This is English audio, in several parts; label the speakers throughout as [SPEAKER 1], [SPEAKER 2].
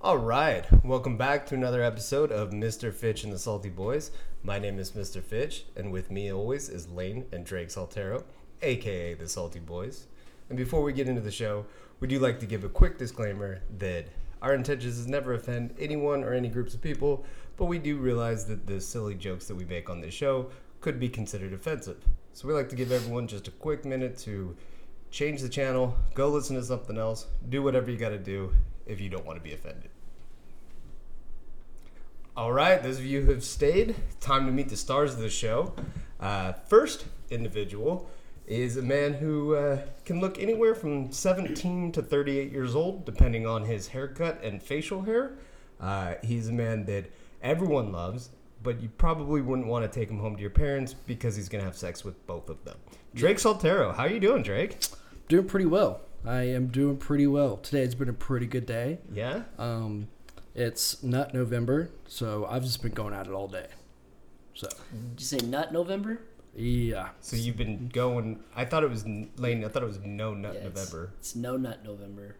[SPEAKER 1] All right, welcome back to another episode of Mr. Fitch and the Salty Boys. My name is Mr. Fitch, and with me always is Lane and Drake Saltero, aka the Salty Boys. And before we get into the show, we do like to give a quick disclaimer that our intention is never offend anyone or any groups of people, but we do realize that the silly jokes that we make on this show could be considered offensive. So we like to give everyone just a quick minute to change the channel, go listen to something else, do whatever you got to do if you don't want to be offended. All right, those of you who have stayed, time to meet the stars of the show. Uh, first individual is a man who uh, can look anywhere from 17 to 38 years old, depending on his haircut and facial hair. Uh, he's a man that everyone loves, but you probably wouldn't want to take him home to your parents because he's going to have sex with both of them. Drake Soltero, how you doing, Drake?
[SPEAKER 2] Doing pretty well. I am doing pretty well. Today's been a pretty good day.
[SPEAKER 1] Yeah?
[SPEAKER 2] Um, it's not November, so I've just been going at it all day. So
[SPEAKER 3] Did you say nut November?
[SPEAKER 2] yeah,
[SPEAKER 1] So you've been going. I thought it was n- Lane. I thought it was no nut
[SPEAKER 3] Yeah, it's-
[SPEAKER 1] November.
[SPEAKER 3] It's, no nut November.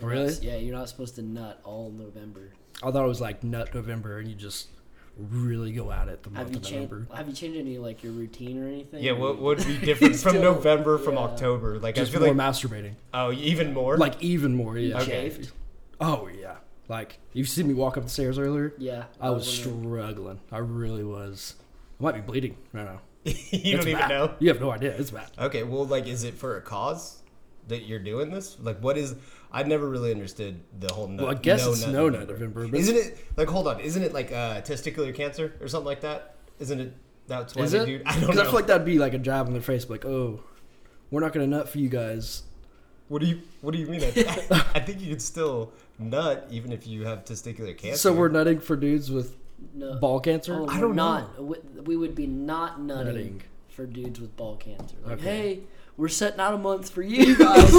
[SPEAKER 3] You're
[SPEAKER 2] really?
[SPEAKER 3] not- yeah, you're not supposed to nut all November.
[SPEAKER 2] I thought it was like nut November, and you just really go at it the month
[SPEAKER 3] Have you
[SPEAKER 2] of
[SPEAKER 3] changed?
[SPEAKER 2] November.
[SPEAKER 3] Have you changed any like your routine or anything?
[SPEAKER 1] Yeah, what would be different from
[SPEAKER 3] Still,
[SPEAKER 1] November from
[SPEAKER 3] yeah.
[SPEAKER 1] October? Like
[SPEAKER 2] Just
[SPEAKER 1] I
[SPEAKER 2] more
[SPEAKER 1] feel like
[SPEAKER 2] masturbating,
[SPEAKER 1] oh, even more.
[SPEAKER 2] like even more. Yeah.
[SPEAKER 1] Okay.
[SPEAKER 3] Chafed?
[SPEAKER 2] Oh yeah. Like you see me walk up the stairs earlier.
[SPEAKER 3] Yeah.
[SPEAKER 2] I was
[SPEAKER 3] wondering.
[SPEAKER 2] struggling. I really was. I might be bleeding right now.
[SPEAKER 1] you
[SPEAKER 2] It's
[SPEAKER 1] don't even
[SPEAKER 2] bad.
[SPEAKER 1] know.
[SPEAKER 2] You have no idea. It's bad.
[SPEAKER 1] Okay, well, like, is it for a cause that you're doing this? Like, what is? I never really understood the whole. Nut,
[SPEAKER 2] Well, I guess
[SPEAKER 1] no
[SPEAKER 2] it's
[SPEAKER 1] nut
[SPEAKER 2] no nut November, but-
[SPEAKER 1] Isn't it like? Hold on. Isn't it like uh, testicular cancer or something like that? Isn't it? That's why
[SPEAKER 2] Is
[SPEAKER 1] they
[SPEAKER 2] it?
[SPEAKER 1] do. I don't
[SPEAKER 2] 'Cause
[SPEAKER 1] know.
[SPEAKER 2] I feel like that'd be like a jab in the face, like, oh, we're not gonna nut for you guys.
[SPEAKER 1] what do you? What do you mean? I, I think you could still nut even if you have testicular cancer.
[SPEAKER 2] So we're nutting for dudes with
[SPEAKER 3] No.
[SPEAKER 2] ball
[SPEAKER 3] Oh,
[SPEAKER 2] cancer.
[SPEAKER 1] I
[SPEAKER 3] we're
[SPEAKER 1] don't
[SPEAKER 3] not. We, we would be not nutting,
[SPEAKER 2] Nutting.
[SPEAKER 3] for dudes with ball cancer. Like,
[SPEAKER 2] Okay.
[SPEAKER 3] hey, we're setting out a month for you guys.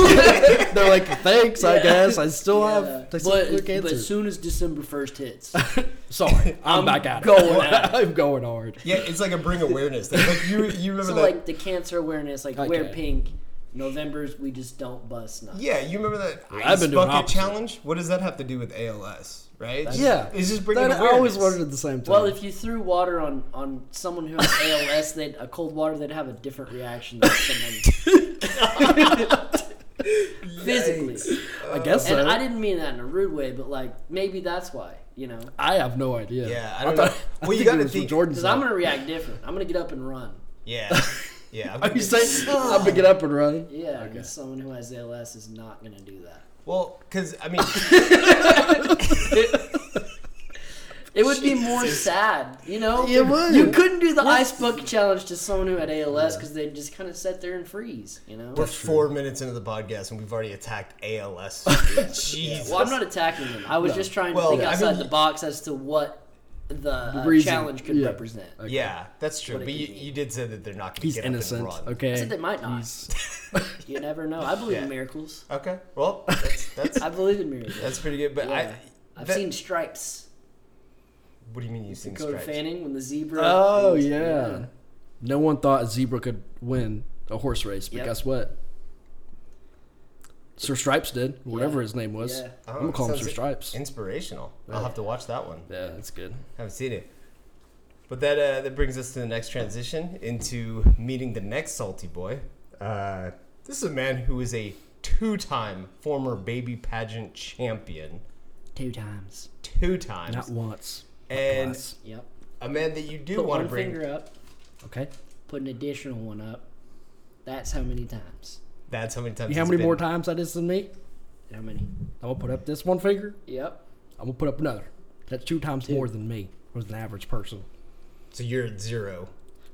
[SPEAKER 2] They're like, thanks, I
[SPEAKER 3] Yeah.
[SPEAKER 2] guess. I still
[SPEAKER 3] Yeah.
[SPEAKER 2] have testicular
[SPEAKER 3] but,
[SPEAKER 2] cancer.
[SPEAKER 3] But as soon as December first hits,
[SPEAKER 2] Sorry, I'm,
[SPEAKER 3] I'm
[SPEAKER 2] back at
[SPEAKER 3] going
[SPEAKER 2] it.
[SPEAKER 3] at
[SPEAKER 2] I'm going hard.
[SPEAKER 1] Yeah, it's like a bring awareness thing. Like you, you remember
[SPEAKER 3] so
[SPEAKER 1] that?
[SPEAKER 3] like the cancer awareness, like wear
[SPEAKER 2] Okay.
[SPEAKER 3] pink. November's we just don't bust nuts.
[SPEAKER 1] yeah, you remember that ice
[SPEAKER 2] I've been doing
[SPEAKER 1] bucket
[SPEAKER 2] opposite.
[SPEAKER 1] challenge? What does that have to do with ALS? Right? It's
[SPEAKER 2] Yeah.
[SPEAKER 1] just- it's just bringing
[SPEAKER 2] That, I
[SPEAKER 1] awareness.
[SPEAKER 2] always wondered the same thing.
[SPEAKER 3] Well, if you threw water on on someone who has ALS, they'd a cold water, they'd have a different reaction than someone physically.
[SPEAKER 2] I guess so.
[SPEAKER 3] uh, And I
[SPEAKER 2] I,
[SPEAKER 3] didn't mean that in a rude way, but like maybe that's why, you know,
[SPEAKER 2] have no idea.
[SPEAKER 1] Yeah, I don't
[SPEAKER 2] thought-
[SPEAKER 1] know.
[SPEAKER 2] I
[SPEAKER 1] Well, you
[SPEAKER 2] think
[SPEAKER 1] gotta
[SPEAKER 2] it was from
[SPEAKER 1] think-
[SPEAKER 2] Jordan's
[SPEAKER 3] because I'm
[SPEAKER 2] side.
[SPEAKER 3] gonna react different. I'm gonna get up and run.
[SPEAKER 1] Yeah, yeah.
[SPEAKER 2] Are you saying I'm gonna get up and run?
[SPEAKER 3] Yeah, and someone who has ALS is not gonna do that.
[SPEAKER 1] well, because I mean,
[SPEAKER 3] It would be more sad, you know.
[SPEAKER 2] It would.
[SPEAKER 3] You couldn't do the ice bucket challenge to someone who had ALS because they'd just kind of sit there and freeze, you know.
[SPEAKER 1] we're four minutes into the podcast and we've already attacked ALS. Jesus.
[SPEAKER 3] Well, I'm not attacking them. I was just trying to
[SPEAKER 1] Well,
[SPEAKER 3] think
[SPEAKER 1] I mean,
[SPEAKER 3] outside
[SPEAKER 1] you-
[SPEAKER 3] the box as to what the uh,
[SPEAKER 2] reason,
[SPEAKER 3] challenge could
[SPEAKER 2] yeah.
[SPEAKER 3] represent.
[SPEAKER 2] Okay.
[SPEAKER 1] Yeah, that's true.
[SPEAKER 3] What it
[SPEAKER 1] But
[SPEAKER 3] could
[SPEAKER 1] you,
[SPEAKER 3] be.
[SPEAKER 1] you did say that they're not going
[SPEAKER 2] He's
[SPEAKER 1] to get
[SPEAKER 2] innocent.
[SPEAKER 1] up and run.
[SPEAKER 2] Okay.
[SPEAKER 3] I said they might not.
[SPEAKER 2] He's-
[SPEAKER 3] You never know. I believe
[SPEAKER 1] Yeah.
[SPEAKER 3] in miracles.
[SPEAKER 1] Okay. Well, that's that's,
[SPEAKER 3] I believe in miracles.
[SPEAKER 1] that's pretty good. But
[SPEAKER 3] Yeah.
[SPEAKER 1] I,
[SPEAKER 3] I've
[SPEAKER 1] that-
[SPEAKER 3] seen stripes.
[SPEAKER 1] What do you mean you've seen
[SPEAKER 3] Dakota
[SPEAKER 1] stripes?
[SPEAKER 3] Fanning when the zebra.
[SPEAKER 2] Oh yeah. No one thought a zebra could win a horse race, but
[SPEAKER 3] Yep.
[SPEAKER 2] guess what? Sir Stripes did, whatever
[SPEAKER 3] Yeah.
[SPEAKER 2] his name was.
[SPEAKER 3] Yeah.
[SPEAKER 1] Oh,
[SPEAKER 2] I'm gonna call him
[SPEAKER 1] sounds
[SPEAKER 2] Sir Stripes.
[SPEAKER 1] Inspirational. I'll have to watch that one.
[SPEAKER 2] yeah, that's good.
[SPEAKER 1] Haven't seen it. But that uh, that brings us to the next transition into meeting the next salty boy. Uh, this is a man who is a two-time former baby pageant champion,
[SPEAKER 3] Two times.
[SPEAKER 1] two times,
[SPEAKER 2] Not once, but
[SPEAKER 1] and
[SPEAKER 2] twice.
[SPEAKER 3] Yep.
[SPEAKER 1] a man that you do
[SPEAKER 3] Put
[SPEAKER 1] want
[SPEAKER 3] one
[SPEAKER 1] to bring.
[SPEAKER 3] finger up.
[SPEAKER 2] okay.
[SPEAKER 3] Put an additional one up. That's how many times.
[SPEAKER 1] That's how many times.
[SPEAKER 2] You know how
[SPEAKER 1] it's
[SPEAKER 2] many
[SPEAKER 1] been.
[SPEAKER 2] more times that is than me?
[SPEAKER 3] How many?
[SPEAKER 2] I'm gonna put up this one finger.
[SPEAKER 3] Yep.
[SPEAKER 2] I'm gonna put up another. That's two times more than me, or an average person.
[SPEAKER 1] So you're at zero.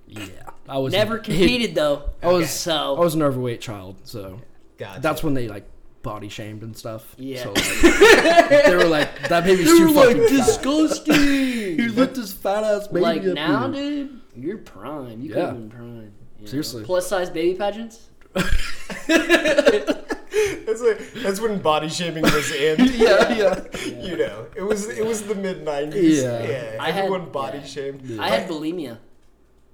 [SPEAKER 2] Yeah, I was
[SPEAKER 3] Never competed though.
[SPEAKER 2] I was I
[SPEAKER 3] so.
[SPEAKER 2] was an overweight child, so
[SPEAKER 1] Gotcha.
[SPEAKER 2] that's when they like body shamed and stuff.
[SPEAKER 3] Yeah.
[SPEAKER 2] So, like, they were like, that baby's too fucking fat."
[SPEAKER 3] disgusting.
[SPEAKER 2] You looked this fat ass baby.
[SPEAKER 3] like
[SPEAKER 2] up
[SPEAKER 3] now,
[SPEAKER 2] here.
[SPEAKER 3] dude, you're prime. You
[SPEAKER 2] Yeah.
[SPEAKER 3] could have been prime. you know?
[SPEAKER 2] Seriously.
[SPEAKER 3] Plus size baby pageants?
[SPEAKER 1] that's, like, that's when body shaming was in.
[SPEAKER 2] Yeah, yeah.
[SPEAKER 1] You know, it was it was the mid '90s.
[SPEAKER 2] Yeah.
[SPEAKER 3] I had-
[SPEAKER 1] everyone body
[SPEAKER 3] yeah.
[SPEAKER 1] shamed.
[SPEAKER 3] I had bulimia.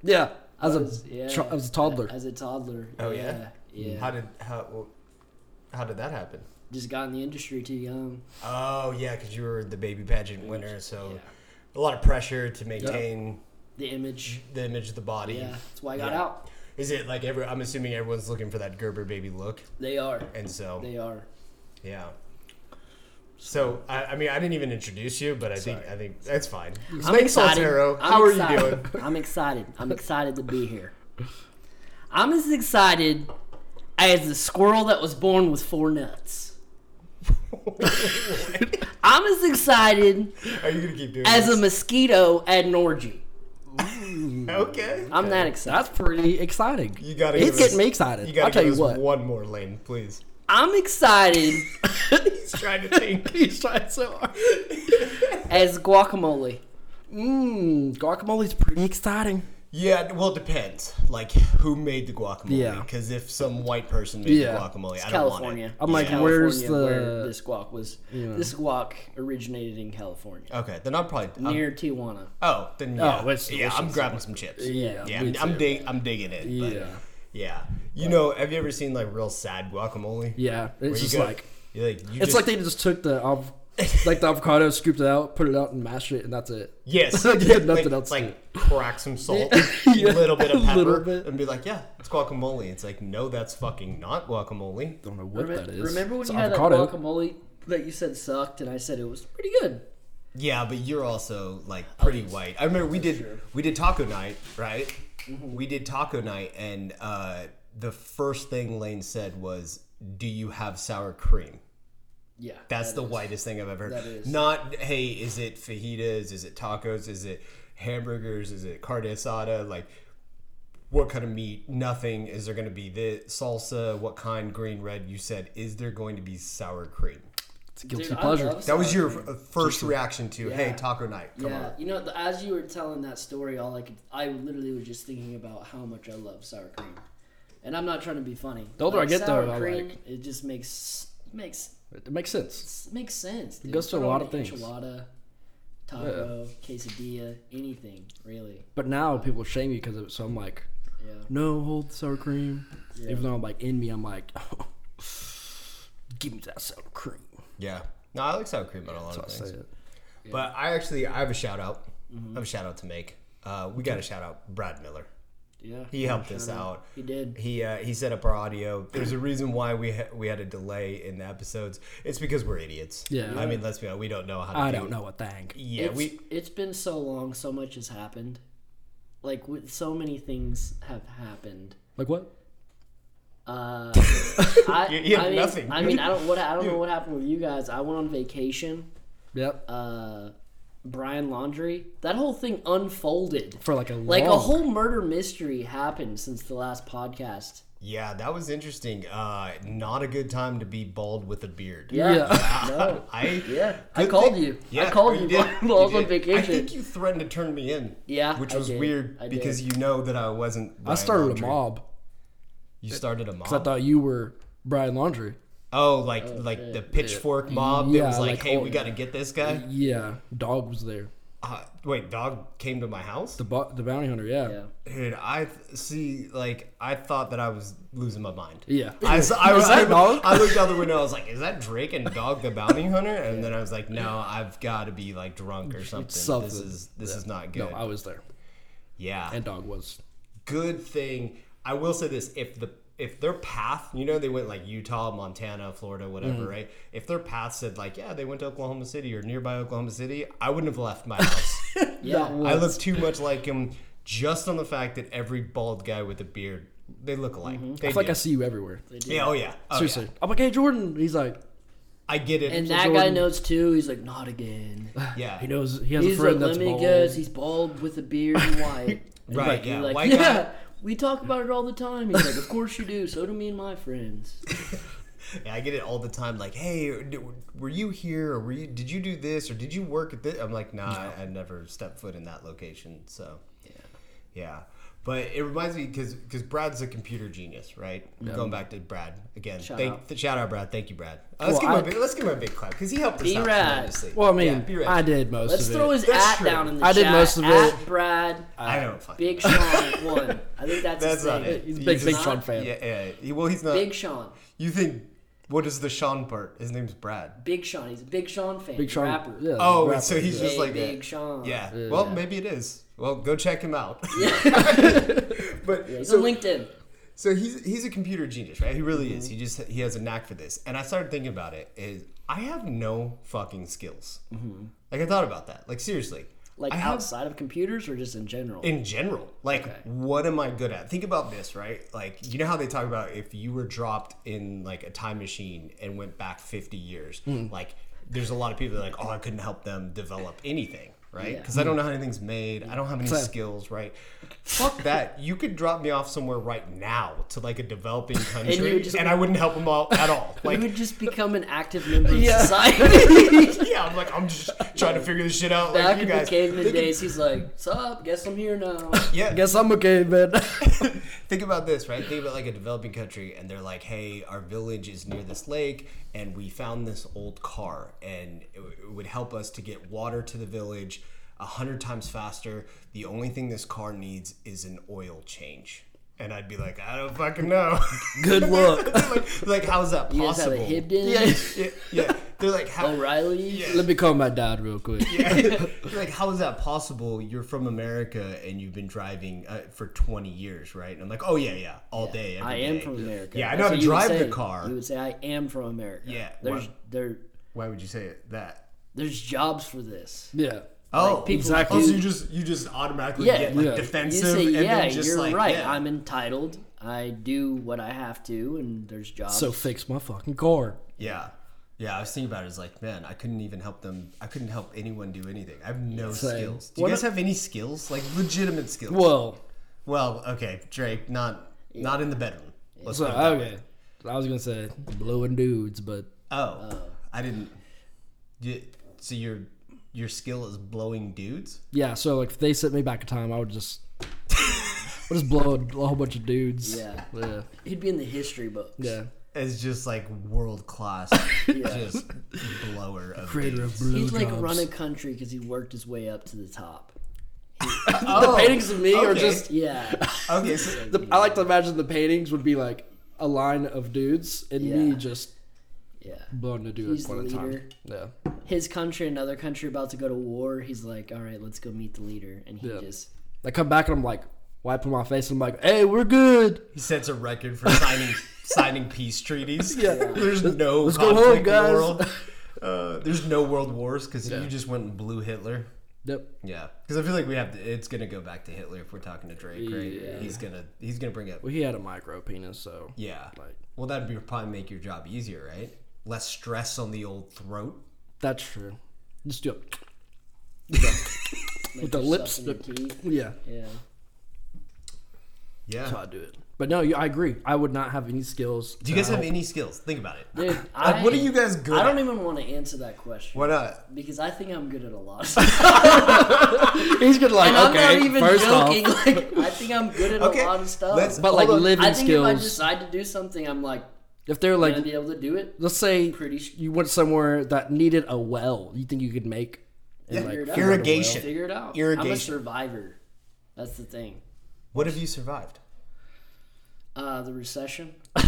[SPEAKER 2] Yeah. As
[SPEAKER 3] As-
[SPEAKER 2] a,
[SPEAKER 3] yeah.
[SPEAKER 2] tr- as a toddler.
[SPEAKER 3] As a toddler.
[SPEAKER 1] Oh,
[SPEAKER 3] yeah. Yeah.
[SPEAKER 1] How did how how did that happen?
[SPEAKER 3] just got in the industry too young.
[SPEAKER 1] Oh yeah, because you were the baby pageant winner, so
[SPEAKER 3] Yeah.
[SPEAKER 1] a lot of pressure to maintain
[SPEAKER 3] The image.
[SPEAKER 1] the image of the body.
[SPEAKER 3] Yeah, that's why I got
[SPEAKER 1] Yeah.
[SPEAKER 3] out.
[SPEAKER 1] Is it like every? I'm assuming everyone's looking for that Gerber baby look,
[SPEAKER 3] They are.
[SPEAKER 1] and so
[SPEAKER 3] They are.
[SPEAKER 1] yeah. So I, I mean, I didn't even introduce you, but I think
[SPEAKER 2] Sorry.
[SPEAKER 1] I think that's fine.
[SPEAKER 3] I'm
[SPEAKER 1] Lane
[SPEAKER 3] excited.
[SPEAKER 1] Soltero,
[SPEAKER 3] I'm
[SPEAKER 1] how are you
[SPEAKER 3] excited.
[SPEAKER 1] doing?
[SPEAKER 3] I'm excited. I'm excited to be here. I'm as excited as the squirrel that was born with four nuts. I'm as excited
[SPEAKER 1] Are you gonna keep doing
[SPEAKER 3] as a
[SPEAKER 1] this?
[SPEAKER 3] mosquito at an orgy.
[SPEAKER 1] okay?
[SPEAKER 3] I'm that excited.
[SPEAKER 2] That's pretty exciting.
[SPEAKER 1] You gotta.
[SPEAKER 2] It's
[SPEAKER 1] give
[SPEAKER 2] getting
[SPEAKER 1] us,
[SPEAKER 2] me excited.
[SPEAKER 1] You gotta
[SPEAKER 2] I'll tell
[SPEAKER 1] give
[SPEAKER 2] you
[SPEAKER 1] us
[SPEAKER 2] what.
[SPEAKER 1] One more lane, please.
[SPEAKER 3] I'm excited
[SPEAKER 1] He's trying to think.
[SPEAKER 2] He's trying so hard.
[SPEAKER 3] as guacamole.
[SPEAKER 2] Mmm, guacamole's pretty exciting.
[SPEAKER 1] Yeah, well, it depends. Like, who made the guacamole?
[SPEAKER 2] Yeah.
[SPEAKER 1] Because if some white person made
[SPEAKER 2] Yeah.
[SPEAKER 1] the guacamole, I don't
[SPEAKER 3] California.
[SPEAKER 1] want
[SPEAKER 2] I'm like,
[SPEAKER 3] California
[SPEAKER 2] where's the-
[SPEAKER 3] where this guac was?
[SPEAKER 2] Yeah.
[SPEAKER 3] This guac originated in California,
[SPEAKER 1] it. Okay, then I'll probably. I'm-
[SPEAKER 3] near Tijuana.
[SPEAKER 1] oh, then yeah.
[SPEAKER 2] Oh, it's
[SPEAKER 1] yeah, I'm
[SPEAKER 2] delicious.
[SPEAKER 1] grabbing some chips.
[SPEAKER 2] Yeah,
[SPEAKER 1] yeah,
[SPEAKER 2] me
[SPEAKER 1] I'm, I'm,
[SPEAKER 2] too.
[SPEAKER 1] dig- I'm digging it. but
[SPEAKER 2] Yeah.
[SPEAKER 1] yeah. You know, have you ever seen like real sad guacamole?
[SPEAKER 2] Yeah,
[SPEAKER 1] Where
[SPEAKER 2] it's
[SPEAKER 1] you
[SPEAKER 2] just
[SPEAKER 1] go-
[SPEAKER 2] like
[SPEAKER 1] you like you
[SPEAKER 2] it's
[SPEAKER 1] just,
[SPEAKER 2] like they just took the av- like the avocado, scooped it out, put it out, and mashed it, and that's it.
[SPEAKER 1] yes,
[SPEAKER 2] like, you had nothing
[SPEAKER 1] like,
[SPEAKER 2] else to do.
[SPEAKER 1] Like crack some salt,
[SPEAKER 2] Yeah.
[SPEAKER 1] a little bit of
[SPEAKER 2] A
[SPEAKER 1] pepper,
[SPEAKER 2] little bit.
[SPEAKER 1] and be like, yeah, it's guacamole. It's like, no, that's fucking not guacamole.
[SPEAKER 2] Don't know what
[SPEAKER 3] Remem-
[SPEAKER 2] that is.
[SPEAKER 3] Remember when
[SPEAKER 2] It's
[SPEAKER 3] you had
[SPEAKER 2] avocado.
[SPEAKER 3] that guacamole that you said sucked, and I said it was pretty good.
[SPEAKER 1] Yeah, but you're also like
[SPEAKER 3] Oh,
[SPEAKER 1] pretty white. I remember we did we did taco night, right?
[SPEAKER 3] Mm-hmm.
[SPEAKER 1] We did taco night, and uh, the first thing Lane said was, "Do you have sour cream?"
[SPEAKER 3] Yeah,
[SPEAKER 1] That's the whitest thing I've ever heard.
[SPEAKER 3] That is.
[SPEAKER 1] Not hey, is it fajitas? Is it tacos? Is it hamburgers? Is it carne asada? Like what kind of meat? Nothing. Is there going to be the salsa? What kind? Green, red? You said, is there going to be sour cream?
[SPEAKER 2] It's a guilty pleasure.
[SPEAKER 1] That was your f- first reaction to hey
[SPEAKER 3] Yeah.
[SPEAKER 1] taco night. Come on.
[SPEAKER 3] Yeah, you know, the, as you were telling that story, all I could, I literally was just thinking about how much I love sour cream, and I'm not trying to be funny.
[SPEAKER 2] The older I get,
[SPEAKER 3] sour
[SPEAKER 2] though, I
[SPEAKER 3] cream, it just makes makes
[SPEAKER 2] It it makes sense.
[SPEAKER 3] makes sense. Dude.
[SPEAKER 2] goes to
[SPEAKER 3] Put
[SPEAKER 2] a
[SPEAKER 3] on
[SPEAKER 2] lot of
[SPEAKER 3] an
[SPEAKER 2] things.
[SPEAKER 3] Enchilada, taco, quesadilla, anything really.
[SPEAKER 2] But now people shame you because of it, so I'm like,
[SPEAKER 3] Yeah.
[SPEAKER 2] no, hold sour cream. Even though I'm like in me, I'm like, give me that sour cream.
[SPEAKER 1] Yeah. No, I like sour cream on a lot
[SPEAKER 2] So I
[SPEAKER 1] of
[SPEAKER 2] say
[SPEAKER 1] things.
[SPEAKER 2] it.
[SPEAKER 1] But I actually I have a shout out.
[SPEAKER 3] Mm-hmm.
[SPEAKER 1] I have a shout out to make. Uh, we got a shout out, Brad Miller.
[SPEAKER 3] Yeah.
[SPEAKER 1] He helped us out.
[SPEAKER 3] He did.
[SPEAKER 1] He uh, he set up our audio. There's a reason why we ha- we had a delay in the episodes. It's because we're idiots.
[SPEAKER 2] Yeah.
[SPEAKER 1] I mean, let's be honest. We don't know how. to
[SPEAKER 2] I
[SPEAKER 1] do-
[SPEAKER 2] don't know a thing.
[SPEAKER 1] Yeah.
[SPEAKER 3] it's,
[SPEAKER 1] we.
[SPEAKER 3] it's been so long. So much has happened. Like with so many things have happened.
[SPEAKER 2] Like what?
[SPEAKER 3] Uh, I,
[SPEAKER 1] You- you have
[SPEAKER 3] I mean,
[SPEAKER 1] nothing.
[SPEAKER 3] I mean, I don't. What I don't know what happened with you guys. I went on vacation.
[SPEAKER 2] Yep.
[SPEAKER 3] Uh, Brian Laundry. That whole thing unfolded.
[SPEAKER 2] For like a
[SPEAKER 3] like a
[SPEAKER 2] long-
[SPEAKER 3] whole murder mystery happened since the last podcast.
[SPEAKER 1] Yeah, that was interesting. Uh, not a good time to be bald with a beard.
[SPEAKER 2] Yeah.
[SPEAKER 3] no.
[SPEAKER 1] I
[SPEAKER 3] Yeah, I
[SPEAKER 1] Good
[SPEAKER 3] called
[SPEAKER 1] thing-
[SPEAKER 3] you. I
[SPEAKER 1] Yeah,
[SPEAKER 3] called you
[SPEAKER 1] did.
[SPEAKER 3] while while I was on
[SPEAKER 1] did. I
[SPEAKER 3] vacation.
[SPEAKER 1] think you threatened to turn me in.
[SPEAKER 3] Yeah,
[SPEAKER 1] which
[SPEAKER 3] I
[SPEAKER 1] was
[SPEAKER 3] did.
[SPEAKER 1] weird
[SPEAKER 3] I did.
[SPEAKER 1] because you know that I wasn't.
[SPEAKER 2] I
[SPEAKER 1] Brian
[SPEAKER 2] started
[SPEAKER 1] Laundrie.
[SPEAKER 2] a mob
[SPEAKER 1] You started a mob.
[SPEAKER 2] because I thought you were Brian Laundry.
[SPEAKER 1] Oh, like like the pitchfork mob that
[SPEAKER 2] Yeah,
[SPEAKER 1] was like,
[SPEAKER 2] like,
[SPEAKER 1] "Hey,
[SPEAKER 2] oh,
[SPEAKER 1] we got to get this guy."
[SPEAKER 2] Yeah, dog was there.
[SPEAKER 1] Uh, wait, dog came to my house.
[SPEAKER 2] The bo- the bounty hunter. Yeah.
[SPEAKER 3] yeah.
[SPEAKER 1] Dude, I th- see. Like, I thought that I was losing my mind.
[SPEAKER 2] Yeah.
[SPEAKER 1] I, s- I was.
[SPEAKER 2] Is that
[SPEAKER 1] I,
[SPEAKER 2] dog?
[SPEAKER 1] I looked out the window. I was like, "Is that Drake and Dog the Bounty Hunter?" And then I was like, "No, I've got to be like drunk or something. This
[SPEAKER 2] something.
[SPEAKER 1] is this is not
[SPEAKER 2] No,
[SPEAKER 1] good."
[SPEAKER 2] I was there,
[SPEAKER 1] yeah,
[SPEAKER 2] and dog was.
[SPEAKER 1] good thing. I will say this: if the if their path, you know, they went like Utah, Montana, Florida, whatever, right? If their path said like, yeah, they went to Oklahoma City or nearby Oklahoma City, I wouldn't have left my house.
[SPEAKER 3] Yeah.
[SPEAKER 1] I look too much like him, just on the fact that every bald guy with a beard, they look alike. They
[SPEAKER 2] It's like
[SPEAKER 1] do.
[SPEAKER 2] I see you everywhere.
[SPEAKER 1] yeah, oh yeah, oh,
[SPEAKER 2] Seriously,
[SPEAKER 1] yeah.
[SPEAKER 2] I'm like, hey Jordan. He's like,
[SPEAKER 1] I get it.
[SPEAKER 3] And that guy
[SPEAKER 2] Jordan-
[SPEAKER 3] knows too. He's like, not again.
[SPEAKER 1] yeah,
[SPEAKER 2] he knows he has a
[SPEAKER 3] He's like,
[SPEAKER 2] friend
[SPEAKER 3] let
[SPEAKER 2] that's
[SPEAKER 3] me
[SPEAKER 2] bald.
[SPEAKER 3] guess, he's bald with a beard and white.
[SPEAKER 1] right?
[SPEAKER 2] like-
[SPEAKER 1] yeah,
[SPEAKER 3] You're like,
[SPEAKER 1] white guy.
[SPEAKER 3] yeah, we talk about it all the time. He's like, of course you do. So do me and my friends.
[SPEAKER 1] Yeah, I get it all the time. Like, hey, d- were you here, or were you? Did you do this, or did you work at this? I'm like, nah, I, I never stepped foot in that location. So, yeah, yeah. But it reminds me because because Brad's a computer genius, right? Going back to Brad again.
[SPEAKER 3] Shout
[SPEAKER 1] thank
[SPEAKER 3] out.
[SPEAKER 1] th- shout out, Brad. Thank you, Brad. Uh, let's
[SPEAKER 2] Well,
[SPEAKER 1] give him a
[SPEAKER 2] I-
[SPEAKER 1] big, let's give him a big clap because he helped us out
[SPEAKER 3] B-Rad.
[SPEAKER 1] tremendously.
[SPEAKER 2] Well, I mean,
[SPEAKER 1] Yeah, B-Rad.
[SPEAKER 2] I did most
[SPEAKER 3] Let's
[SPEAKER 2] of
[SPEAKER 3] throw
[SPEAKER 2] it.
[SPEAKER 3] his
[SPEAKER 1] That's
[SPEAKER 3] at
[SPEAKER 1] true.
[SPEAKER 3] down in the
[SPEAKER 2] I
[SPEAKER 3] chat.
[SPEAKER 2] did most of
[SPEAKER 3] At
[SPEAKER 2] it.
[SPEAKER 3] Brad,
[SPEAKER 1] I don't fucking.
[SPEAKER 3] Big Sean at one. I think that's,
[SPEAKER 1] that's
[SPEAKER 3] his
[SPEAKER 1] not
[SPEAKER 3] name.
[SPEAKER 1] it.
[SPEAKER 2] He's a
[SPEAKER 1] You
[SPEAKER 2] big Big
[SPEAKER 1] just-
[SPEAKER 2] Sean fan.
[SPEAKER 1] Yeah, yeah. He- Well, he's not.
[SPEAKER 3] Big Sean.
[SPEAKER 1] You think What is the Sean part? His name's Brad.
[SPEAKER 3] Big Sean. He's a Big Sean fan.
[SPEAKER 2] Big Sean.
[SPEAKER 3] Rapper.
[SPEAKER 2] Yeah,
[SPEAKER 1] Oh,
[SPEAKER 2] rapper,
[SPEAKER 1] so he's
[SPEAKER 2] yeah.
[SPEAKER 1] just like
[SPEAKER 3] Big
[SPEAKER 1] that.
[SPEAKER 3] Sean.
[SPEAKER 1] Yeah.
[SPEAKER 2] Yeah.
[SPEAKER 1] Well, maybe it is. Well, go check him out. but
[SPEAKER 3] He's
[SPEAKER 1] so,
[SPEAKER 3] on LinkedIn.
[SPEAKER 1] so he's he's a computer genius, right? He really
[SPEAKER 3] Mm-hmm.
[SPEAKER 1] is. He just he has a knack for this. And I started thinking about it. Is I have no fucking skills. Like I thought about that. Like seriously.
[SPEAKER 3] Mm-hmm. Like
[SPEAKER 1] I have-
[SPEAKER 3] outside of computers or just in general?
[SPEAKER 1] in general like what am i good at think about this right like you know how they talk about if you were dropped in like a time machine and went back 50 years
[SPEAKER 3] Hmm.
[SPEAKER 1] like there's a lot of people that are like oh i couldn't help them develop anything right
[SPEAKER 3] Yeah. Hmm.
[SPEAKER 1] because i don't know how anything's made i don't have any
[SPEAKER 2] Same.
[SPEAKER 1] skills right fuck that you could drop me off somewhere right now to like a developing country and,
[SPEAKER 3] you would just-
[SPEAKER 1] i wouldn't help them out at all
[SPEAKER 3] you
[SPEAKER 1] like
[SPEAKER 3] would just become an active member of society.
[SPEAKER 1] yeah i'm like i'm just trying to figure this shit out like
[SPEAKER 3] Back
[SPEAKER 1] you
[SPEAKER 3] in the
[SPEAKER 1] guys
[SPEAKER 3] caveman
[SPEAKER 1] They could-
[SPEAKER 3] days, he's like, "Sup? Guess I'm here now."
[SPEAKER 1] yeah
[SPEAKER 2] Guess I'm okay, man.
[SPEAKER 1] Think about this, right? Think about like a developing country, and they're like, "Hey, our village is near this lake, and we found this old car, and it, w- it would help us to get water to the village a hundred times faster. The only thing this car needs is an oil change." And I'd be like, "I don't fucking know."
[SPEAKER 2] Good luck.
[SPEAKER 1] like, like, how is that
[SPEAKER 3] You guys have a
[SPEAKER 1] possible?
[SPEAKER 3] Hibden,
[SPEAKER 1] yeah, yeah. They're like, "How?"
[SPEAKER 3] O'Reilly.
[SPEAKER 2] Let me call my dad real quick.
[SPEAKER 1] like how is that possible you're from america and you've been driving uh, for 20 years right and i'm like oh yeah yeah all day every
[SPEAKER 3] I am
[SPEAKER 1] day.
[SPEAKER 3] from America.
[SPEAKER 1] yeah i know
[SPEAKER 3] That's
[SPEAKER 1] how to
[SPEAKER 3] what you would
[SPEAKER 1] drive the
[SPEAKER 3] say.
[SPEAKER 1] car
[SPEAKER 3] You would say, "I am from America."
[SPEAKER 1] Yeah,
[SPEAKER 3] There's
[SPEAKER 1] what-
[SPEAKER 3] there
[SPEAKER 1] why would you say it that
[SPEAKER 3] there's jobs for this.
[SPEAKER 2] Yeah.
[SPEAKER 1] oh
[SPEAKER 3] people-
[SPEAKER 1] exactly
[SPEAKER 3] Exactly.
[SPEAKER 1] oh, so you just you just automatically
[SPEAKER 3] Yeah.
[SPEAKER 1] get like
[SPEAKER 2] Yeah.
[SPEAKER 3] You
[SPEAKER 1] defensive
[SPEAKER 3] say,
[SPEAKER 1] and
[SPEAKER 3] "Yeah,
[SPEAKER 1] then just
[SPEAKER 3] you're
[SPEAKER 1] like
[SPEAKER 3] right.
[SPEAKER 1] yeah.
[SPEAKER 3] I'm entitled. I do what I have to, and there's jobs."
[SPEAKER 2] So fix my fucking car.
[SPEAKER 1] yeah yeah, I was thinking about it. It's like, man, I couldn't even help them. I couldn't help anyone do anything. I have no
[SPEAKER 2] Same.
[SPEAKER 1] skills. Do you
[SPEAKER 3] What
[SPEAKER 1] guys
[SPEAKER 3] a-
[SPEAKER 1] have any skills? Like legitimate skills?
[SPEAKER 2] Well,
[SPEAKER 1] well, okay, Drake, not not in the bedroom. Let's
[SPEAKER 2] so
[SPEAKER 1] put it that way.
[SPEAKER 2] okay. I was gonna say blowing dudes, but
[SPEAKER 1] Oh, I didn't. You, so your your skill is blowing dudes.
[SPEAKER 2] yeah. So like, if they sent me back in time, I would just, I would just blow a, a whole bunch of dudes.
[SPEAKER 3] Yeah.
[SPEAKER 2] Yeah.
[SPEAKER 3] he'd be in the history books.
[SPEAKER 2] Yeah.
[SPEAKER 1] It's just like world class, just blower of
[SPEAKER 2] Creator of
[SPEAKER 1] dudes.
[SPEAKER 2] blue
[SPEAKER 3] He'd like
[SPEAKER 2] jobs.
[SPEAKER 3] run a country because he worked his way up to the top.
[SPEAKER 1] Oh,
[SPEAKER 2] the paintings of me are
[SPEAKER 1] okay.
[SPEAKER 2] just.
[SPEAKER 3] Yeah.
[SPEAKER 1] okay. So,
[SPEAKER 2] The, I like to imagine the paintings would be like a line of dudes and me
[SPEAKER 3] Yeah.
[SPEAKER 2] just
[SPEAKER 3] Yeah.
[SPEAKER 2] blowing a dude
[SPEAKER 3] He's
[SPEAKER 2] at
[SPEAKER 3] the
[SPEAKER 2] one
[SPEAKER 3] leader.
[SPEAKER 2] time. Yeah.
[SPEAKER 3] His country, another country about to go to war. He's like, all right, let's go meet the leader. And he
[SPEAKER 2] Yeah.
[SPEAKER 3] just.
[SPEAKER 2] I come back and I'm like wiping my face and I'm like, hey, we're good.
[SPEAKER 1] he sets a record for signing signing peace treaties. Yeah, there's no
[SPEAKER 2] let's go
[SPEAKER 1] conflict
[SPEAKER 2] home,
[SPEAKER 1] in
[SPEAKER 2] guys.
[SPEAKER 1] the world. Uh, there's no world wars because you just went and blew Hitler.
[SPEAKER 2] Yep.
[SPEAKER 1] Yeah, because I feel like we have to, it's gonna go back to Hitler if we're talking to Drake, right? He's gonna he's gonna bring up
[SPEAKER 2] Well, he had a micro penis, so
[SPEAKER 1] yeah.
[SPEAKER 2] Like-
[SPEAKER 1] Well, that'd be, probably make your job easier, right? Less stress on the old throat.
[SPEAKER 2] that's true. Just do it.
[SPEAKER 3] like,
[SPEAKER 2] With the
[SPEAKER 3] stuff
[SPEAKER 2] lips,
[SPEAKER 3] in your
[SPEAKER 2] the-
[SPEAKER 3] teeth.
[SPEAKER 2] Yeah.
[SPEAKER 3] Yeah.
[SPEAKER 2] That's how
[SPEAKER 1] Yeah.
[SPEAKER 2] I do it. But no, yeah, I agree. I would not have any skills.
[SPEAKER 1] Do you guys have any skills? Think about it.
[SPEAKER 3] Dude,
[SPEAKER 1] Like,
[SPEAKER 3] I,
[SPEAKER 1] what are you guys good
[SPEAKER 3] I
[SPEAKER 1] at?
[SPEAKER 3] don't even want to answer that question.
[SPEAKER 1] Why not?
[SPEAKER 3] Because I think I'm good at a lot. of stuff.
[SPEAKER 2] He's gonna like
[SPEAKER 3] and I'm
[SPEAKER 2] okay.
[SPEAKER 3] not even
[SPEAKER 2] first
[SPEAKER 3] joking.
[SPEAKER 2] off,
[SPEAKER 3] Like, I think I'm good at
[SPEAKER 1] Okay,
[SPEAKER 3] a lot of stuff.
[SPEAKER 1] let's-
[SPEAKER 2] but like
[SPEAKER 1] Hold on.
[SPEAKER 2] living
[SPEAKER 3] I think if I
[SPEAKER 2] skills.
[SPEAKER 3] decide to do something, I'm like,
[SPEAKER 2] If they're
[SPEAKER 3] going to
[SPEAKER 2] like,
[SPEAKER 3] be able to do it.
[SPEAKER 2] let's say
[SPEAKER 3] Pretty sh-
[SPEAKER 2] you went somewhere that needed a well, you think you could make and
[SPEAKER 3] Figure
[SPEAKER 2] like
[SPEAKER 3] it out.
[SPEAKER 1] irrigation.
[SPEAKER 3] Figure it out. I'm a
[SPEAKER 1] Irrigation.
[SPEAKER 3] survivor. That's the thing.
[SPEAKER 1] What have you survived?
[SPEAKER 3] Uh, the recession, uh,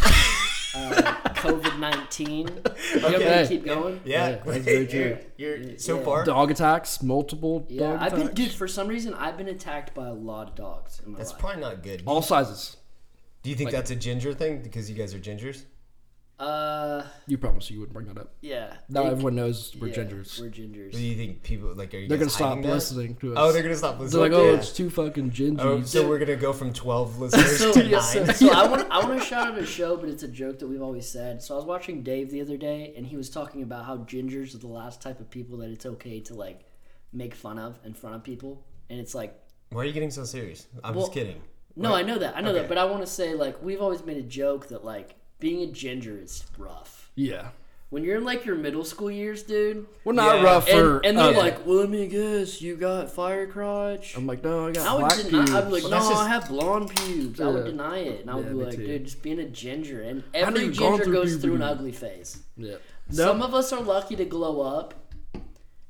[SPEAKER 3] COVID 19. You want me to
[SPEAKER 2] Okay.
[SPEAKER 3] keep going?
[SPEAKER 1] Yeah,
[SPEAKER 2] that's very true.
[SPEAKER 1] You're, you're- so
[SPEAKER 3] Yeah.
[SPEAKER 1] far.
[SPEAKER 2] dog attacks, multiple
[SPEAKER 3] Yeah,
[SPEAKER 2] dog
[SPEAKER 3] I've been,
[SPEAKER 2] attacks,
[SPEAKER 3] dude, for some reason, I've been attacked by a lot of dogs in my
[SPEAKER 1] That's
[SPEAKER 3] life.
[SPEAKER 1] probably not good.
[SPEAKER 2] all sizes.
[SPEAKER 1] Do you think that's a ginger thing because you guys are gingers?
[SPEAKER 3] uh,
[SPEAKER 2] You promise you wouldn't bring that up.
[SPEAKER 3] yeah.
[SPEAKER 2] Now
[SPEAKER 3] It-
[SPEAKER 2] everyone knows we're
[SPEAKER 3] yeah,
[SPEAKER 2] gingers.
[SPEAKER 3] We're
[SPEAKER 1] Do
[SPEAKER 3] gingers.
[SPEAKER 1] you think people like are you?
[SPEAKER 2] they're gonna
[SPEAKER 1] guys
[SPEAKER 2] stop
[SPEAKER 1] hiding that?
[SPEAKER 2] listening to us.
[SPEAKER 1] Oh, they're gonna stop
[SPEAKER 2] They're
[SPEAKER 1] listening.
[SPEAKER 2] like, oh,
[SPEAKER 1] Yeah.
[SPEAKER 2] it's two fucking gingies.
[SPEAKER 1] Oh, so we're gonna go from twelve listeners
[SPEAKER 3] So,
[SPEAKER 1] to nine.
[SPEAKER 3] so, so I want I want to shout out a show, but it's a joke that we've always said. So I was watching Dave the other day, and he was talking about how gingers are the last type of people that it's okay to like make fun of in front of people, and it's like
[SPEAKER 1] Why are you getting so serious? I'm just
[SPEAKER 3] Well-
[SPEAKER 1] kidding.
[SPEAKER 3] No, I know that. I know
[SPEAKER 1] Okay.
[SPEAKER 3] that. But I want to say, like, we've always made a joke that, like, being a ginger is rough.
[SPEAKER 2] yeah,
[SPEAKER 3] When you're in, like, your middle school years, dude,
[SPEAKER 2] we're not
[SPEAKER 1] Yeah.
[SPEAKER 2] rough
[SPEAKER 3] and,
[SPEAKER 2] for.
[SPEAKER 3] and they're
[SPEAKER 2] us.
[SPEAKER 3] like, well, let me guess, you got fire crotch.
[SPEAKER 2] I'm like, no, I got
[SPEAKER 3] I would
[SPEAKER 2] black
[SPEAKER 3] deny.
[SPEAKER 2] pubes.
[SPEAKER 3] I'd be like,
[SPEAKER 1] Well,
[SPEAKER 3] no,
[SPEAKER 1] that's just-
[SPEAKER 3] I have blonde pubes. I would
[SPEAKER 2] Yeah.
[SPEAKER 3] deny it, and I would
[SPEAKER 2] Yeah,
[SPEAKER 3] be
[SPEAKER 2] me
[SPEAKER 3] like,
[SPEAKER 2] too.
[SPEAKER 3] dude, just being a ginger, and
[SPEAKER 2] know
[SPEAKER 3] every
[SPEAKER 2] you've gone
[SPEAKER 3] ginger
[SPEAKER 2] through
[SPEAKER 3] goes through an
[SPEAKER 2] puberty.
[SPEAKER 3] ugly phase.
[SPEAKER 2] yeah.
[SPEAKER 3] Some of us are lucky to glow up,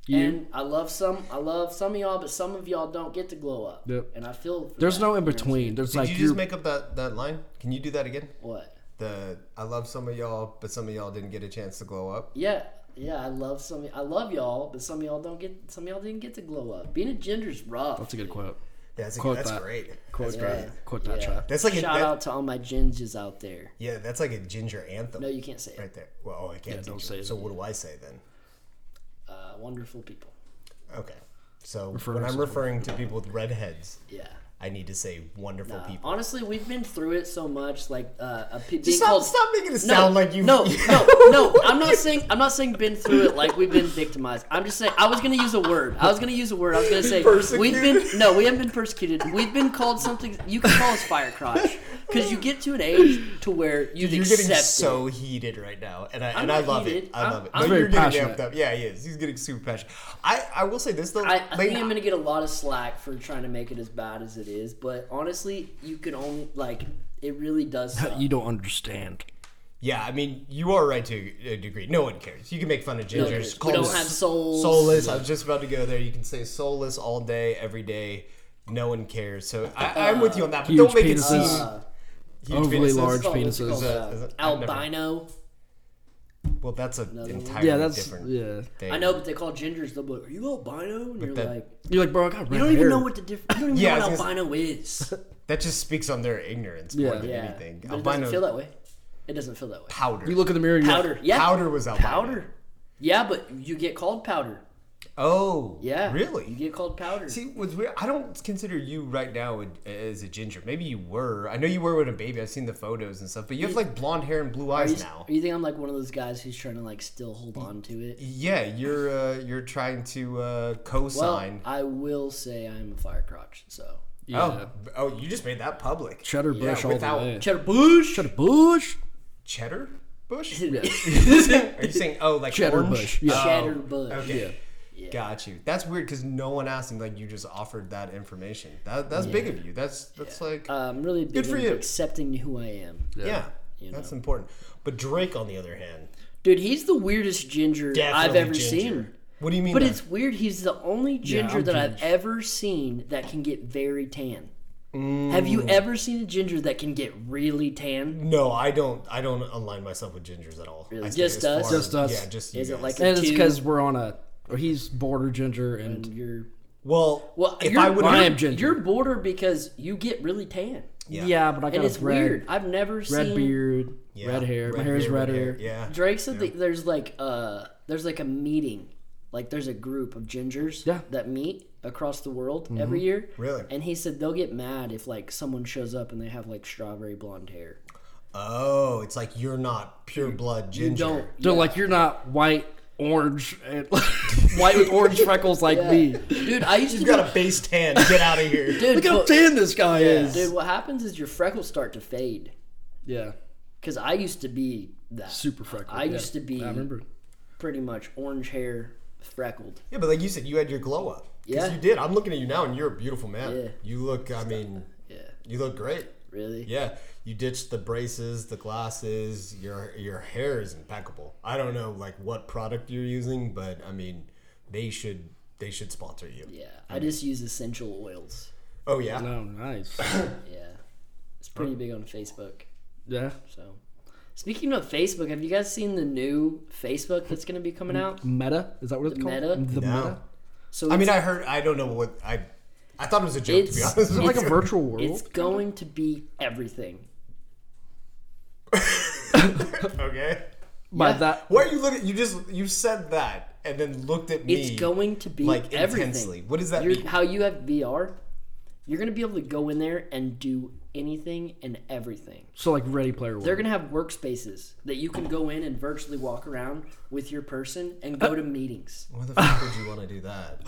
[SPEAKER 2] You-
[SPEAKER 3] and I love some. I love some of y'all, but some of y'all don't get to glow up.
[SPEAKER 2] Yep.
[SPEAKER 3] And I feel for
[SPEAKER 2] There's
[SPEAKER 3] that,
[SPEAKER 2] no
[SPEAKER 3] you
[SPEAKER 2] in
[SPEAKER 3] know what I'm saying?
[SPEAKER 2] between. There's
[SPEAKER 1] Did
[SPEAKER 2] like
[SPEAKER 1] you
[SPEAKER 2] you're-
[SPEAKER 1] just make up that, that line? Can you do that again?
[SPEAKER 3] What?
[SPEAKER 1] The I love some of y'all, but some of y'all didn't get a chance to glow up.
[SPEAKER 3] Yeah, yeah, I love some. I love y'all, but some of y'all don't get. Some of y'all didn't get to glow up. Being a ginger's rough.
[SPEAKER 2] That's a good quote.
[SPEAKER 1] Yeah, that's,
[SPEAKER 2] Quote
[SPEAKER 1] that's
[SPEAKER 2] that.
[SPEAKER 1] great.
[SPEAKER 2] Quote
[SPEAKER 1] that's
[SPEAKER 2] that.
[SPEAKER 1] great.
[SPEAKER 2] Quote that trap.
[SPEAKER 1] That's like a,
[SPEAKER 3] Shout
[SPEAKER 1] that-
[SPEAKER 3] out to all my gingers out there.
[SPEAKER 1] yeah, that's like a ginger anthem
[SPEAKER 3] No, you can't say it.
[SPEAKER 1] right there. Well, oh, I can't.
[SPEAKER 2] Yeah, don't
[SPEAKER 1] ginger.
[SPEAKER 2] say it.
[SPEAKER 1] So what do I say then?
[SPEAKER 3] Uh, wonderful people.
[SPEAKER 1] Okay. So
[SPEAKER 2] Refer
[SPEAKER 1] when
[SPEAKER 2] to
[SPEAKER 1] I'm
[SPEAKER 2] someone.
[SPEAKER 1] referring to people with red heads,
[SPEAKER 3] Yeah.
[SPEAKER 1] I need to say wonderful
[SPEAKER 3] Uh,
[SPEAKER 1] people.
[SPEAKER 3] honestly, we've been through it so much. Like uh, a pe- being
[SPEAKER 1] Stop,
[SPEAKER 3] called
[SPEAKER 1] stop making it
[SPEAKER 3] no,
[SPEAKER 1] sound like you.
[SPEAKER 3] No, no, no. I'm not saying. I'm not saying been through it like we've been victimized. I'm just saying. I was gonna use a word. I was gonna use a word. I was gonna say we've been.
[SPEAKER 1] Persecuted?
[SPEAKER 3] No, we haven't been persecuted. We've been called something. You can call us fire crotch because you get to an age to where you
[SPEAKER 1] You're
[SPEAKER 3] accept
[SPEAKER 1] getting
[SPEAKER 3] it.
[SPEAKER 1] so heated right now, and I
[SPEAKER 3] I'm
[SPEAKER 1] and I
[SPEAKER 3] not
[SPEAKER 1] love
[SPEAKER 3] heated.
[SPEAKER 1] it. I
[SPEAKER 3] I'm-
[SPEAKER 1] love it.
[SPEAKER 3] I'm
[SPEAKER 1] no,
[SPEAKER 2] very
[SPEAKER 1] you're getting
[SPEAKER 2] passionate.
[SPEAKER 1] amped up. Yeah, he is. He's getting super passionate. I, I will say this though.
[SPEAKER 3] I, I think
[SPEAKER 1] Lane,
[SPEAKER 3] I'm gonna get a lot of slack for trying to make it as bad as it is, but honestly, you can only like it really does. Suck.
[SPEAKER 2] You don't understand.
[SPEAKER 1] Yeah, I mean, you are right to a degree. No one cares. You can make fun of
[SPEAKER 3] No,
[SPEAKER 1] gingers.
[SPEAKER 3] we
[SPEAKER 1] call
[SPEAKER 3] don't
[SPEAKER 1] them
[SPEAKER 3] have
[SPEAKER 1] s-
[SPEAKER 3] souls.
[SPEAKER 1] soulless. I was just about to go there. You can say soulless all day, every day. No one cares. So
[SPEAKER 3] Uh,
[SPEAKER 1] I, I'm with you on that. But
[SPEAKER 2] huge
[SPEAKER 1] don't make it seem
[SPEAKER 2] penises.
[SPEAKER 1] huge
[SPEAKER 2] Overly
[SPEAKER 1] penises.
[SPEAKER 2] large.
[SPEAKER 3] What's it called? What's it
[SPEAKER 2] penises.
[SPEAKER 3] called?
[SPEAKER 1] Is that- is
[SPEAKER 3] Uh,
[SPEAKER 1] that- I've never-
[SPEAKER 3] Albino.
[SPEAKER 1] Well, that's an
[SPEAKER 3] Another one.
[SPEAKER 1] entirely
[SPEAKER 2] Yeah, that's
[SPEAKER 1] different
[SPEAKER 2] yeah.
[SPEAKER 1] thing.
[SPEAKER 3] I know, but they call gingers. They'll be like, "Are you albino?" And you're
[SPEAKER 1] that-
[SPEAKER 3] like,
[SPEAKER 2] You're like, bro, I got red
[SPEAKER 3] "You don't even
[SPEAKER 2] hair.
[SPEAKER 3] know what the difference. You don't even
[SPEAKER 1] Yeah, I
[SPEAKER 3] know what
[SPEAKER 1] was gonna
[SPEAKER 3] albino is."
[SPEAKER 1] That just speaks on their ignorance
[SPEAKER 2] Yeah.
[SPEAKER 1] more than
[SPEAKER 3] Yeah,
[SPEAKER 1] anything.
[SPEAKER 3] but it
[SPEAKER 1] Albino
[SPEAKER 3] doesn't feel that way. It doesn't feel that way.
[SPEAKER 1] powder.
[SPEAKER 2] You look in the mirror. And you're
[SPEAKER 3] Powder,
[SPEAKER 2] Like,
[SPEAKER 3] yeah.
[SPEAKER 1] Powder was albino.
[SPEAKER 3] Powder. Yeah, but you get called powder.
[SPEAKER 1] Oh,
[SPEAKER 3] Yeah. You
[SPEAKER 1] really?
[SPEAKER 3] get called powder.
[SPEAKER 1] See, what's weird? I don't consider you right now a- as a ginger. Maybe you were. I know you were when a baby. I've seen the photos and stuff. But you have like blonde hair and blue
[SPEAKER 3] Are you,
[SPEAKER 1] eyes now.
[SPEAKER 3] you think I'm like one of those guys who's trying to like still hold on to it?
[SPEAKER 1] Yeah, you're uh, you're trying to uh,
[SPEAKER 3] Well,
[SPEAKER 1] co-sign.
[SPEAKER 3] I will say I'm a fire crotch. So
[SPEAKER 2] yeah.
[SPEAKER 1] Oh, oh, you just made that public.
[SPEAKER 2] Cheddar
[SPEAKER 1] Yeah,
[SPEAKER 2] bush all
[SPEAKER 1] without-
[SPEAKER 2] the way.
[SPEAKER 3] cheddar bush.
[SPEAKER 2] Cheddar bush.
[SPEAKER 1] Cheddar bush.
[SPEAKER 3] Yeah.
[SPEAKER 1] Are you saying oh like
[SPEAKER 2] Cheddar
[SPEAKER 1] orange?
[SPEAKER 2] bush, yeah.
[SPEAKER 1] Oh,
[SPEAKER 3] Cheddar bush.
[SPEAKER 1] Okay.
[SPEAKER 3] Yeah.
[SPEAKER 1] Got you. That's weird because no one asked him. Like you just offered that information. That that's big of you. That's that's like
[SPEAKER 3] Uh, I'm really big
[SPEAKER 1] Good for
[SPEAKER 3] into
[SPEAKER 1] you.
[SPEAKER 3] accepting who I am.
[SPEAKER 1] yeah.
[SPEAKER 3] You
[SPEAKER 1] That's important. But Drake, on the other hand,
[SPEAKER 3] Dude, he's the weirdest ginger
[SPEAKER 1] definitely
[SPEAKER 3] I've ever
[SPEAKER 1] ginger.
[SPEAKER 3] seen.
[SPEAKER 1] What do you mean?
[SPEAKER 3] But
[SPEAKER 1] by-
[SPEAKER 3] it's weird. He's the only ginger
[SPEAKER 2] I'm
[SPEAKER 3] that I've ever seen that can get very tan. Have you ever seen a ginger that can get really tan?
[SPEAKER 1] no, I don't. I don't align myself with gingers at all. I stay
[SPEAKER 3] Just
[SPEAKER 1] as
[SPEAKER 3] us?
[SPEAKER 1] far-
[SPEAKER 2] Just us?
[SPEAKER 1] Yeah, just you
[SPEAKER 3] Is it
[SPEAKER 1] guys.
[SPEAKER 3] like a
[SPEAKER 2] And it's
[SPEAKER 3] two?
[SPEAKER 2] because we're on a. Or he's border ginger, and
[SPEAKER 3] you're
[SPEAKER 1] well,
[SPEAKER 3] well,
[SPEAKER 1] if
[SPEAKER 3] you're,
[SPEAKER 1] I would
[SPEAKER 2] I
[SPEAKER 1] have
[SPEAKER 2] am ginger.
[SPEAKER 3] You're border because you get really tan,
[SPEAKER 1] Yeah.
[SPEAKER 2] yeah. but I got
[SPEAKER 3] and it's
[SPEAKER 2] a red,
[SPEAKER 3] weird. I've never
[SPEAKER 2] red
[SPEAKER 3] seen
[SPEAKER 2] beard,
[SPEAKER 1] Yeah,
[SPEAKER 2] red hair. My hair is
[SPEAKER 1] red
[SPEAKER 2] redder.
[SPEAKER 1] hair, Yeah.
[SPEAKER 3] Drake said that there's like uh there's like a meeting, like there's a group of gingers
[SPEAKER 2] Yeah.
[SPEAKER 3] that meet across the world every year.
[SPEAKER 1] Really?
[SPEAKER 3] And he said they'll get mad if like someone shows up and they have like strawberry blonde hair.
[SPEAKER 1] Oh, it's like you're not pure blood ginger.
[SPEAKER 3] You don't
[SPEAKER 2] They're like, you're not white, orange, and white with orange freckles like me.
[SPEAKER 3] dude. I used to
[SPEAKER 1] You got
[SPEAKER 3] do-
[SPEAKER 1] a base tan. Get out of here.
[SPEAKER 3] dude,
[SPEAKER 2] Look how
[SPEAKER 3] but-
[SPEAKER 2] tan this guy is.
[SPEAKER 3] dude. What happens is your freckles start to fade.
[SPEAKER 2] Yeah,
[SPEAKER 3] Cause I used to be that
[SPEAKER 2] super freckles.
[SPEAKER 3] I
[SPEAKER 2] yeah.
[SPEAKER 3] used to be
[SPEAKER 2] I remember.
[SPEAKER 3] pretty much orange hair, freckled.
[SPEAKER 1] Yeah, but like you said, you had your glow up. Because
[SPEAKER 3] Yeah.
[SPEAKER 1] you did. I'm looking at you now, and you're a beautiful man.
[SPEAKER 3] Yeah.
[SPEAKER 1] You look. I mean,
[SPEAKER 3] Yeah,
[SPEAKER 1] you look great.
[SPEAKER 3] really.
[SPEAKER 1] Yeah, you ditched the braces, the glasses. Your your hair is impeccable. I don't know like what product you're using, but I mean, they should they should sponsor you.
[SPEAKER 3] Yeah, I just use essential oils.
[SPEAKER 1] Oh yeah,
[SPEAKER 2] Oh, nice.
[SPEAKER 3] Yeah, it's pretty big on Facebook.
[SPEAKER 2] yeah.
[SPEAKER 3] So, speaking of Facebook, have you guys seen the new Facebook that's going to be coming out?
[SPEAKER 2] Meta is that what it's called?
[SPEAKER 3] Meta?
[SPEAKER 2] The
[SPEAKER 1] No.
[SPEAKER 2] meta.
[SPEAKER 3] So
[SPEAKER 1] I mean,
[SPEAKER 3] it's,
[SPEAKER 1] I heard. I don't know what I. I thought it was a joke to be
[SPEAKER 3] It's-
[SPEAKER 1] honest.
[SPEAKER 2] Is it like a virtual world?
[SPEAKER 3] it's going to be everything.
[SPEAKER 1] okay.
[SPEAKER 2] By
[SPEAKER 3] yeah.
[SPEAKER 2] that,
[SPEAKER 1] Why are you looking? You just you said that and then looked at me.
[SPEAKER 3] It's going to be
[SPEAKER 1] like
[SPEAKER 3] everything.
[SPEAKER 1] intensely. What does that
[SPEAKER 3] You're-
[SPEAKER 1] mean?
[SPEAKER 3] How you have VR, you're going to be able to go in there and do anything and everything.
[SPEAKER 2] so like Ready Player One.
[SPEAKER 3] They're going to have workspaces that you can go in and virtually walk around with your person and go to meetings
[SPEAKER 1] Why the fuck would you want to do that?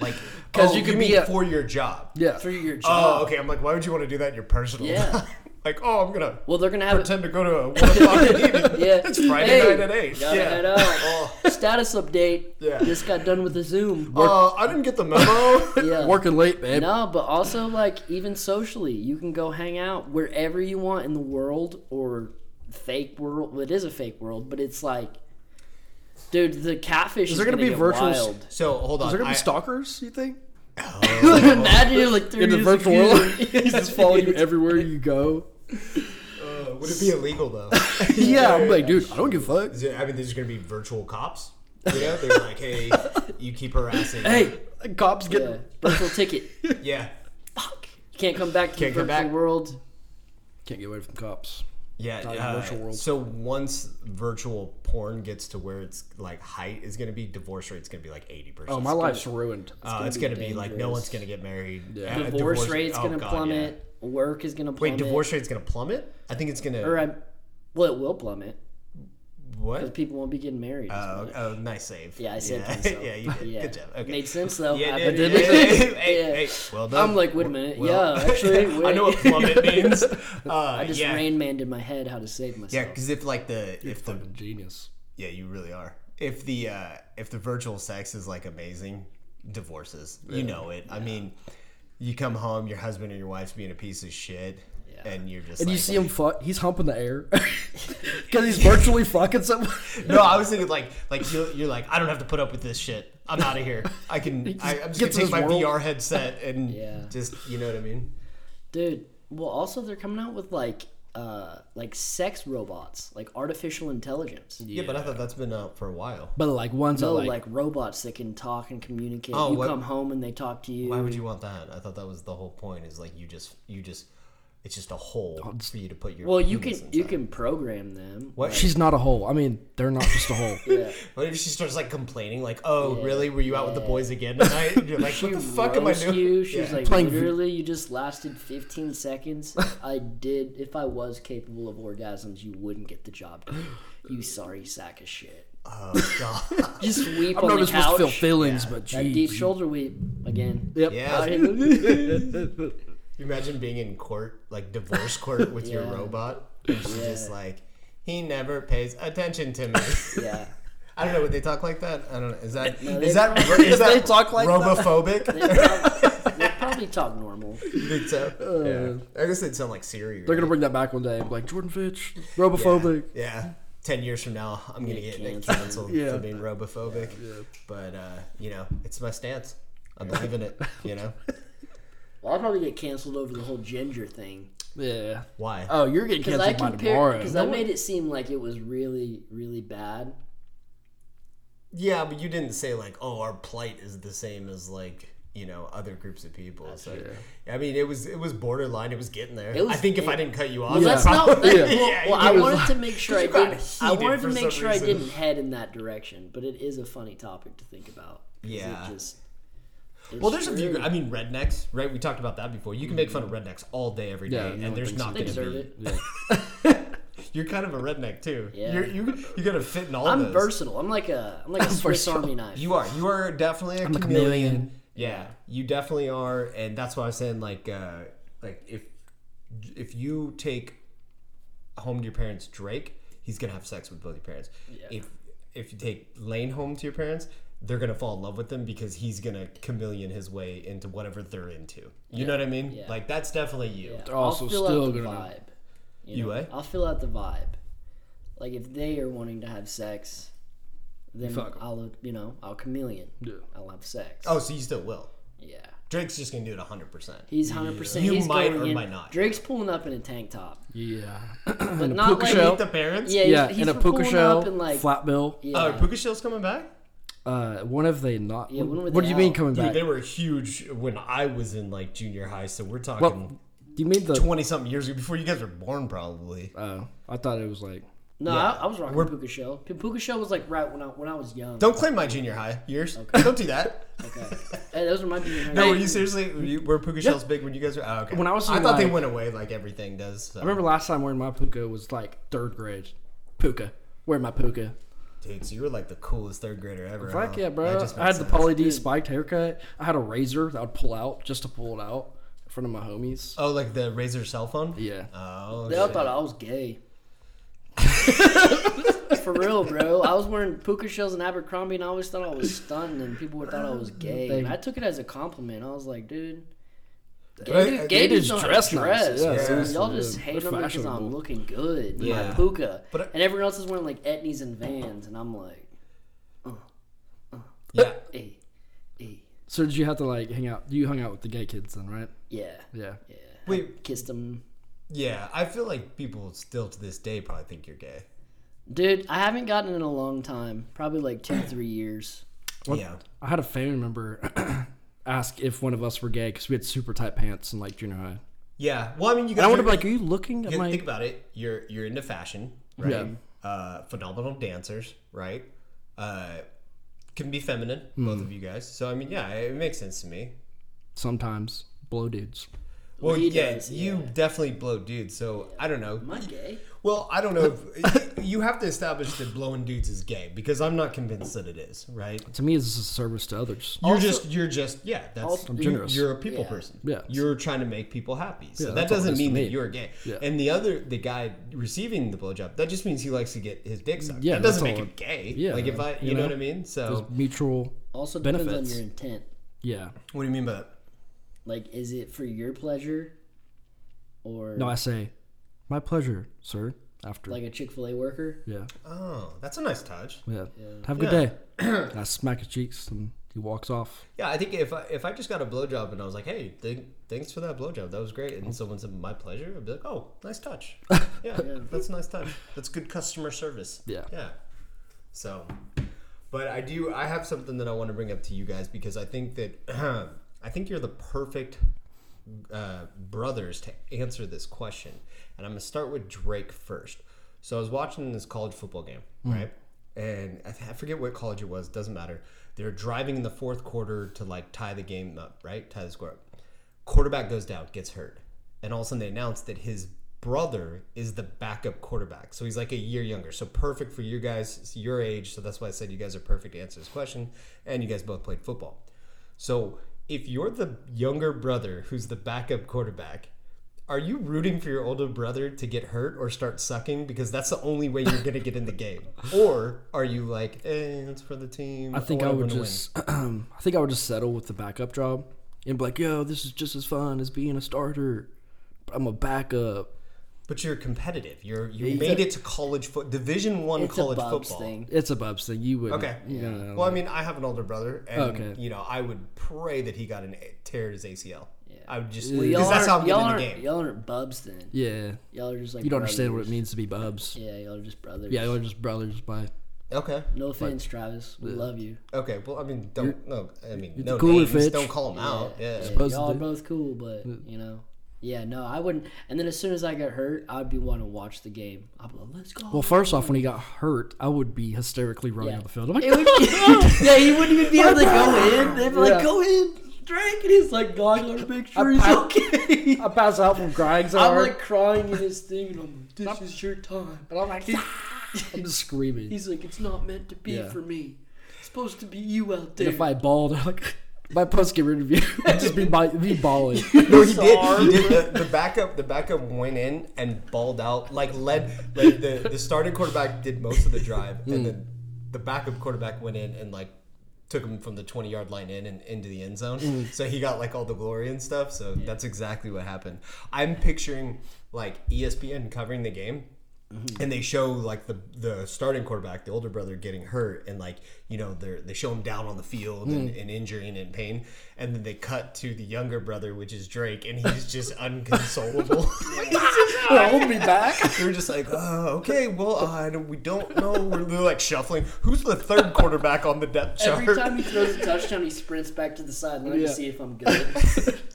[SPEAKER 1] Like,
[SPEAKER 2] 'Cause
[SPEAKER 1] oh,
[SPEAKER 2] you
[SPEAKER 1] you
[SPEAKER 2] could
[SPEAKER 1] mean
[SPEAKER 2] be a-
[SPEAKER 1] for your job.
[SPEAKER 2] yeah.
[SPEAKER 3] through your job.
[SPEAKER 1] Oh, okay. I'm like, why would you want to do that in your personal?
[SPEAKER 3] Yeah.
[SPEAKER 1] life? like, oh, I'm gonna
[SPEAKER 3] Well, they're going to have
[SPEAKER 1] pretend to go to a one o'clock meeting.
[SPEAKER 3] Yeah.
[SPEAKER 1] It's Friday
[SPEAKER 3] Hey,
[SPEAKER 1] night at eight.
[SPEAKER 3] gotta
[SPEAKER 1] Yeah.
[SPEAKER 3] head out.
[SPEAKER 1] Oh.
[SPEAKER 3] status update.
[SPEAKER 1] Yeah.
[SPEAKER 3] Just got done with the Zoom.
[SPEAKER 1] Uh, I didn't get the memo.
[SPEAKER 3] yeah.
[SPEAKER 2] Working late, man.
[SPEAKER 3] No, but also like even socially, you can go hang out wherever you want in the world or fake world. Well, it is a fake world, but it's like, dude, the catfish is,
[SPEAKER 2] there
[SPEAKER 3] gonna,
[SPEAKER 2] gonna be
[SPEAKER 3] get
[SPEAKER 2] virtual s-
[SPEAKER 3] wild.
[SPEAKER 1] so hold on.
[SPEAKER 2] Is there gonna
[SPEAKER 1] I-
[SPEAKER 2] be stalkers? You think
[SPEAKER 3] Imagine you're like
[SPEAKER 2] in the virtual world?
[SPEAKER 3] He's
[SPEAKER 2] He's just following you everywhere you go.
[SPEAKER 1] uh, though? Would it be illegal though?
[SPEAKER 2] yeah, I'm like, dude, I don't give a fuck.
[SPEAKER 1] Is it- I mean, there's gonna be virtual cops. You know, they're like, hey, you keep harassing.
[SPEAKER 2] Hey, cops get.
[SPEAKER 3] Yeah, virtual ticket. You
[SPEAKER 1] Yeah.
[SPEAKER 3] can't come back to
[SPEAKER 1] Can't
[SPEAKER 3] the
[SPEAKER 1] come
[SPEAKER 3] virtual
[SPEAKER 1] back.
[SPEAKER 3] world.
[SPEAKER 2] Can't get away from cops.
[SPEAKER 1] Yeah.
[SPEAKER 2] Not in
[SPEAKER 1] uh,
[SPEAKER 2] virtual world.
[SPEAKER 1] So once virtual porn gets to where it's like height is gonna be, divorce rate's gonna be like eighty percent.
[SPEAKER 2] Oh, my life's ruined.
[SPEAKER 1] Uh, it's
[SPEAKER 3] gonna
[SPEAKER 1] gonna
[SPEAKER 3] be
[SPEAKER 1] be like no
[SPEAKER 3] dangerous.
[SPEAKER 1] one's gonna get married.
[SPEAKER 2] Yeah.
[SPEAKER 1] Uh,
[SPEAKER 3] Divorce, rate's
[SPEAKER 1] oh,
[SPEAKER 3] gonna
[SPEAKER 1] God, yeah.
[SPEAKER 3] plummet. Work is gonna
[SPEAKER 1] Wait,
[SPEAKER 3] plummet.
[SPEAKER 1] divorce rate's gonna plummet? I think it's gonna.
[SPEAKER 3] Or I'm, well, it will plummet because
[SPEAKER 1] What?
[SPEAKER 3] people won't be getting married. as
[SPEAKER 1] Oh,
[SPEAKER 3] much.
[SPEAKER 1] oh, nice save.
[SPEAKER 3] Yeah, I saved
[SPEAKER 1] yeah.
[SPEAKER 3] myself.
[SPEAKER 1] yeah, you did.
[SPEAKER 3] Yeah.
[SPEAKER 1] Good job. Okay.
[SPEAKER 3] Made sense though.
[SPEAKER 1] Yeah,
[SPEAKER 3] I-
[SPEAKER 1] yeah,
[SPEAKER 3] but
[SPEAKER 1] yeah,
[SPEAKER 3] then-
[SPEAKER 1] yeah, yeah. Hey,
[SPEAKER 3] yeah.
[SPEAKER 1] hey, well done.
[SPEAKER 3] I'm like, wait a minute.
[SPEAKER 1] Well-
[SPEAKER 3] yeah, actually, wait.
[SPEAKER 1] I know what plummet means. Uh,
[SPEAKER 3] I just
[SPEAKER 1] yeah.
[SPEAKER 3] rain manned in my head how to save myself.
[SPEAKER 1] Yeah, because if like the if the
[SPEAKER 2] Fucking genius.
[SPEAKER 1] yeah you really are if the uh if the virtual sex is like amazing, divorces you know it. I mean, you come home, your husband or your wife's being a piece of shit, and you're just
[SPEAKER 2] And
[SPEAKER 1] like,
[SPEAKER 2] you see him fuck. He's humping the air because he's virtually fucking someone.
[SPEAKER 1] No, I was thinking like like you're, you're like I don't have to put up with this shit. I'm out of here. I can. I, I'm just gonna
[SPEAKER 2] gets in
[SPEAKER 1] take
[SPEAKER 2] his
[SPEAKER 1] my
[SPEAKER 2] world.
[SPEAKER 1] VR headset and
[SPEAKER 3] Yeah.
[SPEAKER 1] just you know what I mean.
[SPEAKER 3] Dude, well, also they're coming out with like uh like sex robots, like artificial intelligence.
[SPEAKER 1] Yeah. but I thought that's been out for a while.
[SPEAKER 2] But like ones that
[SPEAKER 3] No,
[SPEAKER 2] like,
[SPEAKER 3] like, robots that can talk and communicate.
[SPEAKER 1] Oh,
[SPEAKER 3] you
[SPEAKER 1] what-
[SPEAKER 3] come home and they talk to you.
[SPEAKER 1] Why would you want that? I thought that was the whole point. Is like you just you just it's just a hole for you to put your.
[SPEAKER 3] well, you can
[SPEAKER 1] penis
[SPEAKER 3] you
[SPEAKER 1] inside.
[SPEAKER 3] can program them.
[SPEAKER 1] What?
[SPEAKER 2] she's not a hole. I mean, they're not just a hole.
[SPEAKER 3] Yeah.
[SPEAKER 1] What if she starts like complaining, like, "Oh, really? Were you out with the boys again tonight?" And you're like, "What the fuck am I
[SPEAKER 3] roast
[SPEAKER 1] doing?"
[SPEAKER 3] You. She's
[SPEAKER 1] Yeah.
[SPEAKER 3] like,
[SPEAKER 2] Playing vi-
[SPEAKER 3] literally, you just lasted 15 seconds. I did. If I was capable of orgasms, you wouldn't get the job done. You sorry sack of shit.
[SPEAKER 1] oh god.
[SPEAKER 3] Just weep
[SPEAKER 2] I'm
[SPEAKER 3] on
[SPEAKER 2] not
[SPEAKER 3] the
[SPEAKER 2] just supposed to
[SPEAKER 3] couch.
[SPEAKER 2] feel feelings, but
[SPEAKER 3] that deep
[SPEAKER 2] jeez.
[SPEAKER 3] shoulder weep again.
[SPEAKER 2] Yep.
[SPEAKER 1] Yeah. You imagine being in court, like divorce court, with your
[SPEAKER 3] Yeah.
[SPEAKER 1] robot, and she's just
[SPEAKER 3] Yeah.
[SPEAKER 1] like, "He never pays attention to me."
[SPEAKER 3] Yeah.
[SPEAKER 1] I don't know. Would they talk like that? I don't know. Is that is
[SPEAKER 3] they-
[SPEAKER 1] that is that
[SPEAKER 2] they talk like that?
[SPEAKER 1] robophobic?
[SPEAKER 3] They probably, they probably talk normal.
[SPEAKER 1] You think so? Yeah. I guess they'd sound like Siri.
[SPEAKER 2] They're gonna bring that back one day. and be Like Jordan Fitch, robophobic.
[SPEAKER 1] Yeah. yeah. Ten years from now, I'm gonna get
[SPEAKER 3] Get
[SPEAKER 1] canceled,
[SPEAKER 3] canceled.
[SPEAKER 1] canceled
[SPEAKER 2] Yeah.
[SPEAKER 1] for being robophobic. But uh, you know, it's my stance. I'm leaving it. You know
[SPEAKER 3] Well, I'll probably get canceled over the whole ginger thing.
[SPEAKER 2] Yeah.
[SPEAKER 1] why?
[SPEAKER 2] Oh, you're getting
[SPEAKER 3] Because I
[SPEAKER 2] canceled by
[SPEAKER 3] compared,
[SPEAKER 2] tomorrow.
[SPEAKER 3] because I made it seem like it was really, really bad.
[SPEAKER 1] yeah, but you didn't say like, oh, our plight is the same as like you know other groups of people. so I mean, it was it was borderline. It was getting there.
[SPEAKER 3] It was-
[SPEAKER 1] I think if
[SPEAKER 3] it-
[SPEAKER 1] I didn't cut you off,
[SPEAKER 2] Well,
[SPEAKER 1] I
[SPEAKER 3] That's not.
[SPEAKER 1] probably-
[SPEAKER 3] that- well,
[SPEAKER 1] Yeah,
[SPEAKER 3] well,
[SPEAKER 1] you
[SPEAKER 3] I
[SPEAKER 1] was
[SPEAKER 3] wanted
[SPEAKER 1] like-
[SPEAKER 3] to make sure I
[SPEAKER 1] you got
[SPEAKER 3] didn't. I
[SPEAKER 1] heated
[SPEAKER 3] wanted
[SPEAKER 1] for
[SPEAKER 3] to make
[SPEAKER 1] some
[SPEAKER 3] sure I
[SPEAKER 1] reason.
[SPEAKER 3] didn't head in that direction, but it is a funny topic to think about. 'cause it
[SPEAKER 1] Yeah.
[SPEAKER 3] just-
[SPEAKER 1] Well,
[SPEAKER 3] it's
[SPEAKER 1] there's a few.
[SPEAKER 3] true.
[SPEAKER 1] I mean, rednecks, right? We talked about that before. You can make fun of rednecks all day, every day,
[SPEAKER 2] Yeah, no one
[SPEAKER 1] and there's
[SPEAKER 2] thinks
[SPEAKER 1] not
[SPEAKER 3] They
[SPEAKER 1] going to
[SPEAKER 3] deserve
[SPEAKER 1] be.
[SPEAKER 3] it.
[SPEAKER 1] You're kind of a redneck too.
[SPEAKER 3] Yeah.
[SPEAKER 1] You're, you you got to fit in all
[SPEAKER 3] I'm
[SPEAKER 1] those.
[SPEAKER 3] versatile. I'm like a. I'm like a Swiss
[SPEAKER 2] versatile.
[SPEAKER 3] Army knife.
[SPEAKER 1] You are. You are definitely a
[SPEAKER 2] a
[SPEAKER 1] chameleon.
[SPEAKER 2] chameleon.
[SPEAKER 1] Yeah, you definitely are, and that's why I was saying like, uh, like if if you take home to your parents Drake, he's gonna have sex with both your parents. If if you take Lane home to your parents, they're gonna fall in love with him because he's gonna chameleon his way into whatever they're into. You know what I mean?
[SPEAKER 3] Yeah.
[SPEAKER 1] Like that's definitely you.
[SPEAKER 3] Yeah,
[SPEAKER 2] They're also still gonna-
[SPEAKER 3] vibe.
[SPEAKER 1] You eh?
[SPEAKER 3] know?
[SPEAKER 1] what?
[SPEAKER 3] I'll fill out the vibe. Like if they are wanting to have sex, then
[SPEAKER 2] Fuck 'em.
[SPEAKER 3] I'll you know I'll chameleon.
[SPEAKER 2] Yeah.
[SPEAKER 3] I'll have sex.
[SPEAKER 1] Oh, so you still will.
[SPEAKER 3] yeah.
[SPEAKER 1] Drake's just gonna do it hundred percent.
[SPEAKER 3] He's hundred percent.
[SPEAKER 1] You
[SPEAKER 3] he's
[SPEAKER 1] might
[SPEAKER 3] going
[SPEAKER 1] or
[SPEAKER 3] in.
[SPEAKER 1] might not.
[SPEAKER 3] Drake's pulling up in a tank top,
[SPEAKER 2] Yeah.
[SPEAKER 3] but not
[SPEAKER 2] puka
[SPEAKER 3] like
[SPEAKER 2] shell.
[SPEAKER 1] Meet the parents.
[SPEAKER 3] yeah, he's,
[SPEAKER 2] yeah,
[SPEAKER 3] he's
[SPEAKER 2] in a puka
[SPEAKER 3] pulling
[SPEAKER 2] shell,
[SPEAKER 3] up and like
[SPEAKER 2] flat bill.
[SPEAKER 3] yeah,
[SPEAKER 1] Oh, Puka Shell's coming back.
[SPEAKER 2] Uh, when have they not?
[SPEAKER 3] Yeah, when were
[SPEAKER 2] what
[SPEAKER 3] they
[SPEAKER 2] do you mean
[SPEAKER 3] out?
[SPEAKER 2] coming
[SPEAKER 1] Dude,
[SPEAKER 2] back?
[SPEAKER 1] they were huge when I was in like junior high, so we're
[SPEAKER 2] Well,
[SPEAKER 1] talking
[SPEAKER 2] do you mean the?
[SPEAKER 1] twenty something years ago, before you guys were born, probably.
[SPEAKER 2] oh, I thought it was like.
[SPEAKER 3] no,
[SPEAKER 1] yeah.
[SPEAKER 3] I, I was rocking puka shell. P- Puka shell was like right when I when I was young.
[SPEAKER 1] Don't claim my junior high years. Don't do that.
[SPEAKER 3] Okay, hey, those were my junior
[SPEAKER 1] No,
[SPEAKER 3] high-
[SPEAKER 1] were you seriously? Were, you, were puka shells big when you guys were? Oh, okay.
[SPEAKER 2] When I was
[SPEAKER 1] I
[SPEAKER 2] in,
[SPEAKER 1] thought they
[SPEAKER 2] like-
[SPEAKER 1] went away like everything does. So.
[SPEAKER 2] I remember last time wearing my puka was like third grade. Puka, wearing my puka.
[SPEAKER 1] dude, so you were like the coolest third grader ever. huh?
[SPEAKER 2] Fuck yeah,
[SPEAKER 1] That
[SPEAKER 2] bro!
[SPEAKER 1] just
[SPEAKER 2] I had
[SPEAKER 1] makes
[SPEAKER 2] the
[SPEAKER 1] sense.
[SPEAKER 2] poly D spiked haircut. I had a razor that I would pull out just to pull it out in front of my homies.
[SPEAKER 1] Oh, like the Razor cell phone.
[SPEAKER 2] Yeah.
[SPEAKER 1] Oh.
[SPEAKER 3] They all thought I was gay. For real, bro. I was wearing puka shells and Abercrombie, and I always thought I was stunned, and people thought I was gay. And I took it as a compliment. I was like, dude,
[SPEAKER 1] Right,
[SPEAKER 3] gay, dude,
[SPEAKER 1] uh,
[SPEAKER 3] gay
[SPEAKER 2] gay dudes
[SPEAKER 3] dudes don't
[SPEAKER 2] dress
[SPEAKER 3] dress.
[SPEAKER 2] nice.
[SPEAKER 3] dress
[SPEAKER 2] Yeah,
[SPEAKER 3] man.
[SPEAKER 1] seriously,
[SPEAKER 3] Y'all just
[SPEAKER 2] yeah.
[SPEAKER 3] hate
[SPEAKER 2] They're
[SPEAKER 3] on me because I'm
[SPEAKER 2] fashionable.
[SPEAKER 3] looking good. in
[SPEAKER 1] Yeah.
[SPEAKER 3] My puka,
[SPEAKER 1] But I-
[SPEAKER 3] and everyone else is wearing like etnies and vans, and I'm like,
[SPEAKER 1] Yeah.
[SPEAKER 3] hey, hey,
[SPEAKER 2] So did you have to like hang out? You hung out with the gay kids then, right?
[SPEAKER 3] yeah,
[SPEAKER 2] Yeah.
[SPEAKER 3] yeah.
[SPEAKER 1] Wait.
[SPEAKER 3] kissed them.
[SPEAKER 1] Yeah, I feel like people still to this day probably think you're gay.
[SPEAKER 3] Dude, I haven't gotten it in a long time. Probably like two, three years.
[SPEAKER 2] What?
[SPEAKER 1] Yeah.
[SPEAKER 2] I had a family member ask if one of us were gay because we had super tight pants in like junior high.
[SPEAKER 1] Yeah. Well, I mean, you
[SPEAKER 2] And
[SPEAKER 1] guys
[SPEAKER 2] I would
[SPEAKER 1] are-
[SPEAKER 2] have like, are you looking at
[SPEAKER 1] you
[SPEAKER 2] my?
[SPEAKER 1] think about it. You're you're into fashion, right?
[SPEAKER 2] Yeah.
[SPEAKER 1] Uh, phenomenal dancers, right? Uh, can be feminine,
[SPEAKER 2] Hmm.
[SPEAKER 1] both of you guys. So I mean, yeah, it makes sense to me.
[SPEAKER 2] Sometimes blow dudes.
[SPEAKER 1] Well,
[SPEAKER 3] he
[SPEAKER 1] yeah,
[SPEAKER 3] does,
[SPEAKER 1] you
[SPEAKER 3] yeah.
[SPEAKER 1] definitely blow dudes. So I don't know.
[SPEAKER 3] Am I gay?
[SPEAKER 1] Well, I don't know. If, you have to establish that blowing dudes is gay because I'm not convinced that it is, right?
[SPEAKER 2] To me, this is a service to others.
[SPEAKER 1] You're
[SPEAKER 3] Also-
[SPEAKER 1] just you're just yeah. That's
[SPEAKER 3] Also- I'm
[SPEAKER 1] you-
[SPEAKER 2] generous.
[SPEAKER 1] You're a people
[SPEAKER 3] Yeah.
[SPEAKER 1] person.
[SPEAKER 2] Yeah.
[SPEAKER 1] You're trying to make people happy. So
[SPEAKER 2] Yeah,
[SPEAKER 1] that
[SPEAKER 2] that's all it
[SPEAKER 1] doesn't
[SPEAKER 2] is to
[SPEAKER 1] mean
[SPEAKER 2] me.
[SPEAKER 1] that you're gay.
[SPEAKER 2] Yeah.
[SPEAKER 1] And the other the guy receiving the blowjob, that just means he likes to get his dick sucked.
[SPEAKER 2] Yeah,
[SPEAKER 1] that doesn't
[SPEAKER 2] that's
[SPEAKER 1] make
[SPEAKER 2] all
[SPEAKER 1] him gay.
[SPEAKER 2] yeah,
[SPEAKER 1] Like if I you,
[SPEAKER 2] you
[SPEAKER 1] know,
[SPEAKER 2] know?
[SPEAKER 1] what I mean.
[SPEAKER 2] There's
[SPEAKER 1] So
[SPEAKER 2] mutual.
[SPEAKER 3] Also depends on
[SPEAKER 2] Benefits.
[SPEAKER 3] your intent.
[SPEAKER 2] Yeah.
[SPEAKER 1] what do you mean by that?
[SPEAKER 3] Like, is it for your pleasure, or
[SPEAKER 2] No, I say, my pleasure, sir. After.
[SPEAKER 3] like a Chick Fil A worker?
[SPEAKER 2] yeah.
[SPEAKER 1] Oh, that's a nice touch.
[SPEAKER 2] Yeah. Have a good day. And I smack his cheeks and he walks off.
[SPEAKER 1] Yeah, I think if I if I just got a blowjob and I was like, hey, th- thanks for that blowjob, that was great, and someone said my pleasure, I'd be like, oh, nice touch. Yeah, that's a nice touch. That's good customer service.
[SPEAKER 2] Yeah.
[SPEAKER 1] Yeah. So, but I do I have something that I want to bring up to you guys because I think that I think you're the perfect uh, brothers to answer this question, and I'm gonna start with Drake first. So I was watching this college football game, right? And I, th- I forget what college it was. Doesn't matter. They're driving in the fourth quarter to like tie the game up, right? Tie the score up. Quarterback goes down, gets hurt, and all of a sudden they announce that his brother is the backup quarterback. So he's like a year younger. So perfect for you guys, it's your age. So that's why I said you guys are perfect to answer this question, and you guys both played football. So if you're the younger brother who's the backup quarterback, are you rooting for your older brother to get hurt or start sucking because that's the only way you're gonna get in the game? Or are you like, eh, it's for the team?
[SPEAKER 2] I think I
[SPEAKER 1] want
[SPEAKER 2] would
[SPEAKER 1] everyone to
[SPEAKER 2] just. I think I would just settle with the backup job and be like, yo, this is just as fun as being a starter. But I'm a backup.
[SPEAKER 1] win. But you're competitive. You're you made it to college foot Division One
[SPEAKER 3] It's
[SPEAKER 1] college
[SPEAKER 3] a Bubs
[SPEAKER 1] football.
[SPEAKER 3] thing.
[SPEAKER 2] It's a Bubs thing. You would.
[SPEAKER 1] Okay.
[SPEAKER 2] You know,
[SPEAKER 1] Well, I mean, I have an older brother, and
[SPEAKER 2] Okay.
[SPEAKER 1] you know, I would pray that he got an tear at his ACL. I would just
[SPEAKER 3] Y'all
[SPEAKER 1] because that's how I'm
[SPEAKER 3] aren't- y'all
[SPEAKER 1] getting in the
[SPEAKER 3] aren't-
[SPEAKER 1] game.
[SPEAKER 3] Y'all aren't bubs then.
[SPEAKER 2] yeah.
[SPEAKER 3] Y'all are just like
[SPEAKER 2] You don't understand what
[SPEAKER 3] brothers.
[SPEAKER 2] it means to be Bubs.
[SPEAKER 3] Yeah, y'all are just brothers.
[SPEAKER 2] Yeah, we're just brothers by.
[SPEAKER 1] Okay.
[SPEAKER 3] No offense, Travis. We love you.
[SPEAKER 1] Okay, well, I mean, don't no, I mean, no
[SPEAKER 2] cool
[SPEAKER 1] names.
[SPEAKER 2] with it.
[SPEAKER 1] Don't call him out. Yeah.
[SPEAKER 2] Supposed to
[SPEAKER 3] y'all are
[SPEAKER 2] do.
[SPEAKER 3] both cool, but you know, yeah, no, I wouldn't. And then as soon as I got hurt, I'd be wanting to watch the game. I'd be like, let's go.
[SPEAKER 2] Well, first off, when he got hurt, I would be hysterically running
[SPEAKER 3] Yeah.
[SPEAKER 2] on the field. I'm like,
[SPEAKER 3] It would- yeah, he wouldn't even be able to go in. They'd be
[SPEAKER 2] Yeah.
[SPEAKER 3] like, go in, Drake, and he's like, God, I gotta make sure he's
[SPEAKER 2] pout-
[SPEAKER 3] okay.
[SPEAKER 2] I pass out from crying so
[SPEAKER 3] I'm
[SPEAKER 2] hard.
[SPEAKER 3] like crying in his thing, and I'm like, this is your time.
[SPEAKER 2] I'm like, I'm just screaming.
[SPEAKER 3] He's like, it's not meant to be
[SPEAKER 2] Yeah.
[SPEAKER 3] for me. It's supposed to be you out
[SPEAKER 2] And
[SPEAKER 3] there.
[SPEAKER 2] if I bawled, I'm like my post game interview would just be by, me bawling.
[SPEAKER 1] No, he did.
[SPEAKER 3] Sorry.
[SPEAKER 1] He did. The, the backup, the backup went in and balled out. Like led. Like the the starting quarterback did most of the drive,
[SPEAKER 2] Hmm.
[SPEAKER 1] and then the backup quarterback went in and like took him from the twenty yard line in and into the end zone.
[SPEAKER 2] Hmm.
[SPEAKER 1] So he got like all the glory and stuff. So that's exactly what happened. I'm picturing like E ESPN covering the game.
[SPEAKER 3] Mm-hmm.
[SPEAKER 1] And they show like the the starting quarterback, the older brother, getting hurt, and like you know they are they show him down on the field
[SPEAKER 3] Mm.
[SPEAKER 1] and, and injury and in pain, and then they cut to the younger brother, which is Drake, and he's just unconsolable.
[SPEAKER 2] Hold me back.
[SPEAKER 1] They're just like, uh, okay, well, uh, I don't- we don't know. We're they're, like shuffling. Who's the third quarterback on the depth chart?
[SPEAKER 3] Every time he throws a touchdown, he sprints back to the sideline
[SPEAKER 2] Yeah.
[SPEAKER 3] to see if I'm good.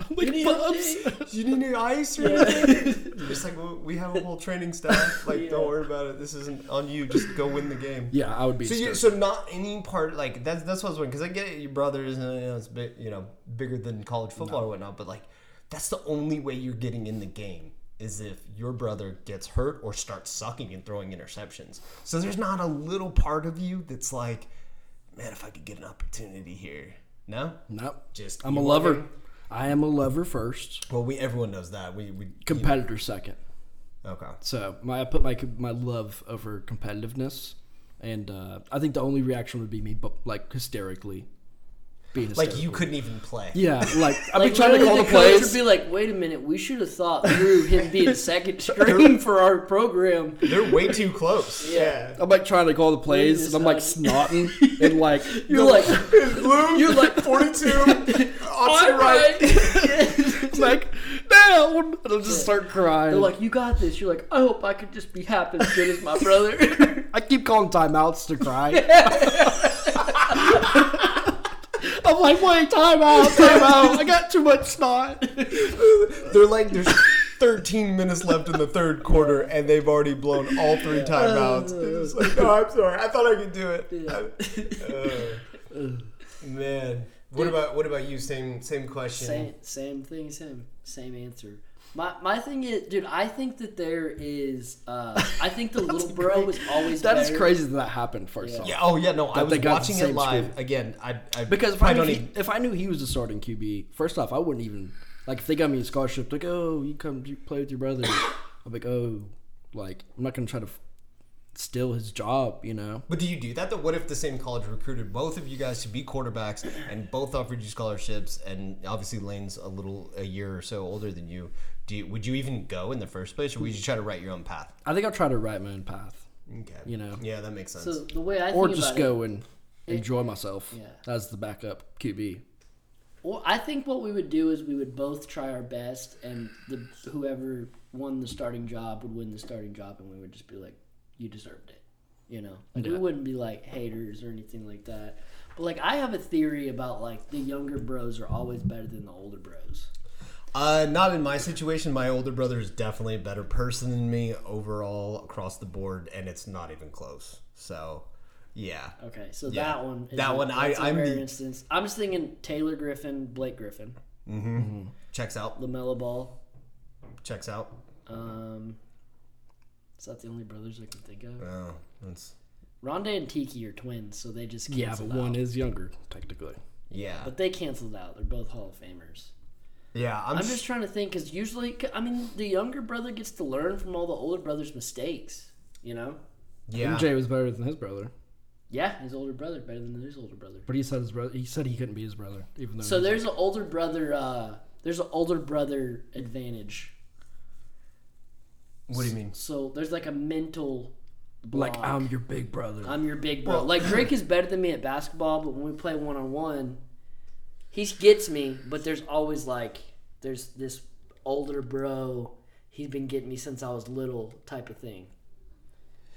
[SPEAKER 2] I'm like,
[SPEAKER 3] need
[SPEAKER 2] Bubs.
[SPEAKER 1] Do you need any ice or anything? It's like well, we have a whole training staff. Like, don't worry about it. This isn't on you. Just go win the game.
[SPEAKER 2] Yeah, I would be.
[SPEAKER 1] So, you,
[SPEAKER 2] hysterical.
[SPEAKER 1] so not any part like that's that's what I was wondering because I get it, your brothers and you know, it's big, you know bigger than college football or whatnot, but like that's the only way you're getting in the game is if your brother gets hurt or starts sucking and throwing interceptions. So there's not a little part of you that's like, man, if I could get an opportunity here, no,
[SPEAKER 2] Nope.
[SPEAKER 1] just
[SPEAKER 2] I'm
[SPEAKER 1] you
[SPEAKER 2] a
[SPEAKER 1] want
[SPEAKER 2] lover.
[SPEAKER 1] him?
[SPEAKER 2] I am a lover first,
[SPEAKER 1] Well, we everyone knows that we we you-
[SPEAKER 2] competitor second.
[SPEAKER 1] okay.
[SPEAKER 2] So my I put my my love over competitiveness, and uh, I think the only reaction would be me, but like hysterically, being hysterical.
[SPEAKER 1] Like you couldn't even play.
[SPEAKER 2] Yeah, like I've
[SPEAKER 3] Like
[SPEAKER 2] been trying to
[SPEAKER 3] literally
[SPEAKER 2] call the,
[SPEAKER 3] the coach
[SPEAKER 2] plays.
[SPEAKER 3] would be like, "Wait a minute, we should have thought through him being second string for our program."
[SPEAKER 1] They're way too close. Yeah.
[SPEAKER 2] I'm like trying to call the plays, and I'm like snotting, and like
[SPEAKER 3] You're like,
[SPEAKER 1] Blue,
[SPEAKER 3] you're like,
[SPEAKER 1] forty-two.
[SPEAKER 3] "All
[SPEAKER 1] Option
[SPEAKER 3] right."
[SPEAKER 2] like no, down. And I'll just start crying.
[SPEAKER 3] They're like, you got this. You're like, I hope I could just be half as good as my brother.
[SPEAKER 2] I keep calling timeouts to cry. I'm like, wait, timeout, timeout. I got too much snot.
[SPEAKER 1] They're like there's 13 minutes left in the third quarter, and they've already blown all three timeouts. It's just like, no, I'm sorry. I thought I could do it. Uh, man, what about what about you? Same same question.
[SPEAKER 3] same, same thing as him. Same answer. My, my thing is, dude, I think that there is. Uh, I think the little bro was always.
[SPEAKER 2] That is
[SPEAKER 3] better.
[SPEAKER 2] crazy that that happened. First off,
[SPEAKER 1] Yeah. Oh yeah. No, I was
[SPEAKER 2] they got the
[SPEAKER 1] watching it
[SPEAKER 2] same
[SPEAKER 1] live
[SPEAKER 2] screen.
[SPEAKER 1] again. I, I
[SPEAKER 2] because if I,
[SPEAKER 1] I
[SPEAKER 2] knew
[SPEAKER 1] don't e-,
[SPEAKER 2] he,
[SPEAKER 1] even.
[SPEAKER 2] if I knew he was the starting QB, first off, I wouldn't even like if they got me a scholarship. Like, oh, you come you play with your brother. I'm like, oh, like I'm not gonna try to f- steal his job, you know.
[SPEAKER 1] But do you do that though? What if the same college recruited both of you guys to be quarterbacks and both offered you scholarships? And obviously, Lane's a little a year or so older than you. Do you, would you even go in the first place, or would you try to write your own path?
[SPEAKER 2] I think I'll try to write my own path,
[SPEAKER 1] Okay.
[SPEAKER 2] you know,
[SPEAKER 1] Yeah, that makes sense.
[SPEAKER 3] So the way I
[SPEAKER 2] or
[SPEAKER 3] think
[SPEAKER 2] just
[SPEAKER 3] about it,
[SPEAKER 2] go and enjoy myself
[SPEAKER 3] Yeah.
[SPEAKER 2] as the backup QB.
[SPEAKER 3] well, I think what we would do is we would both try our best, and the whoever won the starting job would win the starting job, and we would just be like, "You deserved it," you know. Like we
[SPEAKER 2] Yeah.
[SPEAKER 3] wouldn't be like haters or anything like that. But like, I have a theory about like the younger bros are always better than the older bros.
[SPEAKER 1] Uh, not in my situation. My older brother is definitely a better person than me overall across the board, and it's not even close. So, yeah.
[SPEAKER 3] Okay, so
[SPEAKER 1] Yeah.
[SPEAKER 3] that one. Is
[SPEAKER 1] That
[SPEAKER 3] a-
[SPEAKER 1] one, I-
[SPEAKER 3] that's a
[SPEAKER 1] I'm
[SPEAKER 3] rare
[SPEAKER 1] the-
[SPEAKER 3] instance. I'm just thinking Taylor Griffin, Blake Griffin,
[SPEAKER 1] Checks out.
[SPEAKER 3] Lamella Ball.
[SPEAKER 1] Checks out.
[SPEAKER 3] Um, is that the only brothers I can think of?
[SPEAKER 1] Oh, that's
[SPEAKER 3] Rondé and Tiki are twins, so they just
[SPEAKER 2] Yeah,
[SPEAKER 3] canceled
[SPEAKER 2] but one
[SPEAKER 3] out.
[SPEAKER 2] is younger technically.
[SPEAKER 1] yeah,
[SPEAKER 3] But they canceled out. They're both Hall of Famers.
[SPEAKER 1] yeah. I'm,
[SPEAKER 3] I'm
[SPEAKER 1] just
[SPEAKER 3] just trying to think because usually, I mean, the younger brother gets to learn from all the older brother's mistakes. You know?
[SPEAKER 1] yeah.
[SPEAKER 2] MJ was better than his brother,
[SPEAKER 3] Yeah, his older brother better than his older brother.
[SPEAKER 2] but he said his brother. He said he couldn't be his brother, even though.
[SPEAKER 3] So
[SPEAKER 2] he was-
[SPEAKER 3] there's an older brother. uh There's an older brother advantage.
[SPEAKER 1] What do you mean?
[SPEAKER 3] So there's like a mental.
[SPEAKER 2] like
[SPEAKER 3] block.
[SPEAKER 2] I'm your big brother.
[SPEAKER 3] I'm your big bro. like Drake is better than me at basketball, but when we play one on one, he gets me. But there's always like there's this older bro. He's been getting me since I was little, type of thing.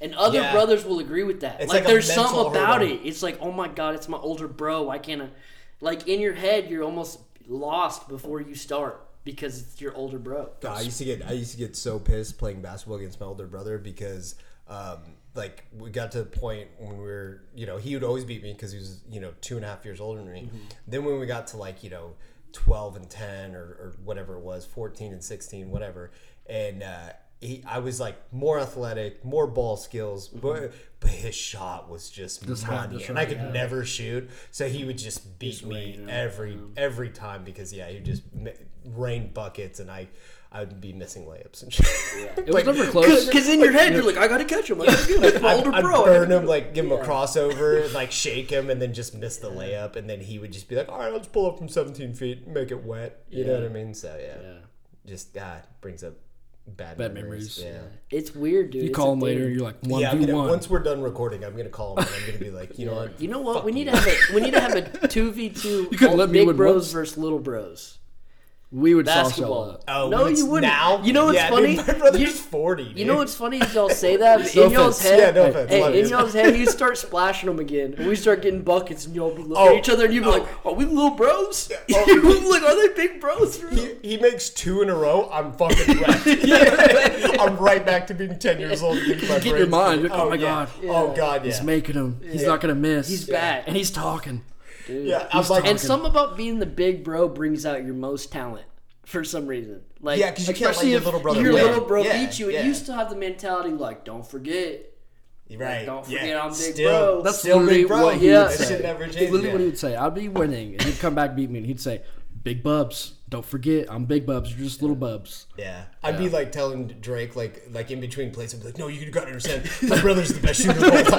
[SPEAKER 3] And other
[SPEAKER 1] Yeah.
[SPEAKER 3] brothers will agree with that.
[SPEAKER 1] It's
[SPEAKER 3] like,
[SPEAKER 1] like a
[SPEAKER 3] there's something
[SPEAKER 1] mental
[SPEAKER 3] about
[SPEAKER 1] hurdle.
[SPEAKER 3] it. It's like, oh my god, it's my older bro. I can't. I-" Like in your head, you're almost lost before you start because it's your older bro.
[SPEAKER 1] No, I used to get I used to get so pissed playing basketball against my older brother because um, like we got to the point when we were you know he would always beat me because he was you know two and a half years older than me. Then when we got to like you know twelve and ten or, or whatever it was, fourteen and sixteen, whatever, and uh, he I was like more athletic, more ball skills, but but his shot was just,
[SPEAKER 2] had the
[SPEAKER 1] money,
[SPEAKER 2] shot,
[SPEAKER 1] and I could never shoot, so he would just beat me every every time because yeah, he would just m- rain buckets and I I would be missing layups and shit.
[SPEAKER 2] it was never close.
[SPEAKER 3] Because in your head, you're like, I gotta catch him. I gotta get him. It's my
[SPEAKER 1] I'd,
[SPEAKER 3] older
[SPEAKER 1] I'd
[SPEAKER 3] bro. I gotta
[SPEAKER 1] burn him, like give him a crossover, like shake him, and then just miss the layup, and then he would just be like, "All right, let's pull up from 17 feet, make it wet." You know what I mean? So yeah, just ah, brings up bad,
[SPEAKER 2] Bad
[SPEAKER 1] memories.
[SPEAKER 2] memories.
[SPEAKER 1] Yeah.
[SPEAKER 3] It's weird, dude.
[SPEAKER 2] You
[SPEAKER 3] It's
[SPEAKER 2] call
[SPEAKER 3] a
[SPEAKER 2] him later.
[SPEAKER 3] thing.
[SPEAKER 2] You're like one
[SPEAKER 1] Yeah, I'm
[SPEAKER 2] v
[SPEAKER 1] gonna,
[SPEAKER 2] one.
[SPEAKER 1] once we're done recording, I'm gonna call him. And I'm gonna be like, you know what?
[SPEAKER 3] You know what? we need to have a we need to have a two v two
[SPEAKER 2] You couldn't let me
[SPEAKER 3] big
[SPEAKER 2] win
[SPEAKER 3] bros
[SPEAKER 2] once.
[SPEAKER 3] versus little bros
[SPEAKER 2] We would basketball.
[SPEAKER 3] basketball.
[SPEAKER 1] Oh,
[SPEAKER 3] no,
[SPEAKER 1] when it's
[SPEAKER 3] you wouldn't.
[SPEAKER 1] Now,
[SPEAKER 3] You know what's
[SPEAKER 1] yeah,
[SPEAKER 3] funny?
[SPEAKER 1] Dude, my brother's
[SPEAKER 3] you,
[SPEAKER 1] 40.
[SPEAKER 3] you know
[SPEAKER 1] dude.
[SPEAKER 3] what's funny? is Y'all say that but
[SPEAKER 2] No
[SPEAKER 3] in y'all's
[SPEAKER 2] offense.
[SPEAKER 3] head.
[SPEAKER 1] Yeah, no offense. Love
[SPEAKER 3] Hey, in
[SPEAKER 1] you.
[SPEAKER 3] y'all's head, you start splashing them again, and we start getting buckets, and y'all be looking
[SPEAKER 1] Oh,
[SPEAKER 3] at each other, and you be
[SPEAKER 1] oh.
[SPEAKER 3] like, "Are we little bros?
[SPEAKER 1] oh.
[SPEAKER 3] like, are they big bros?" for real?"
[SPEAKER 1] He, he makes two in a row. I'm fucking wrecked. I'm right back to being ten years old. and getting my
[SPEAKER 2] Get your
[SPEAKER 1] brains
[SPEAKER 2] mind.
[SPEAKER 1] beat.
[SPEAKER 2] You're like, oh my
[SPEAKER 1] yeah.
[SPEAKER 2] God.
[SPEAKER 1] Oh god. Yeah.
[SPEAKER 2] He's making him. He's not gonna miss.
[SPEAKER 3] He's back.
[SPEAKER 2] and he's talking.
[SPEAKER 1] yeah. I'm like,
[SPEAKER 3] And some about being the big bro brings out your most talent for some reason. Like,
[SPEAKER 1] yeah, because you can't let
[SPEAKER 2] especially
[SPEAKER 1] your
[SPEAKER 2] if
[SPEAKER 1] little brother.
[SPEAKER 3] your
[SPEAKER 1] win.
[SPEAKER 3] little bro
[SPEAKER 1] yeah,
[SPEAKER 3] beat you, and
[SPEAKER 1] yeah.
[SPEAKER 3] you still have the mentality like, "Don't forget,
[SPEAKER 1] right.
[SPEAKER 3] don't
[SPEAKER 1] yeah.
[SPEAKER 3] forget I'm big
[SPEAKER 1] Still-
[SPEAKER 3] bro."
[SPEAKER 2] That's
[SPEAKER 1] Still
[SPEAKER 2] literally
[SPEAKER 1] big bro.
[SPEAKER 2] what he
[SPEAKER 3] Yeah.
[SPEAKER 2] would
[SPEAKER 3] That
[SPEAKER 2] say.
[SPEAKER 1] shit never
[SPEAKER 2] That's
[SPEAKER 1] changes,
[SPEAKER 2] literally what
[SPEAKER 1] yeah.
[SPEAKER 2] he would say. I'd be winning, and he'd come back beat me, and he'd say, "Big Bubs, don't forget, I'm Big Bubs. You're just little Bubs."
[SPEAKER 1] Yeah, I'd be like telling Drake like like in between plays. I'd be like, no, you gotta understand. My brother's the best shooter of all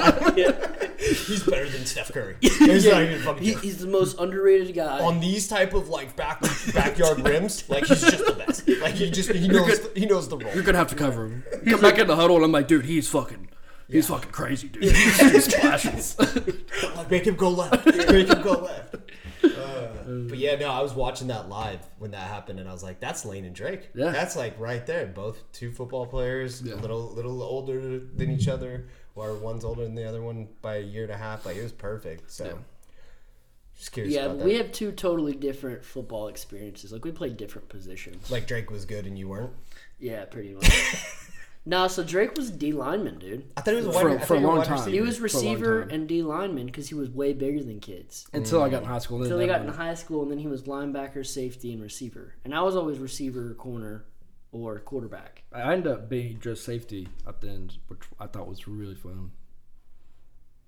[SPEAKER 1] time. He's better than Steph Curry. He's not even fucking.
[SPEAKER 3] He, he's the most underrated guy.
[SPEAKER 1] on these type of like back backyard rims, like he's just the best. Like he just he knows he knows the role.
[SPEAKER 2] You're gonna have to cover him. Come back in the huddle, and I'm like, "Dude, he's fucking, he's fucking crazy, dude. He's just splashes."
[SPEAKER 1] Like, make him go left. Make him go left.
[SPEAKER 2] Uh,
[SPEAKER 1] but yeah, no, I was watching that live when that happened, and I was like, "That's Lane and Drake.
[SPEAKER 2] Yeah.
[SPEAKER 1] that's like right there. Both two football players, a little little older than each other, or one's older than the other one by a year and a half. Like it was perfect. So, just curious
[SPEAKER 3] Yeah,
[SPEAKER 1] about that.
[SPEAKER 3] we have two totally different football experiences. Like we played different positions.
[SPEAKER 1] like Drake was good and you weren't.
[SPEAKER 3] Yeah, pretty much. nah, so Drake was D lineman, dude.
[SPEAKER 1] I thought he was a
[SPEAKER 2] For-
[SPEAKER 1] wide, I
[SPEAKER 2] for
[SPEAKER 1] thought
[SPEAKER 2] a
[SPEAKER 1] you were
[SPEAKER 2] long
[SPEAKER 1] wide
[SPEAKER 2] time.
[SPEAKER 1] receiver.
[SPEAKER 3] He was
[SPEAKER 2] For a long
[SPEAKER 3] receiver
[SPEAKER 2] time.
[SPEAKER 3] and D lineman because he was way bigger than kids.
[SPEAKER 2] until I got in high school. Until
[SPEAKER 3] Until he got in high school, and then he was linebacker, safety, and receiver. And I was always receiver, corner, or quarterback.
[SPEAKER 2] I ended up being just safety at the end, which I thought was really fun.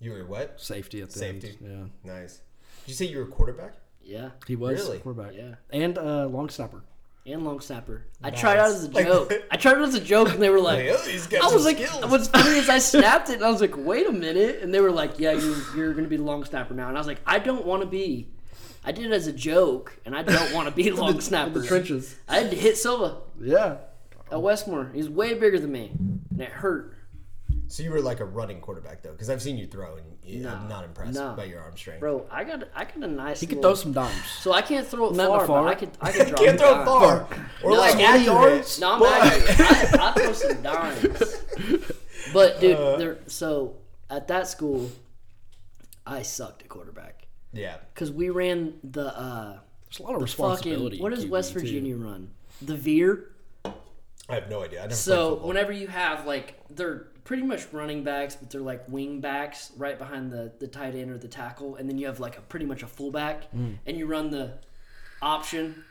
[SPEAKER 1] You were what?
[SPEAKER 2] Safety at the
[SPEAKER 1] Safety.
[SPEAKER 2] end. Yeah,
[SPEAKER 1] Nice. Did you say you were a quarterback?
[SPEAKER 3] Yeah,
[SPEAKER 2] he was
[SPEAKER 1] Really?
[SPEAKER 2] quarterback.
[SPEAKER 3] yeah.
[SPEAKER 2] and uh, long snapper.
[SPEAKER 3] And long snapper. I tried out as a
[SPEAKER 1] Nice.
[SPEAKER 3] joke. I tried out as a joke, and they were like,
[SPEAKER 1] Like, oh, he's got
[SPEAKER 3] I
[SPEAKER 1] some
[SPEAKER 3] was like,
[SPEAKER 1] skills.
[SPEAKER 3] what's funny is I snapped it and I was like, wait a minute. And they were like, yeah, you're, you're going to be the long snapper now. And I was like, I don't want to be. I did it as a joke, and I don't want to be long snapper.
[SPEAKER 2] the trenches.
[SPEAKER 3] I had to hit Silva
[SPEAKER 2] Yeah,
[SPEAKER 3] at Westmore. He's way bigger than me, and it hurt.
[SPEAKER 1] so you were like a running quarterback though, because I've seen you throw, and you-
[SPEAKER 3] Nah.
[SPEAKER 1] I'm not impressed
[SPEAKER 3] Nah.
[SPEAKER 1] by your arm strength.
[SPEAKER 3] Bro, I got I got a nice.
[SPEAKER 2] he could
[SPEAKER 3] little-
[SPEAKER 2] throw some dimes.
[SPEAKER 3] So I can't throw it
[SPEAKER 2] Not
[SPEAKER 3] far,
[SPEAKER 2] far.
[SPEAKER 3] but I could I could drop.
[SPEAKER 1] Can't throw
[SPEAKER 3] dimes.
[SPEAKER 1] it far or
[SPEAKER 3] No.
[SPEAKER 1] like
[SPEAKER 3] 20
[SPEAKER 1] accurate.
[SPEAKER 2] yards?
[SPEAKER 3] No, I'm accurate. I, I throw some dimes. But dude,
[SPEAKER 2] Uh.
[SPEAKER 3] there, so at that school, I sucked at quarterback
[SPEAKER 1] Yeah,
[SPEAKER 3] because we ran the uh,
[SPEAKER 2] There's a lot of responsibility.
[SPEAKER 3] fucking what does
[SPEAKER 2] in
[SPEAKER 3] West
[SPEAKER 2] QB, too.
[SPEAKER 3] Virginia run? The Veer.
[SPEAKER 1] I have no idea. I never
[SPEAKER 3] So
[SPEAKER 1] played football.
[SPEAKER 3] whenever you have like they're pretty much running backs, but they're like wing backs right behind the the tight end or the tackle, and then you have like a pretty much a fullback, and you run the option.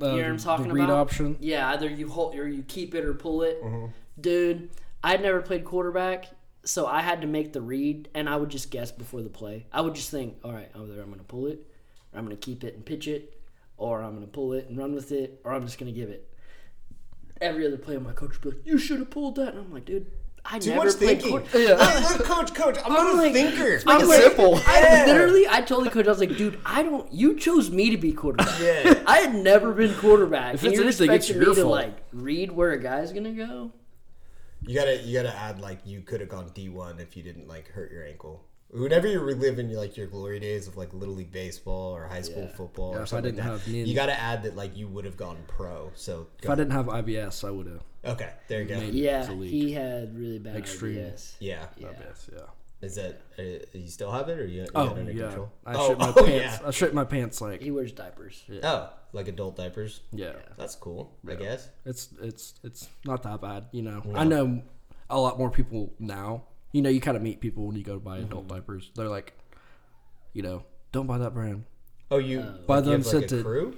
[SPEAKER 2] Uh,
[SPEAKER 3] You know what I'm
[SPEAKER 2] the-
[SPEAKER 3] talking
[SPEAKER 2] the read
[SPEAKER 3] about?
[SPEAKER 2] option.
[SPEAKER 3] Yeah, either you hold or you keep it or pull it.
[SPEAKER 1] Mm-hmm.
[SPEAKER 3] Dude, I'd never played quarterback, so I had to make the read, and I would just guess before the play. I would just think, all right, either I'm going to pull it, or I'm going to keep it and pitch it, or I'm going to pull it and run with it, or I'm just going to give it. Every other play, my coach would be like, you should have pulled that. And I'm like, dude, I
[SPEAKER 1] Too
[SPEAKER 3] never
[SPEAKER 1] much
[SPEAKER 3] played
[SPEAKER 1] thinking.
[SPEAKER 3] quarter-
[SPEAKER 2] Yeah.
[SPEAKER 1] Look, look, coach, coach, I'm, not
[SPEAKER 3] like-
[SPEAKER 1] a thinker.
[SPEAKER 3] I'm like- I
[SPEAKER 1] Yeah.
[SPEAKER 3] literally, I told the coach, I was like, dude, I don't. You chose me to be quarterback.
[SPEAKER 1] Yeah.
[SPEAKER 3] I had never been quarterback.
[SPEAKER 2] If
[SPEAKER 3] and
[SPEAKER 2] it's
[SPEAKER 3] you're
[SPEAKER 2] anything, it's
[SPEAKER 3] expecting
[SPEAKER 2] your
[SPEAKER 3] me to
[SPEAKER 2] fault.
[SPEAKER 3] like read where a guy's gonna go.
[SPEAKER 1] You gotta, you gotta add like you could have gone D1 if you didn't like hurt your ankle. Whenever you're reliving like your glory days of like little league baseball or high school football,
[SPEAKER 2] Yeah,
[SPEAKER 1] or
[SPEAKER 2] if I
[SPEAKER 1] something
[SPEAKER 2] didn't
[SPEAKER 1] like that,
[SPEAKER 2] have Nin-
[SPEAKER 1] you gotta add that like you would have gone pro. So
[SPEAKER 2] If I didn't have IBS, I would have.
[SPEAKER 1] okay, there you go.
[SPEAKER 2] Maybe.
[SPEAKER 3] Yeah,
[SPEAKER 2] It's a league.
[SPEAKER 3] he had really bad
[SPEAKER 2] Extreme.
[SPEAKER 3] ideas.
[SPEAKER 1] Yeah.
[SPEAKER 2] IBS, yeah.
[SPEAKER 1] is that uh, you still have it or you, you
[SPEAKER 2] Oh,
[SPEAKER 1] got it under
[SPEAKER 2] yeah.
[SPEAKER 1] control?
[SPEAKER 2] I
[SPEAKER 1] oh,
[SPEAKER 2] shit my
[SPEAKER 1] oh,
[SPEAKER 2] pants. I shit my pants like
[SPEAKER 3] He wears diapers.
[SPEAKER 1] yeah. Oh, like adult diapers.
[SPEAKER 2] yeah.
[SPEAKER 1] That's cool. I guess.
[SPEAKER 2] It's it's it's not that bad, you know. I know a lot more people now. You know, you kind of meet people when you go to buy
[SPEAKER 1] Mm-hmm.
[SPEAKER 2] adult diapers. They're like, you know, don't buy that brand.
[SPEAKER 1] Oh, you
[SPEAKER 2] By
[SPEAKER 1] like, you
[SPEAKER 2] the
[SPEAKER 1] have, like, a
[SPEAKER 2] unscented-
[SPEAKER 1] crew.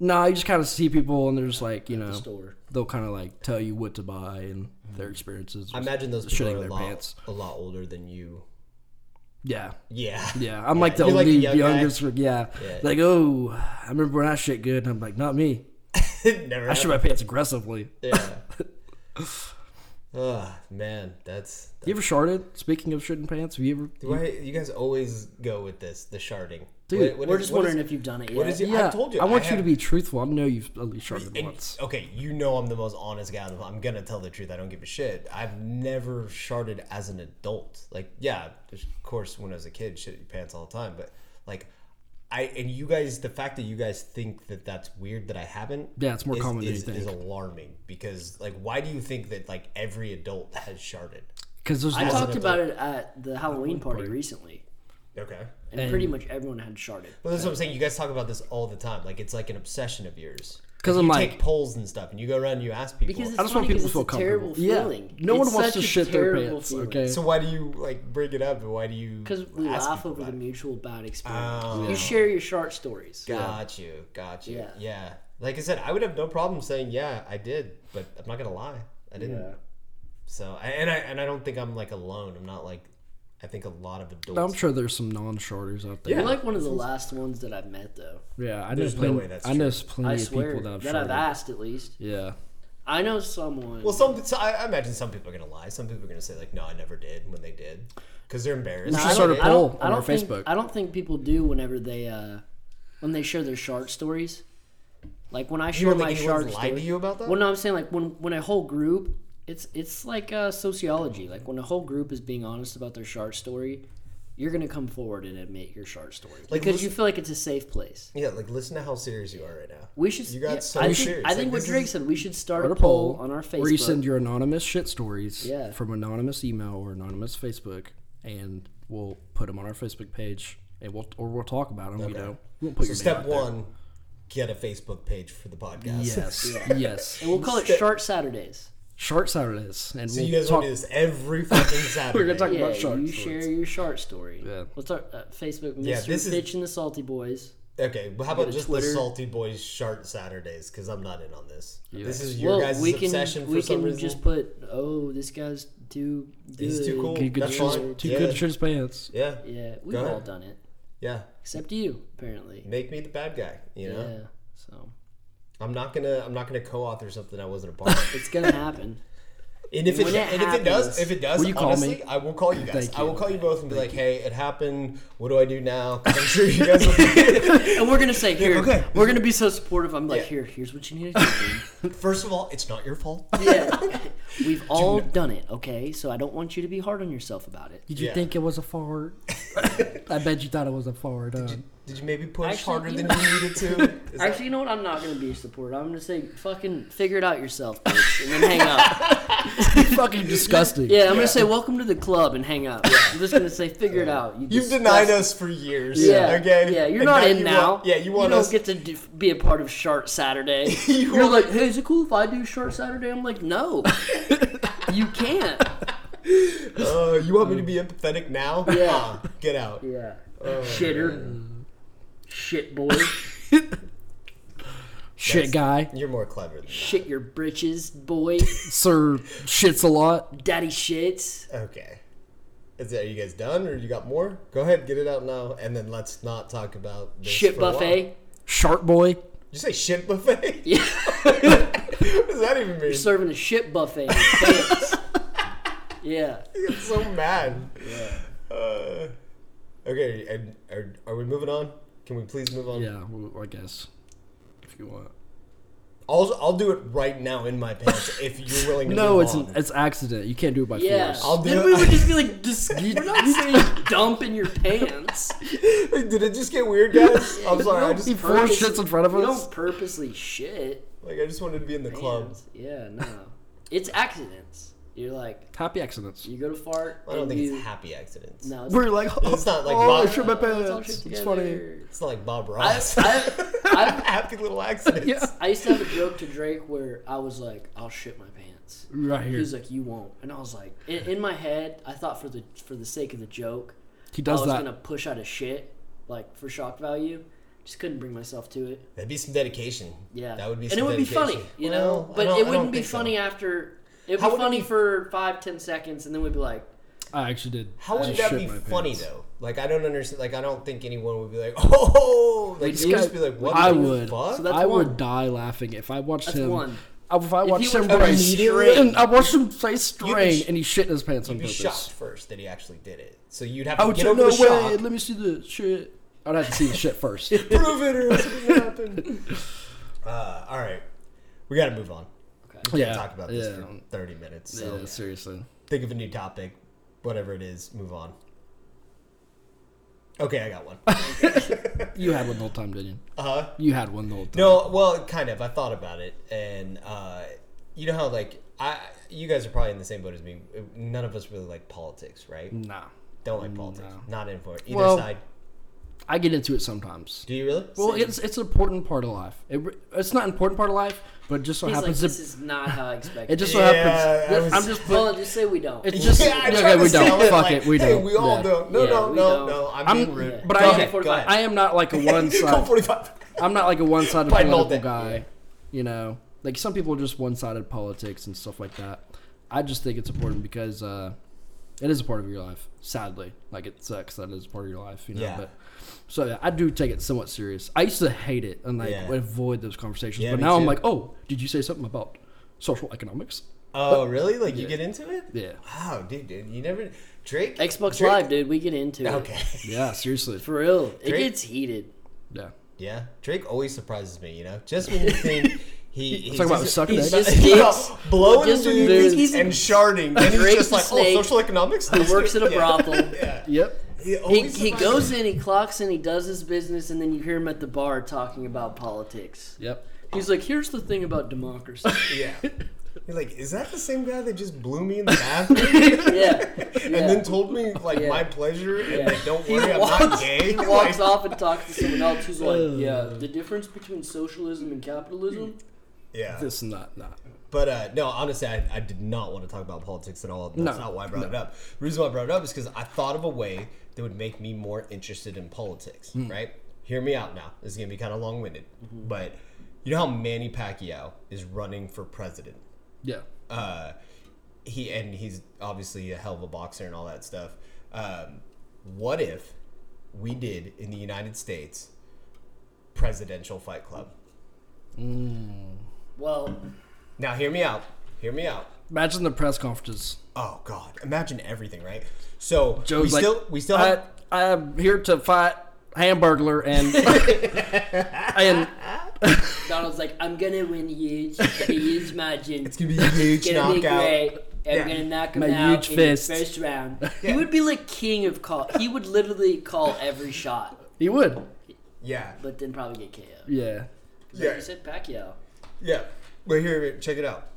[SPEAKER 2] No, you just kind of see people and they're just like, you know,
[SPEAKER 3] Store.
[SPEAKER 2] they'll kind of like tell you what to buy and their experiences.
[SPEAKER 1] Mm-hmm. I imagine those people
[SPEAKER 2] shitting
[SPEAKER 1] are a
[SPEAKER 2] their
[SPEAKER 1] lot,
[SPEAKER 2] pants.
[SPEAKER 1] a lot older than you.
[SPEAKER 2] yeah,
[SPEAKER 1] Yeah.
[SPEAKER 2] yeah. I'm like the
[SPEAKER 1] You're
[SPEAKER 2] only
[SPEAKER 1] like the young guy.
[SPEAKER 2] youngest. for- yeah.
[SPEAKER 1] Yeah.
[SPEAKER 2] like oh, I remember when I shit good. And I'm like, not me.
[SPEAKER 1] Never.
[SPEAKER 2] I shit my pants aggressively.
[SPEAKER 1] Yeah. Ugh, man, that's.
[SPEAKER 2] You ever sharded? Speaking of shitting pants, have you ever?
[SPEAKER 1] Why you guys always go with this, the sharding?
[SPEAKER 2] Dude,
[SPEAKER 3] We're just wondering if you've done it
[SPEAKER 1] What
[SPEAKER 3] yet.
[SPEAKER 1] is your,
[SPEAKER 2] Yeah,
[SPEAKER 1] I told you.
[SPEAKER 2] I want you
[SPEAKER 1] have-
[SPEAKER 2] to be truthful. I know you've at least sharded
[SPEAKER 1] and-
[SPEAKER 2] once.
[SPEAKER 1] okay, you know I'm the most honest guy. on the- I'm gonna tell the truth. I don't give a shit. I've never sharded as an adult. Like, yeah, of course, when I was a kid, shit your pants all the time. But like, I and you guys, the fact that you guys think that that's weird that I haven't.
[SPEAKER 2] Yeah, it's more
[SPEAKER 1] is,
[SPEAKER 2] common than
[SPEAKER 1] is,
[SPEAKER 2] you
[SPEAKER 1] is
[SPEAKER 2] think.
[SPEAKER 1] alarming because like, why do you think that like every adult has sharded?
[SPEAKER 2] Because there's
[SPEAKER 3] I
[SPEAKER 2] laws.
[SPEAKER 3] talked about it at the Halloween party recently,
[SPEAKER 1] Okay.
[SPEAKER 3] and, pretty much everyone had sharded.
[SPEAKER 1] Well, that's what I'm saying. You guys talk about this all the time. Like it's like an obsession of yours.
[SPEAKER 2] 'Cause
[SPEAKER 1] Like,
[SPEAKER 2] I'm
[SPEAKER 1] you
[SPEAKER 2] like-
[SPEAKER 1] take polls and stuff, and you go around and you ask people.
[SPEAKER 3] Because it's
[SPEAKER 2] I just want
[SPEAKER 3] funny
[SPEAKER 2] people to
[SPEAKER 3] 'cause
[SPEAKER 2] feel
[SPEAKER 3] it's a terrible
[SPEAKER 2] comfortable. Yeah.
[SPEAKER 3] feeling.
[SPEAKER 2] No
[SPEAKER 3] It's
[SPEAKER 2] one wants
[SPEAKER 3] such
[SPEAKER 2] to
[SPEAKER 3] a
[SPEAKER 2] shit their
[SPEAKER 3] terrible
[SPEAKER 2] pants,
[SPEAKER 3] feeling.
[SPEAKER 2] okay?
[SPEAKER 1] so why do you like bring it up, and why do you?
[SPEAKER 3] Because we
[SPEAKER 1] ask
[SPEAKER 3] laugh
[SPEAKER 1] people
[SPEAKER 3] over the
[SPEAKER 1] about it?
[SPEAKER 3] mutual bad experience.
[SPEAKER 1] Oh.
[SPEAKER 3] You share your short stories.
[SPEAKER 1] Got you, got you. Yeah.
[SPEAKER 3] Yeah.
[SPEAKER 1] Like I said, I would have no problem saying, "Yeah, I did," but I'm not gonna lie, I didn't.
[SPEAKER 3] Yeah.
[SPEAKER 1] So, I, and I and I don't think I'm like alone. I'm not like, I think a lot of adults.
[SPEAKER 2] I'm sure there's some non-shorters out there.
[SPEAKER 3] You're like one of the last ones that I've met, though.
[SPEAKER 2] Yeah, I know.
[SPEAKER 1] There's no
[SPEAKER 2] Plenty,
[SPEAKER 1] way that's
[SPEAKER 2] I know
[SPEAKER 1] true.
[SPEAKER 2] plenty
[SPEAKER 3] I
[SPEAKER 2] of
[SPEAKER 3] swear
[SPEAKER 2] people that I've
[SPEAKER 3] that I've
[SPEAKER 2] shorted.
[SPEAKER 3] asked at least.
[SPEAKER 2] yeah,
[SPEAKER 3] I know someone.
[SPEAKER 1] well, some so I, I imagine some people are gonna lie. Some people are gonna say like, "No, I never did," when they did, because they're embarrassed.
[SPEAKER 3] I
[SPEAKER 2] should
[SPEAKER 3] don't-
[SPEAKER 2] start a
[SPEAKER 3] I don't-
[SPEAKER 2] poll
[SPEAKER 3] I
[SPEAKER 2] on
[SPEAKER 3] don't
[SPEAKER 2] our
[SPEAKER 3] think-
[SPEAKER 2] Facebook.
[SPEAKER 3] I don't think people do whenever they uh, when they share their shard stories. Like when I
[SPEAKER 1] You
[SPEAKER 3] share
[SPEAKER 1] don't
[SPEAKER 3] my
[SPEAKER 1] think anyone's
[SPEAKER 3] shard
[SPEAKER 1] lied to
[SPEAKER 3] story.
[SPEAKER 1] you about that?
[SPEAKER 3] Well, no, I'm saying like when when a whole group, it's it's like uh, sociology. Like when a whole group is being honest about their shard story, you're gonna come forward and admit your shark story
[SPEAKER 1] Like,
[SPEAKER 3] because you
[SPEAKER 1] listen-
[SPEAKER 3] feel like it's a safe place.
[SPEAKER 1] Yeah, like listen to how serious you are right now.
[SPEAKER 3] We should.
[SPEAKER 1] You got
[SPEAKER 3] yeah,
[SPEAKER 1] so
[SPEAKER 3] I think,
[SPEAKER 1] serious.
[SPEAKER 3] I
[SPEAKER 1] Like,
[SPEAKER 3] think what
[SPEAKER 1] this
[SPEAKER 3] Drake
[SPEAKER 1] is-
[SPEAKER 3] said. We should start
[SPEAKER 2] Put
[SPEAKER 3] a poll on our Facebook.
[SPEAKER 2] where you send your anonymous shit stories
[SPEAKER 3] Yeah.
[SPEAKER 2] from anonymous email or anonymous Facebook, and we'll put them on our Facebook page, and we'll or we'll talk about them. You know, we won't put
[SPEAKER 1] So
[SPEAKER 2] your
[SPEAKER 1] step
[SPEAKER 2] name out
[SPEAKER 1] one, get a Facebook page for the
[SPEAKER 2] there.
[SPEAKER 1] podcast.
[SPEAKER 2] Yes, yes.
[SPEAKER 3] and we'll call it
[SPEAKER 1] Step-
[SPEAKER 3] Shark Saturdays.
[SPEAKER 2] Shark Saturdays, and
[SPEAKER 1] So
[SPEAKER 2] we'll
[SPEAKER 1] you guys
[SPEAKER 2] talk.
[SPEAKER 1] want to do this every fucking Saturday?
[SPEAKER 2] We're gonna talk
[SPEAKER 3] Yeah,
[SPEAKER 2] about shark
[SPEAKER 3] you
[SPEAKER 2] stories.
[SPEAKER 3] share your shark story.
[SPEAKER 2] Yeah.
[SPEAKER 3] Let's talk uh, Facebook.
[SPEAKER 1] Yeah,
[SPEAKER 3] Mr.
[SPEAKER 1] this is-
[SPEAKER 3] Fitch and the Salty Boys.
[SPEAKER 1] Okay, well, how about
[SPEAKER 3] to
[SPEAKER 1] just the
[SPEAKER 3] Twitter.
[SPEAKER 1] salty boys shart Saturdays? Because I'm not in on this. This is your
[SPEAKER 3] Well,
[SPEAKER 1] guys'
[SPEAKER 3] we can
[SPEAKER 1] obsession for
[SPEAKER 3] we
[SPEAKER 1] some
[SPEAKER 3] can
[SPEAKER 1] reason.
[SPEAKER 3] just put oh this guy's too good.
[SPEAKER 1] He's too cool.
[SPEAKER 2] Too good to
[SPEAKER 1] That's
[SPEAKER 2] shoot
[SPEAKER 1] fine.
[SPEAKER 2] his- too
[SPEAKER 1] yeah.
[SPEAKER 2] good to shoot his pants.
[SPEAKER 1] yeah,
[SPEAKER 3] Yeah, we've
[SPEAKER 1] Go
[SPEAKER 3] all
[SPEAKER 1] ahead.
[SPEAKER 3] done it
[SPEAKER 1] yeah.
[SPEAKER 3] except you apparently.
[SPEAKER 1] Make me the bad guy. You
[SPEAKER 3] Yeah.
[SPEAKER 1] know,
[SPEAKER 3] So
[SPEAKER 1] I'm not gonna I'm not gonna co-author something I wasn't a part of.
[SPEAKER 3] it's gonna happen.
[SPEAKER 1] And if it,
[SPEAKER 3] When it
[SPEAKER 1] and if it does,
[SPEAKER 3] happens-
[SPEAKER 1] if it does,
[SPEAKER 2] Will you call
[SPEAKER 1] honestly,
[SPEAKER 2] me?
[SPEAKER 1] I will call you guys.
[SPEAKER 2] Thank
[SPEAKER 1] I will
[SPEAKER 2] you.
[SPEAKER 1] call you both and be like, "Hey, it happened. What do I do now?" 'Cause I'm sure you guys. Will be,
[SPEAKER 3] And we're gonna say here,
[SPEAKER 1] okay.
[SPEAKER 3] we're gonna be so supportive. I'm like
[SPEAKER 1] Yeah.
[SPEAKER 3] here, here's what you need to do.
[SPEAKER 1] first of all, it's not your fault.
[SPEAKER 3] Yeah. We've all done it, okay? So I don't want you to be hard on yourself about it.
[SPEAKER 2] Did you
[SPEAKER 1] Yeah.
[SPEAKER 2] think it was a fart? I bet you thought it was a fart. Huh?
[SPEAKER 1] Did you maybe push
[SPEAKER 3] Actually,
[SPEAKER 1] harder
[SPEAKER 3] you-
[SPEAKER 1] than you needed to? Is that-
[SPEAKER 3] Actually, you know what? I'm not going to be supportive. I'm going to say, fucking figure it out yourself, bitch, and then hang up.
[SPEAKER 2] fucking disgusting.
[SPEAKER 3] Yeah, I'm going to say, welcome to the club, and hang up. I'm just going to say, figure it out. You
[SPEAKER 1] You've
[SPEAKER 3] disgust-
[SPEAKER 1] denied us for years.
[SPEAKER 3] Yeah,
[SPEAKER 1] Okay.
[SPEAKER 3] yeah, you're
[SPEAKER 1] And
[SPEAKER 3] not in
[SPEAKER 1] you
[SPEAKER 3] now.
[SPEAKER 1] want- yeah, you want
[SPEAKER 3] don't
[SPEAKER 1] us.
[SPEAKER 3] get to d- be a part of Shart Saturday.
[SPEAKER 1] You
[SPEAKER 3] you are
[SPEAKER 1] want-
[SPEAKER 3] like, hey, is it cool if I do Shart Saturday? I'm like, no, you can't.
[SPEAKER 1] uh, you want me to be empathetic now?
[SPEAKER 3] Mm. Yeah.
[SPEAKER 1] Ah, get out.
[SPEAKER 3] Yeah,
[SPEAKER 1] Oh,
[SPEAKER 3] shitter, shit boy,
[SPEAKER 2] Shit guy,
[SPEAKER 1] You're more clever. Than
[SPEAKER 3] shit your britches, boy,
[SPEAKER 2] sir shits a lot.
[SPEAKER 3] daddy shits.
[SPEAKER 1] that. Okay. Is that, are you guys done, or you got more? Go ahead, get it out now, and then let's not talk about this
[SPEAKER 3] Shit
[SPEAKER 1] for a while.
[SPEAKER 3] buffet.
[SPEAKER 2] Shark boy.
[SPEAKER 1] Did you say shit buffet?
[SPEAKER 3] Yeah.
[SPEAKER 1] what does that even mean?
[SPEAKER 3] You're serving a shit buffet. in pants. yeah.
[SPEAKER 1] I'm so mad. Uh, okay, and are, are we moving on? Can we please move on?
[SPEAKER 2] Yeah, well, I guess if you want.
[SPEAKER 1] I'll I'll do it right now in my pants if you're willing to.
[SPEAKER 2] No,
[SPEAKER 1] move
[SPEAKER 2] it's an
[SPEAKER 1] on.
[SPEAKER 2] it's accident. You can't do it by
[SPEAKER 3] Yeah.
[SPEAKER 2] force.
[SPEAKER 1] I'll do
[SPEAKER 3] then
[SPEAKER 1] it.
[SPEAKER 3] we would just be like, dis- we're not saying dump in your pants.
[SPEAKER 1] Did it just get weird, guys? I'm sorry. I just
[SPEAKER 2] He forced shits in front of
[SPEAKER 3] You
[SPEAKER 2] us.
[SPEAKER 3] don't purposely shit.
[SPEAKER 1] like I just wanted to be in the club.
[SPEAKER 3] Pants. Yeah, no. It's accidents. You're like,
[SPEAKER 2] Happy accidents.
[SPEAKER 3] you go to fart.
[SPEAKER 1] I don't
[SPEAKER 3] and
[SPEAKER 1] think
[SPEAKER 3] you,
[SPEAKER 1] it's happy accidents.
[SPEAKER 3] No, it's,
[SPEAKER 2] We're like, oh,
[SPEAKER 1] It's not like
[SPEAKER 2] oh, I
[SPEAKER 1] Bob-
[SPEAKER 2] shit my
[SPEAKER 3] no, it's all
[SPEAKER 2] pants.
[SPEAKER 3] shit
[SPEAKER 2] It's funny.
[SPEAKER 3] together.
[SPEAKER 1] It's not like Bob
[SPEAKER 3] I,
[SPEAKER 1] Ross.
[SPEAKER 3] I, I,
[SPEAKER 1] happy little accidents.
[SPEAKER 2] Yeah.
[SPEAKER 3] I used to have a joke to Drake where I was like, I'll shit my pants.
[SPEAKER 2] Right
[SPEAKER 3] He
[SPEAKER 2] here.
[SPEAKER 3] was like, "You won't," and I was like, in, in my head, I thought for the for the sake of the joke,
[SPEAKER 2] He
[SPEAKER 3] I
[SPEAKER 2] does
[SPEAKER 3] was
[SPEAKER 2] that.
[SPEAKER 3] gonna push out a shit like for shock value. Just couldn't bring myself to it.
[SPEAKER 1] That'd be some dedication.
[SPEAKER 3] Yeah,
[SPEAKER 1] That would be.
[SPEAKER 3] and
[SPEAKER 1] Some
[SPEAKER 3] it would be funny,
[SPEAKER 1] dedication.
[SPEAKER 3] you
[SPEAKER 1] Well,
[SPEAKER 3] know.
[SPEAKER 1] I
[SPEAKER 3] But
[SPEAKER 1] don't- I
[SPEAKER 3] it
[SPEAKER 1] don't
[SPEAKER 3] wouldn't be
[SPEAKER 1] think so.
[SPEAKER 3] funny after. It'd
[SPEAKER 1] How
[SPEAKER 3] be
[SPEAKER 1] would it
[SPEAKER 3] funny
[SPEAKER 1] be-
[SPEAKER 3] for five, ten seconds, and then we'd be like,
[SPEAKER 2] I actually did.
[SPEAKER 1] How would
[SPEAKER 2] just
[SPEAKER 1] that
[SPEAKER 2] shit
[SPEAKER 1] be
[SPEAKER 2] my
[SPEAKER 1] funny
[SPEAKER 2] pants.
[SPEAKER 1] though? Like I don't understand. Like I don't think anyone would be like, oh, like you
[SPEAKER 3] Wait,
[SPEAKER 1] would
[SPEAKER 2] This
[SPEAKER 1] just
[SPEAKER 2] guy-
[SPEAKER 1] be like, what?
[SPEAKER 2] I
[SPEAKER 1] the
[SPEAKER 2] would.
[SPEAKER 1] Fuck?
[SPEAKER 3] So that's
[SPEAKER 2] I
[SPEAKER 3] one.
[SPEAKER 2] would die laughing if I watched
[SPEAKER 3] "That's
[SPEAKER 2] him.
[SPEAKER 3] one."
[SPEAKER 2] If I watched
[SPEAKER 3] you
[SPEAKER 2] him
[SPEAKER 3] were
[SPEAKER 2] brain
[SPEAKER 1] immediately-
[SPEAKER 2] strain, I watched him face
[SPEAKER 1] be
[SPEAKER 2] strain,
[SPEAKER 1] sh-
[SPEAKER 2] and he shit his pants on
[SPEAKER 1] You'd be
[SPEAKER 2] purpose.
[SPEAKER 1] shocked first that he actually did it. So you'd have
[SPEAKER 2] I
[SPEAKER 1] to
[SPEAKER 2] would
[SPEAKER 1] get
[SPEAKER 2] say,
[SPEAKER 1] over
[SPEAKER 2] no
[SPEAKER 1] the shock.
[SPEAKER 2] way. Let me see the shit. I'd have to see the shit first.
[SPEAKER 1] Prove it or it's gonna happen. Uh, all right, we got to move on.
[SPEAKER 3] Okay.
[SPEAKER 1] We
[SPEAKER 2] yeah,
[SPEAKER 1] can't talk about this
[SPEAKER 2] yeah,
[SPEAKER 1] for thirty minutes. So
[SPEAKER 2] yeah. Seriously,
[SPEAKER 1] think of a new topic, whatever it is. Move on. Okay, I got one. Uh
[SPEAKER 2] you had one the whole time, didn't you?
[SPEAKER 1] huh.
[SPEAKER 2] You had one the whole time.
[SPEAKER 1] Uh-huh. No, well, kind of. I thought about it, and uh, you know how like I, you guys are probably in the same boat as me. None of us really like politics, right?
[SPEAKER 2] nah.
[SPEAKER 1] Don't like politics. Not in for it. Either
[SPEAKER 2] Well-
[SPEAKER 1] side.
[SPEAKER 2] I get into it sometimes.
[SPEAKER 1] Do you really?
[SPEAKER 2] Well, it's it's an important part of life. It, re- it's not an important part of life, but it just so
[SPEAKER 3] He's like,
[SPEAKER 2] happens
[SPEAKER 3] "This
[SPEAKER 2] to,
[SPEAKER 3] is not how I
[SPEAKER 2] it
[SPEAKER 3] expected." it.
[SPEAKER 2] just so
[SPEAKER 1] yeah,
[SPEAKER 2] happens.
[SPEAKER 1] I was-
[SPEAKER 2] I'm just
[SPEAKER 3] well, just say we don't.
[SPEAKER 2] It's just
[SPEAKER 1] Yeah, I
[SPEAKER 2] okay.
[SPEAKER 1] tried to
[SPEAKER 2] We
[SPEAKER 1] sell
[SPEAKER 2] don't.
[SPEAKER 1] it,
[SPEAKER 2] Fuck
[SPEAKER 1] like,
[SPEAKER 2] it. We
[SPEAKER 1] hey,
[SPEAKER 2] don't.
[SPEAKER 1] we all
[SPEAKER 2] Yeah.
[SPEAKER 1] don't. No,
[SPEAKER 3] Yeah,
[SPEAKER 1] no,
[SPEAKER 3] we
[SPEAKER 1] no,
[SPEAKER 3] don't.
[SPEAKER 1] no. I'm,
[SPEAKER 2] I'm-
[SPEAKER 1] being rude.
[SPEAKER 2] but
[SPEAKER 1] Go
[SPEAKER 2] I-
[SPEAKER 1] ahead, go ahead.
[SPEAKER 2] I am not like a one
[SPEAKER 1] Go
[SPEAKER 2] side.
[SPEAKER 1] 45.
[SPEAKER 2] I'm not like a one sided
[SPEAKER 1] Biden all day.
[SPEAKER 2] political guy. You know, like some people are just one sided politics and stuff like that. I just think it's important because uh, it is a part of your life. Sadly, like it sucks that it is a part of your life. You know,
[SPEAKER 1] Yeah.
[SPEAKER 2] but so yeah, I do take it somewhat serious. I used to hate it and like
[SPEAKER 1] Yeah.
[SPEAKER 2] would avoid those conversations,
[SPEAKER 1] Yeah,
[SPEAKER 2] but
[SPEAKER 1] me
[SPEAKER 2] now
[SPEAKER 1] too.
[SPEAKER 2] I'm like, oh, did you say something about social economics?
[SPEAKER 1] Oh, really? Like you
[SPEAKER 2] Yeah.
[SPEAKER 1] get into it?
[SPEAKER 2] Yeah,
[SPEAKER 1] Wow, dude, dude, you never Drake
[SPEAKER 3] Xbox
[SPEAKER 1] Drake-
[SPEAKER 3] Live, dude. We get into it.
[SPEAKER 1] Okay,
[SPEAKER 2] yeah, seriously,
[SPEAKER 3] For real, it
[SPEAKER 1] Drake-
[SPEAKER 3] gets heated.
[SPEAKER 2] yeah.
[SPEAKER 1] yeah, Drake always surprises me. You know, just when you think he he's
[SPEAKER 2] talking about
[SPEAKER 1] just-
[SPEAKER 2] sucking
[SPEAKER 1] he's
[SPEAKER 2] dick.
[SPEAKER 1] just he's
[SPEAKER 3] Dicks.
[SPEAKER 1] about blowing
[SPEAKER 3] Just when you
[SPEAKER 1] dudes
[SPEAKER 3] think he's-
[SPEAKER 1] and sharding, and he's just
[SPEAKER 3] Drake's a
[SPEAKER 1] like, oh,
[SPEAKER 3] snake
[SPEAKER 1] social economics.
[SPEAKER 3] He works at a brothel.
[SPEAKER 1] Yeah.
[SPEAKER 2] Yep.
[SPEAKER 1] It
[SPEAKER 3] He,
[SPEAKER 1] always
[SPEAKER 3] he
[SPEAKER 1] surprises
[SPEAKER 3] goes
[SPEAKER 1] me.
[SPEAKER 3] in, he clocks in, he does his business, and then you hear him at the bar talking about politics.
[SPEAKER 2] Yep.
[SPEAKER 3] He's like, here's the thing about democracy.
[SPEAKER 1] Yeah. You're like, is that the same guy that just blew me in the bathroom?
[SPEAKER 3] yeah.
[SPEAKER 1] And
[SPEAKER 3] yeah.
[SPEAKER 1] then told me like
[SPEAKER 3] Yeah.
[SPEAKER 1] my pleasure and
[SPEAKER 3] Yeah.
[SPEAKER 1] like don't
[SPEAKER 3] He
[SPEAKER 1] worry I'm not
[SPEAKER 3] walks-
[SPEAKER 1] gay.
[SPEAKER 3] He walks off and talks to someone else who's like, yeah, the difference between socialism and capitalism.
[SPEAKER 1] yeah.
[SPEAKER 2] This and that. Nah.
[SPEAKER 1] But uh, no, honestly, I, I did not want to talk about politics at all. That's
[SPEAKER 2] No.
[SPEAKER 1] not why I brought it up. The reason why I brought it up is because I thought of a way that would make me more interested in politics,
[SPEAKER 2] Hmm.
[SPEAKER 1] right? Hear me out now. This is going to be kind of long winded.
[SPEAKER 2] Mm-hmm.
[SPEAKER 1] But you know how Manny Pacquiao is running for president?
[SPEAKER 2] Yeah.
[SPEAKER 1] uh, he and he's obviously a hell of a boxer and all that stuff. Um, what if we did in the United States presidential fight club?
[SPEAKER 3] Well,
[SPEAKER 1] Now, hear me out. Hear me out.
[SPEAKER 2] Imagine the press conferences.
[SPEAKER 1] Oh God! Imagine everything, right? So
[SPEAKER 2] Joe's
[SPEAKER 1] we
[SPEAKER 2] like,
[SPEAKER 1] still we still
[SPEAKER 2] I,
[SPEAKER 3] "Uh,
[SPEAKER 1] have,
[SPEAKER 2] I'm here to fight Hamburglar and and
[SPEAKER 3] Donald's like, I'm gonna win huge. Huge margin.
[SPEAKER 1] it's gonna be a huge
[SPEAKER 3] gonna be
[SPEAKER 1] knockout.
[SPEAKER 3] great. I'm
[SPEAKER 1] Yeah.
[SPEAKER 3] gonna knock him
[SPEAKER 2] My
[SPEAKER 3] out
[SPEAKER 2] huge
[SPEAKER 3] in
[SPEAKER 2] fist.
[SPEAKER 3] the first round. He would be like king of call. He would literally call every shot,
[SPEAKER 2] he would.
[SPEAKER 1] Yeah,
[SPEAKER 3] but then probably get KO.
[SPEAKER 1] Yeah.
[SPEAKER 2] Yeah.
[SPEAKER 1] Oh
[SPEAKER 3] Like you said, Pacquiao.
[SPEAKER 1] yeah. But here, check it out.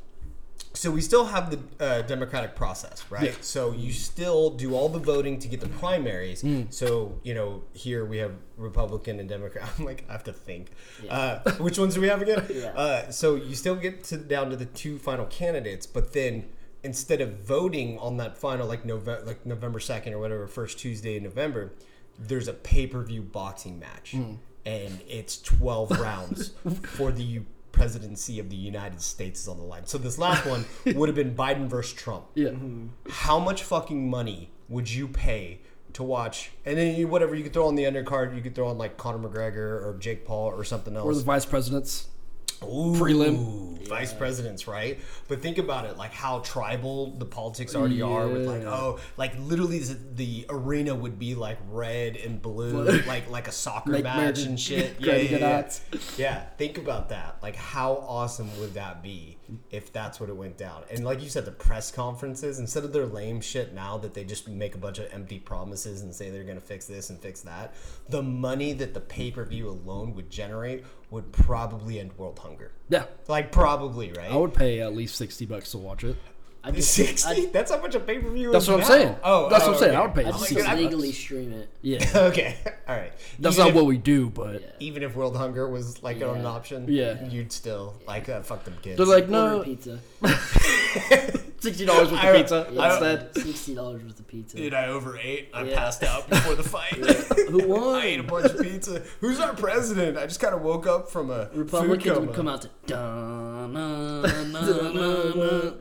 [SPEAKER 1] So we still have the uh, democratic process, right? So you still do all the voting to get the primaries.
[SPEAKER 3] Hmm.
[SPEAKER 1] So you know, here we have Republican and Democrat. I'm like, I have to think. Uh, which ones do we have again?
[SPEAKER 3] Yeah.
[SPEAKER 1] uh, so you still get to down to the two final candidates, but then instead of voting on that final, like November, like November second or whatever, first Tuesday in November, there's a pay per view boxing match, and it's twelve rounds for the presidency of the United States is on the line. So this last one would have been Biden versus Trump.
[SPEAKER 2] Yeah.
[SPEAKER 1] How much fucking money would you pay to watch? And then you, whatever you could throw on the undercard, you could throw on like Conor McGregor or Jake Paul or something else.
[SPEAKER 2] Or the vice presidents.
[SPEAKER 1] Ooh,
[SPEAKER 2] Prelim.
[SPEAKER 1] vice presidents, right? But think about it, like how tribal the politics already are. With like,
[SPEAKER 2] Yeah.
[SPEAKER 1] oh, like literally the, the arena would be like red and blue, like like a soccer
[SPEAKER 2] Like
[SPEAKER 1] match
[SPEAKER 2] American
[SPEAKER 1] and shit. Yeah,
[SPEAKER 2] Granny
[SPEAKER 1] yeah, yeah.
[SPEAKER 2] Godots.
[SPEAKER 1] yeah. Think about that. Like, how awesome would that be if that's what it went down? And like you said, the press conferences instead of their lame shit now that they just make a bunch of empty promises and say they're gonna fix this and fix that. The money that the pay per view alone would generate would probably end world hunger.
[SPEAKER 2] Yeah.
[SPEAKER 1] Like probably, right?
[SPEAKER 2] I would pay at least sixty bucks to watch it.
[SPEAKER 3] I'd just,
[SPEAKER 1] sixty.
[SPEAKER 3] I'd,
[SPEAKER 1] That's how much a pay per view.
[SPEAKER 2] That's
[SPEAKER 1] is
[SPEAKER 2] what I'm
[SPEAKER 1] now.
[SPEAKER 2] saying.
[SPEAKER 1] Oh,
[SPEAKER 2] That's
[SPEAKER 1] oh,
[SPEAKER 2] what I'm saying.
[SPEAKER 1] okay.
[SPEAKER 2] I would pay
[SPEAKER 3] I'd
[SPEAKER 1] Oh my
[SPEAKER 3] just
[SPEAKER 1] God, I-
[SPEAKER 3] legally stream it.
[SPEAKER 2] Yeah.
[SPEAKER 1] Okay, all right.
[SPEAKER 2] That's
[SPEAKER 1] even
[SPEAKER 2] not
[SPEAKER 1] if,
[SPEAKER 2] what we do, but
[SPEAKER 3] Yeah.
[SPEAKER 1] Even if world hunger was like an
[SPEAKER 3] Yeah.
[SPEAKER 1] option,
[SPEAKER 2] Yeah.
[SPEAKER 1] you'd still like uh, fuck them kids.
[SPEAKER 2] they're like,
[SPEAKER 3] Order
[SPEAKER 2] no,
[SPEAKER 3] a pizza.
[SPEAKER 2] sixty dollars worth
[SPEAKER 1] I-
[SPEAKER 2] of pizza
[SPEAKER 1] I-
[SPEAKER 2] instead.
[SPEAKER 3] Sixty dollars worth of pizza.
[SPEAKER 1] Dude, I overate. I
[SPEAKER 3] Yeah.
[SPEAKER 1] passed out before the fight.
[SPEAKER 3] Who
[SPEAKER 1] I ate a
[SPEAKER 3] won?
[SPEAKER 1] bunch of pizza. Who's our president? I just kind of woke up from a food
[SPEAKER 3] Republicans
[SPEAKER 1] coma.
[SPEAKER 3] would come out to da na na na na na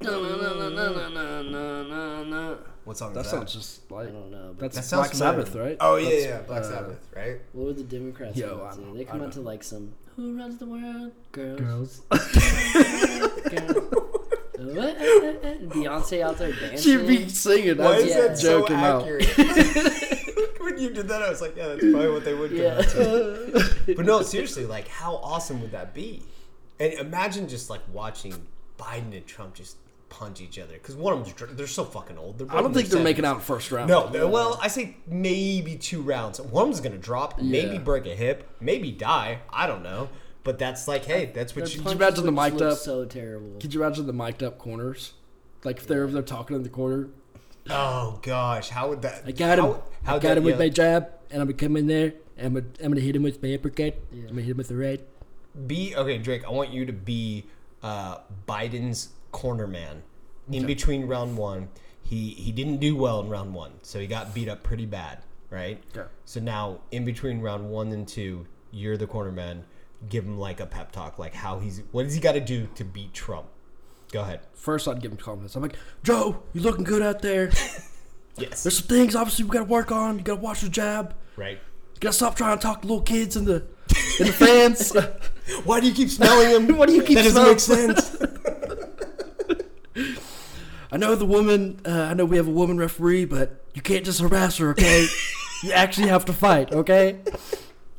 [SPEAKER 3] da na na na na na na na na.
[SPEAKER 1] What song
[SPEAKER 2] That
[SPEAKER 1] is
[SPEAKER 2] sounds just
[SPEAKER 3] I
[SPEAKER 2] like
[SPEAKER 3] don't know. But
[SPEAKER 2] that's
[SPEAKER 1] That sounds
[SPEAKER 2] Black Sabbath,
[SPEAKER 1] familiar.
[SPEAKER 2] right?
[SPEAKER 1] Oh yeah,
[SPEAKER 2] That's,
[SPEAKER 1] yeah, Black
[SPEAKER 2] uh,
[SPEAKER 1] Sabbath, right?
[SPEAKER 3] what would the Democrats
[SPEAKER 2] Yo,
[SPEAKER 3] come
[SPEAKER 2] I
[SPEAKER 3] out to?
[SPEAKER 2] don't-
[SPEAKER 3] They come
[SPEAKER 2] I
[SPEAKER 3] out to
[SPEAKER 2] don't-
[SPEAKER 3] like some Who runs the world? Girls.
[SPEAKER 2] Girls.
[SPEAKER 3] Girls. What? Beyonce out there dancing.
[SPEAKER 2] She'd be singing.
[SPEAKER 1] Why
[SPEAKER 2] I
[SPEAKER 1] is
[SPEAKER 3] Yeah.
[SPEAKER 1] that
[SPEAKER 2] was
[SPEAKER 1] so
[SPEAKER 2] joking out.
[SPEAKER 1] accurate? when you did that, I was like, yeah, that's probably what they would do.
[SPEAKER 3] Yeah.
[SPEAKER 1] But no, seriously, like, how awesome would that be? And imagine just like watching Biden and Trump just punch each other because one of them's dr- they're so fucking old. They're
[SPEAKER 2] I don't think they're making
[SPEAKER 1] out.
[SPEAKER 2] out in first round.
[SPEAKER 1] No, th- well, I say maybe two rounds. One of them's gonna drop, maybe
[SPEAKER 2] Yeah.
[SPEAKER 1] break a hip, maybe die. I don't know. But that's like, hey, that's what you.
[SPEAKER 3] Punches
[SPEAKER 2] imagine the
[SPEAKER 3] would just
[SPEAKER 2] mic'd
[SPEAKER 3] look
[SPEAKER 2] up?
[SPEAKER 3] So terrible.
[SPEAKER 2] Could you imagine the mic'd up corners? Like if they're over there talking in the corner,
[SPEAKER 1] Oh gosh, how would that?
[SPEAKER 2] I got him.
[SPEAKER 1] How, how
[SPEAKER 2] I
[SPEAKER 1] that-
[SPEAKER 2] got him with
[SPEAKER 1] yeah,
[SPEAKER 2] my jab, and I'm gonna come in there. And I'm gonna, I'm gonna hit him with my uppercut.
[SPEAKER 3] Yeah.
[SPEAKER 2] I'm gonna hit him with the right.
[SPEAKER 1] be okay, Drake. I want you to be uh, Biden's corner man in between round one. He he didn't do well in round one, so he got beat up pretty bad, right?
[SPEAKER 2] Okay.
[SPEAKER 1] So now in between round one and two, you're the corner man. Give him like a pep talk, like how he's what does he got to do to beat Trump? Go ahead.
[SPEAKER 2] First, I'd give him confidence. I'm like, Joe, you're looking good out there.
[SPEAKER 1] Yes.
[SPEAKER 2] There's some things obviously we gotta work on. You gotta watch your jab.
[SPEAKER 1] Right.
[SPEAKER 2] You gotta stop trying to talk to little kids and the in the fans.
[SPEAKER 1] Why do you keep smelling him?
[SPEAKER 2] Why do you keep
[SPEAKER 1] That doesn't make sense.
[SPEAKER 2] I know the woman. Uh, I know we have a woman referee, but you can't just harass her, okay? you actually have to fight, okay?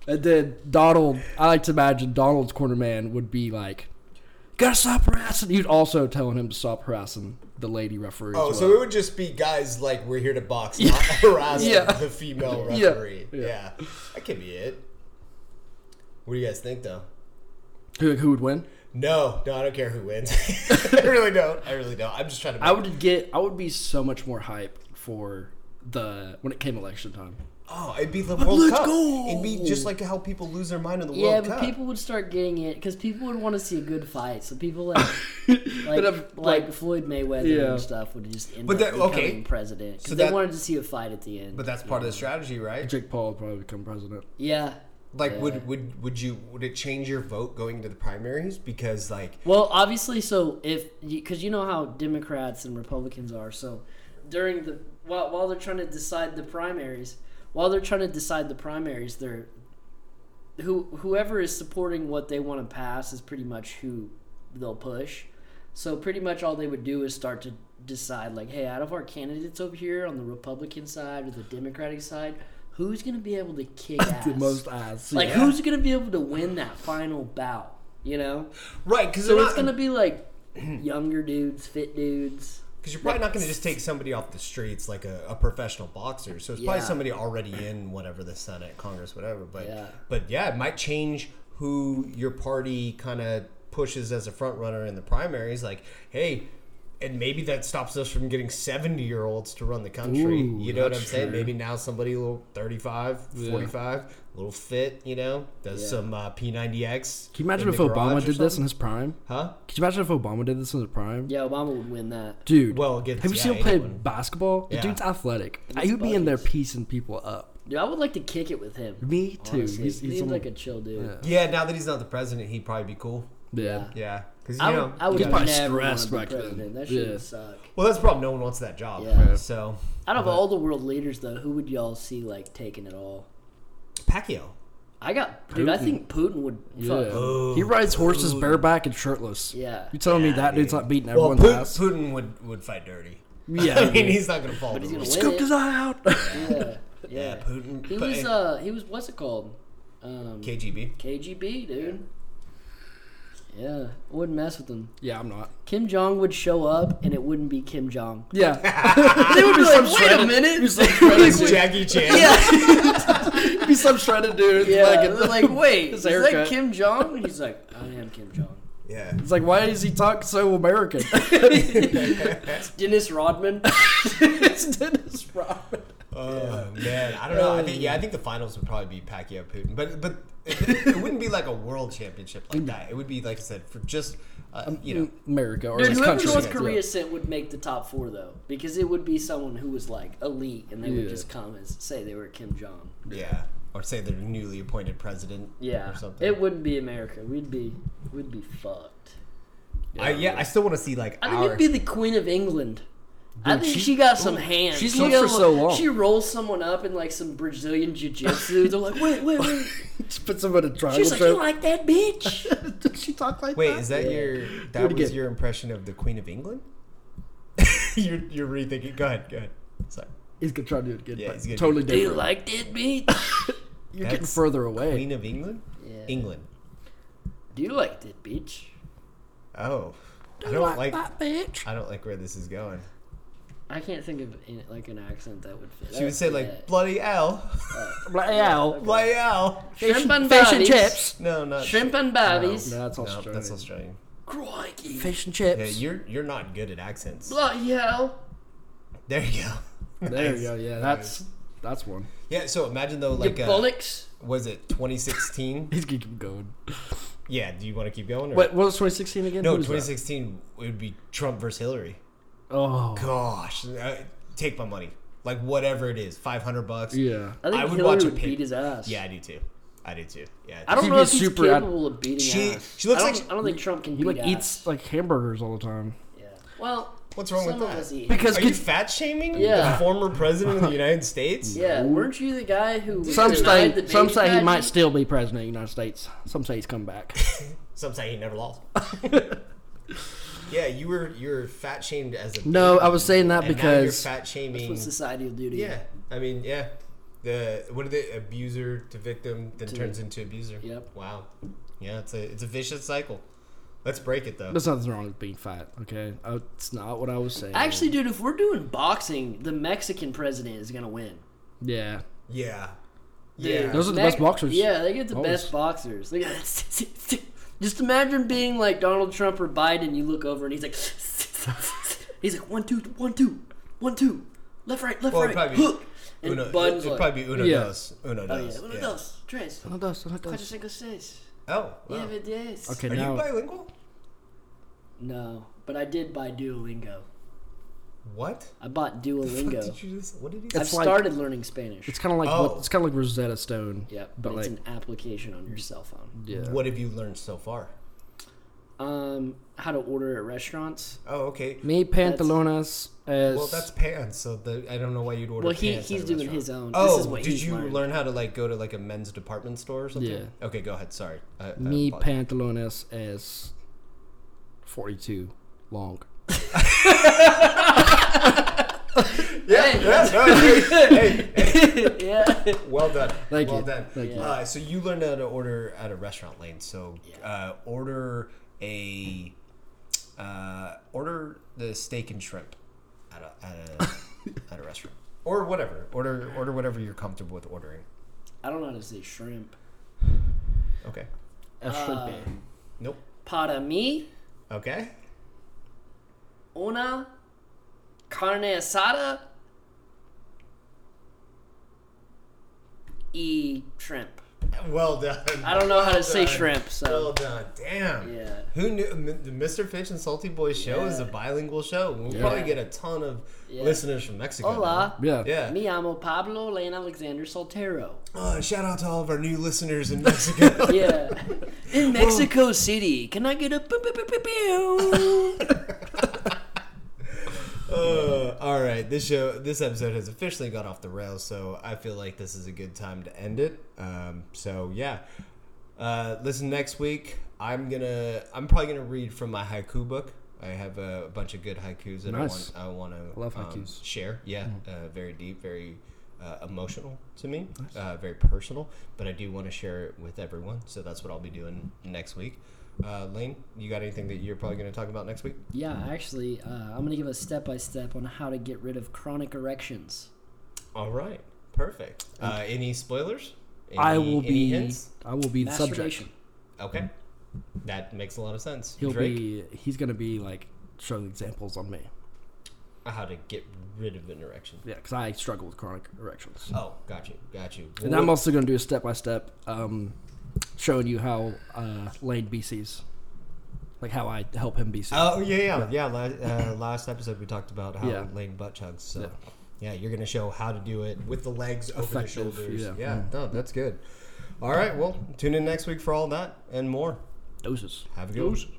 [SPEAKER 2] And then Donald. I like to imagine Donald's corner man would be like, gotta stop harassing. You'd also telling him to stop harassing the lady referee.
[SPEAKER 1] Oh,
[SPEAKER 2] as
[SPEAKER 1] so
[SPEAKER 2] well.
[SPEAKER 1] it would just be guys like we're here to box, not harass
[SPEAKER 2] Yeah.
[SPEAKER 1] the female
[SPEAKER 2] Yeah.
[SPEAKER 1] referee. Yeah.
[SPEAKER 2] Yeah.
[SPEAKER 1] that could be it. What do you guys think, though?
[SPEAKER 2] who, who would win?
[SPEAKER 1] No, no, I don't care who wins. I really don't. I really don't. I'm just trying to.
[SPEAKER 2] I would get. I would be so much more hyped for the when it came election time.
[SPEAKER 1] oh, it'd be the World
[SPEAKER 2] let's
[SPEAKER 1] Cup.
[SPEAKER 2] go.
[SPEAKER 1] It'd be just like how people lose their mind in the
[SPEAKER 3] Yeah,
[SPEAKER 1] World
[SPEAKER 3] but
[SPEAKER 1] Cup.
[SPEAKER 3] people would start getting it because people would want to see a good fight. So people like like,
[SPEAKER 2] But if,
[SPEAKER 3] like,
[SPEAKER 2] like-
[SPEAKER 3] Floyd Mayweather
[SPEAKER 2] Yeah.
[SPEAKER 3] and stuff would just end
[SPEAKER 1] But
[SPEAKER 3] up
[SPEAKER 1] that-
[SPEAKER 3] becoming
[SPEAKER 1] okay.
[SPEAKER 3] president because
[SPEAKER 1] So
[SPEAKER 3] they
[SPEAKER 1] that-
[SPEAKER 3] wanted to see a fight at the end.
[SPEAKER 1] but that's part of the strategy, right?
[SPEAKER 2] Jake Paul would probably become president.
[SPEAKER 3] yeah.
[SPEAKER 1] Like,
[SPEAKER 3] Yeah.
[SPEAKER 1] would would would you would it change your vote going to the primaries? Because like,
[SPEAKER 3] Well, obviously, so if because you know how Democrats and Republicans are, so during the while while they're trying to decide the primaries, while they're trying to decide the primaries, they're who whoever is supporting what they want to pass is pretty much who they'll push. So pretty much all they would do is start to decide like, hey, out of our candidates over here on the Republican side or the Democratic side, who's going to be able to kick ass?
[SPEAKER 2] The most eyes.
[SPEAKER 3] like
[SPEAKER 2] yeah.
[SPEAKER 3] who's going to be able to win that final bout, you know?
[SPEAKER 1] right? Because
[SPEAKER 3] So it's gonna be like younger dudes, fit dudes.
[SPEAKER 1] Because you're probably not going to just take somebody off the streets like a, a professional boxer. So it's probably
[SPEAKER 3] Yeah.
[SPEAKER 1] somebody already in whatever the Senate, Congress, whatever. But
[SPEAKER 3] Yeah.
[SPEAKER 1] but yeah, it might change who your party kind of pushes as a front runner in the primaries. Like, hey, and maybe that stops us from getting 70 year olds to run the country.
[SPEAKER 2] Ooh,
[SPEAKER 1] you know what I'm
[SPEAKER 2] that's
[SPEAKER 1] saying?
[SPEAKER 2] true.
[SPEAKER 1] Maybe now somebody a little 35, 45, a little fit, you know, does
[SPEAKER 3] Yeah.
[SPEAKER 1] some uh, P90X.
[SPEAKER 2] Can you imagine
[SPEAKER 1] in
[SPEAKER 2] if
[SPEAKER 1] the garage
[SPEAKER 2] Obama
[SPEAKER 1] or
[SPEAKER 2] did this in
[SPEAKER 1] something?
[SPEAKER 2] his prime?
[SPEAKER 1] Huh?
[SPEAKER 2] Could you imagine if Obama did this in his prime?
[SPEAKER 3] Yeah, Obama would win that.
[SPEAKER 2] Dude,
[SPEAKER 1] Well, against,
[SPEAKER 2] have you
[SPEAKER 1] yeah,
[SPEAKER 2] seen him play
[SPEAKER 1] anyone.
[SPEAKER 2] basketball?
[SPEAKER 1] Yeah.
[SPEAKER 2] The dude's athletic. He would be in there piecing people up.
[SPEAKER 3] Dude, I would like to kick it with him.
[SPEAKER 2] Me too.
[SPEAKER 3] Honestly,
[SPEAKER 2] He's,
[SPEAKER 3] he
[SPEAKER 2] he's
[SPEAKER 3] seems
[SPEAKER 2] on-
[SPEAKER 3] like a chill dude.
[SPEAKER 2] Yeah.
[SPEAKER 1] Yeah, now that he's not the president, he'd probably be cool.
[SPEAKER 2] yeah.
[SPEAKER 1] Yeah, because you
[SPEAKER 3] I
[SPEAKER 1] know,
[SPEAKER 3] would, I would
[SPEAKER 2] He's probably
[SPEAKER 3] never wanna
[SPEAKER 2] stressed
[SPEAKER 3] be
[SPEAKER 2] back then.
[SPEAKER 3] president. That shit
[SPEAKER 2] Yeah.
[SPEAKER 3] would suck.
[SPEAKER 1] well, that's the problem. No one wants that job.
[SPEAKER 3] Yeah.
[SPEAKER 1] So
[SPEAKER 3] Out of all the world leaders, though, who would y'all see like taking it all?
[SPEAKER 1] Pacquiao.
[SPEAKER 3] I got dude. I
[SPEAKER 2] Putin.
[SPEAKER 3] think Putin would.
[SPEAKER 2] Yeah.
[SPEAKER 3] Fuck.
[SPEAKER 1] Oh,
[SPEAKER 2] he rides horses
[SPEAKER 1] dude.
[SPEAKER 2] bareback and shirtless.
[SPEAKER 3] Yeah.
[SPEAKER 2] You telling me
[SPEAKER 1] Yeah,
[SPEAKER 2] that dude's
[SPEAKER 1] dude.
[SPEAKER 2] not beating
[SPEAKER 1] Well,
[SPEAKER 2] everyone's
[SPEAKER 1] Putin,
[SPEAKER 2] ass?
[SPEAKER 1] Putin would would fight dirty.
[SPEAKER 2] Yeah.
[SPEAKER 1] I mean, he's not gonna fall.
[SPEAKER 3] But he's
[SPEAKER 1] the
[SPEAKER 3] gonna
[SPEAKER 1] rules.
[SPEAKER 3] win.
[SPEAKER 2] Scooped his eye out.
[SPEAKER 3] Yeah,
[SPEAKER 1] Yeah,
[SPEAKER 3] yeah.
[SPEAKER 1] Putin.
[SPEAKER 3] He
[SPEAKER 1] but-
[SPEAKER 3] was
[SPEAKER 1] and
[SPEAKER 3] uh he was what's it called? Um,
[SPEAKER 1] KGB.
[SPEAKER 3] KGB dude. Yeah, I wouldn't mess with him.
[SPEAKER 2] yeah, I'm not.
[SPEAKER 3] Kim Jong would show up, and it wouldn't be Kim Jong.
[SPEAKER 2] Yeah. they would be some shredded. Be some shredded
[SPEAKER 1] It's
[SPEAKER 2] dude.
[SPEAKER 1] Jackie Chan.
[SPEAKER 2] Yeah. be some shredded dude.
[SPEAKER 3] Yeah,
[SPEAKER 2] Like,
[SPEAKER 3] they're like, wait,
[SPEAKER 2] his
[SPEAKER 3] is that
[SPEAKER 2] haircut.
[SPEAKER 3] Kim Jong? And he's like, I am Kim Jong.
[SPEAKER 1] Yeah.
[SPEAKER 2] it's like, why is he talk so American?
[SPEAKER 3] Dennis Rodman.
[SPEAKER 2] it's Dennis Rodman.
[SPEAKER 1] Oh man, I don't know. I think yeah, I think the finals would probably be Pacquiao Putin, but but it, it wouldn't be like a world championship like that. It would be like I said for just uh,
[SPEAKER 3] Um,
[SPEAKER 1] you know
[SPEAKER 2] America or
[SPEAKER 3] Dude,
[SPEAKER 2] this
[SPEAKER 3] whoever
[SPEAKER 2] country.
[SPEAKER 3] North
[SPEAKER 2] Yeah.
[SPEAKER 3] Korea sent would make the top four though, because it would be someone who was like elite, and they would
[SPEAKER 2] Yeah.
[SPEAKER 3] just come and say they were Kim Jong.
[SPEAKER 1] yeah, or say the newly appointed president.
[SPEAKER 3] mm. Yeah,
[SPEAKER 1] or something.
[SPEAKER 3] it wouldn't be America. We'd be, we'd be fucked.
[SPEAKER 1] I, yeah, I still want to see like
[SPEAKER 3] I think
[SPEAKER 1] our
[SPEAKER 3] it'd be the Queen of England. I
[SPEAKER 2] Dude,
[SPEAKER 3] think
[SPEAKER 2] she's-
[SPEAKER 3] she got some hands.
[SPEAKER 2] she's
[SPEAKER 3] She
[SPEAKER 2] looked
[SPEAKER 3] got
[SPEAKER 2] for
[SPEAKER 3] a-
[SPEAKER 2] so long.
[SPEAKER 3] She rolls someone up in like some Brazilian jiu-jitsu. They're like, wait, wait, wait.
[SPEAKER 2] Just put someone in a triangle
[SPEAKER 3] She's like, you like that bitch?
[SPEAKER 2] like, Did she talk like
[SPEAKER 1] Wait, is that
[SPEAKER 3] Yeah.
[SPEAKER 1] your
[SPEAKER 2] it
[SPEAKER 1] that was
[SPEAKER 2] again.
[SPEAKER 1] your impression of the Queen of England? you're you're rethinking. Go ahead, go ahead. Sorry.
[SPEAKER 2] He's gonna try to do it again.
[SPEAKER 1] Yeah,
[SPEAKER 2] but
[SPEAKER 1] he's gonna do
[SPEAKER 2] totally
[SPEAKER 3] Do you
[SPEAKER 2] different.
[SPEAKER 3] like that bitch?
[SPEAKER 2] You're getting
[SPEAKER 1] That's
[SPEAKER 2] further away.
[SPEAKER 1] Queen of England?
[SPEAKER 3] Yeah.
[SPEAKER 1] England.
[SPEAKER 3] Do you like that bitch?
[SPEAKER 1] Oh. I don't like
[SPEAKER 2] that bitch.
[SPEAKER 1] I don't like where this is going.
[SPEAKER 3] I can't think of any, like an accent that would fit.
[SPEAKER 1] She would say like bloody L.
[SPEAKER 2] Bloody hell.
[SPEAKER 1] Bloody L.
[SPEAKER 3] shrimp and
[SPEAKER 2] Fish and
[SPEAKER 3] barbies.
[SPEAKER 2] chips.
[SPEAKER 1] No, not
[SPEAKER 3] Shrimp and
[SPEAKER 2] Oh, No,
[SPEAKER 3] barbies.
[SPEAKER 2] that's
[SPEAKER 1] No,
[SPEAKER 2] Australian.
[SPEAKER 1] that's Australian.
[SPEAKER 3] Crikey.
[SPEAKER 2] Fish and
[SPEAKER 1] Yeah,
[SPEAKER 2] chips.
[SPEAKER 1] you're you're not good at accents.
[SPEAKER 3] Bloody hell.
[SPEAKER 1] There you go.
[SPEAKER 2] there
[SPEAKER 1] Nice.
[SPEAKER 2] you go. Yeah, that's that's one.
[SPEAKER 1] Yeah, so imagine though
[SPEAKER 3] Your
[SPEAKER 1] like uh,
[SPEAKER 3] bollocks.
[SPEAKER 1] was it 2016?
[SPEAKER 2] He's gonna keep going.
[SPEAKER 1] yeah, do you want to keep going or
[SPEAKER 2] Wait, what was 2016 again?
[SPEAKER 1] No,
[SPEAKER 2] Who was that?
[SPEAKER 1] 2016 it would be Trump versus Hillary.
[SPEAKER 2] Oh,
[SPEAKER 1] gosh, I, take my money, like whatever it is, five hundred bucks. Yeah.
[SPEAKER 2] yeah.
[SPEAKER 3] I think
[SPEAKER 1] I would
[SPEAKER 3] Hillary
[SPEAKER 1] watch a
[SPEAKER 3] would
[SPEAKER 1] pig.
[SPEAKER 3] beat his ass.
[SPEAKER 1] I do too. I do too. Yeah,
[SPEAKER 3] I don't
[SPEAKER 2] She'd
[SPEAKER 3] know
[SPEAKER 2] be
[SPEAKER 3] if he's
[SPEAKER 2] super ad-
[SPEAKER 3] capable of beating
[SPEAKER 1] She-
[SPEAKER 3] ass.
[SPEAKER 1] she looks
[SPEAKER 3] I
[SPEAKER 1] like
[SPEAKER 3] don't-
[SPEAKER 1] she-
[SPEAKER 3] I don't think Trump can
[SPEAKER 2] He
[SPEAKER 3] beat
[SPEAKER 2] like
[SPEAKER 3] ass.
[SPEAKER 2] eats like hamburgers all the time.
[SPEAKER 3] Yeah. Well,
[SPEAKER 1] What's wrong with
[SPEAKER 3] some
[SPEAKER 1] that?
[SPEAKER 3] Of us eat.
[SPEAKER 2] Because
[SPEAKER 1] Are you fat shaming
[SPEAKER 3] Yeah.
[SPEAKER 1] the former president of the United States?
[SPEAKER 3] yeah, weren't you the guy who was
[SPEAKER 2] some
[SPEAKER 3] denied the
[SPEAKER 2] say some
[SPEAKER 3] baby
[SPEAKER 2] say he
[SPEAKER 3] back?
[SPEAKER 2] might still be president of the United States. Some say he's come back.
[SPEAKER 1] Some say he never lost. yeah, you were you were fat shamed as a
[SPEAKER 2] No, I was saying that
[SPEAKER 1] and now
[SPEAKER 2] because
[SPEAKER 1] you're fat shaming.
[SPEAKER 3] What society will do to
[SPEAKER 1] yeah, I mean yeah. The what are they abuser to victim then turns into abuser.
[SPEAKER 3] Yep.
[SPEAKER 1] Wow. Yeah, it's a it's a vicious cycle. Let's break it though.
[SPEAKER 2] There's nothing wrong with being fat, okay? Uh, It's not what I was saying.
[SPEAKER 3] Actually, dude, if we're doing boxing, the Mexican president is gonna win.
[SPEAKER 2] yeah.
[SPEAKER 1] Yeah.
[SPEAKER 3] Dude,
[SPEAKER 1] Yeah.
[SPEAKER 2] Those are the
[SPEAKER 3] Mex-
[SPEAKER 2] best boxers.
[SPEAKER 3] Yeah, they get the
[SPEAKER 2] Always.
[SPEAKER 3] best boxers. They got Just imagine being like Donald Trump or Biden. You look over and he's like, he's like one two one two one two left right left
[SPEAKER 1] Well, it'd
[SPEAKER 3] right
[SPEAKER 1] probably be
[SPEAKER 3] hook and
[SPEAKER 1] Uno,
[SPEAKER 3] Bud's
[SPEAKER 1] it'd
[SPEAKER 3] like,
[SPEAKER 1] probably be Uno
[SPEAKER 2] Yeah.
[SPEAKER 1] dos. Uno
[SPEAKER 3] oh
[SPEAKER 1] dos.
[SPEAKER 3] yeah, uno dos tres
[SPEAKER 2] Uno, dos, uno,
[SPEAKER 3] cuatro
[SPEAKER 2] dos.
[SPEAKER 3] cinco seis
[SPEAKER 1] Oh, wow.
[SPEAKER 3] nueve diez.
[SPEAKER 2] Okay,
[SPEAKER 1] Are you
[SPEAKER 2] now
[SPEAKER 1] bilingual?
[SPEAKER 3] No, but I did buy Duolingo.
[SPEAKER 1] What?
[SPEAKER 3] I bought
[SPEAKER 1] The fuck
[SPEAKER 3] Duolingo.
[SPEAKER 1] did you just? What did you?
[SPEAKER 2] It's
[SPEAKER 3] I've
[SPEAKER 2] like-
[SPEAKER 3] started learning Spanish.
[SPEAKER 2] it's kind of like what
[SPEAKER 1] Oh.
[SPEAKER 2] it's kind of like Rosetta Stone.
[SPEAKER 3] Yep,
[SPEAKER 2] but
[SPEAKER 3] but it's
[SPEAKER 2] like-
[SPEAKER 3] an application on your cell phone.
[SPEAKER 2] Yeah.
[SPEAKER 1] What have you learned so far?
[SPEAKER 3] Um, how to order at restaurants.
[SPEAKER 1] Oh, okay.
[SPEAKER 2] Me pantalones as
[SPEAKER 1] Well, that's pants. So the, I don't know why you'd order.
[SPEAKER 3] Well, he,
[SPEAKER 1] pants
[SPEAKER 3] he's
[SPEAKER 1] at a
[SPEAKER 3] doing
[SPEAKER 1] restaurant.
[SPEAKER 3] his own.
[SPEAKER 1] Oh,
[SPEAKER 3] this is what
[SPEAKER 1] did
[SPEAKER 3] he's
[SPEAKER 1] you
[SPEAKER 3] learned.
[SPEAKER 1] learn how to like go to like a men's department store or something?
[SPEAKER 2] Yeah.
[SPEAKER 1] Okay, go ahead. Sorry. I, I
[SPEAKER 2] me
[SPEAKER 1] apologize.
[SPEAKER 2] pantalones as 42 long.
[SPEAKER 1] Yeah. yeah, no, hey, hey, hey,
[SPEAKER 3] yeah.
[SPEAKER 1] well done.
[SPEAKER 2] Thank
[SPEAKER 1] well
[SPEAKER 2] you.
[SPEAKER 1] done.
[SPEAKER 2] Thank you.
[SPEAKER 1] Uh, so you learned how to order at a restaurant lane. So uh, order a uh, order the steak and shrimp at a at a, at a restaurant or whatever. Order order whatever you're comfortable with ordering.
[SPEAKER 3] I don't know how to say shrimp.
[SPEAKER 1] Okay.
[SPEAKER 2] As
[SPEAKER 3] Uh,
[SPEAKER 2] should be.
[SPEAKER 1] Nope.
[SPEAKER 3] Para mí,
[SPEAKER 1] Okay.
[SPEAKER 3] una carne asada y shrimp.
[SPEAKER 1] Well done.
[SPEAKER 3] I don't know how to say
[SPEAKER 1] Well done.
[SPEAKER 3] shrimp,
[SPEAKER 1] Well
[SPEAKER 3] so
[SPEAKER 1] done. Damn.
[SPEAKER 3] yeah.
[SPEAKER 1] Who knew M- the Mr. Fitch and Salty Boy show is a
[SPEAKER 3] Yeah.
[SPEAKER 1] bilingual show? We'll
[SPEAKER 2] Yeah.
[SPEAKER 1] probably get a ton of
[SPEAKER 3] Yeah.
[SPEAKER 1] listeners from Mexico.
[SPEAKER 3] Hola.
[SPEAKER 2] Yeah.
[SPEAKER 1] man. Uh, Yeah.
[SPEAKER 3] Me amo Pablo Lane Alexander Soltero.
[SPEAKER 1] Uh, shout out to all of our new listeners in Mexico.
[SPEAKER 3] Yeah. In Mexico City, can I get a pew, pew, pew, pew, pew?
[SPEAKER 1] Uh, all right, this show, this episode has officially gone off the rails, so I feel like this is a good time to end it. Um, so yeah, uh, listen next week. I'm gonna, I'm probably gonna read from my haiku book. I have a, bunch of good haikus that
[SPEAKER 2] Nice.
[SPEAKER 1] I want, I want to
[SPEAKER 2] Love haikus. Mm.
[SPEAKER 1] share. Yeah, uh, very deep, very uh, emotional to me, uh, very personal. But I do want to share it with everyone, so that's what I'll be doing next week. Uh, Lane, you got anything that you're probably going to talk about next week?
[SPEAKER 3] Yeah, actually, uh, I'm going to give a step by step on how to get rid of chronic erections.
[SPEAKER 1] All right, perfect. Uh, any spoilers? Any,
[SPEAKER 2] I will
[SPEAKER 1] any
[SPEAKER 2] be
[SPEAKER 1] hints?
[SPEAKER 2] I will be the subject.
[SPEAKER 3] Masturbation.
[SPEAKER 1] Okay, that makes a lot of sense.
[SPEAKER 2] He'll
[SPEAKER 1] Drake,
[SPEAKER 2] be he's going to be like showing examples on me.
[SPEAKER 1] how to get rid of an erection?
[SPEAKER 2] Yeah, cuz I struggle with chronic erections.
[SPEAKER 1] Oh, got you, got you.
[SPEAKER 2] And I'm also going to do a step by step um showing you how uh Lane BCs like how I help him BC.
[SPEAKER 1] Oh yeah, yeah, yeah. la- uh, last episode we talked about how
[SPEAKER 2] Yeah.
[SPEAKER 1] Lane butt chugs. So yeah. you're gonna show how to do it with the legs over the
[SPEAKER 2] Effective,
[SPEAKER 1] shoulders.
[SPEAKER 2] yeah. Mm-hmm.
[SPEAKER 1] no, that's good. All right, well, tune in next week for all that and more.
[SPEAKER 2] Doses.
[SPEAKER 1] Have a good one.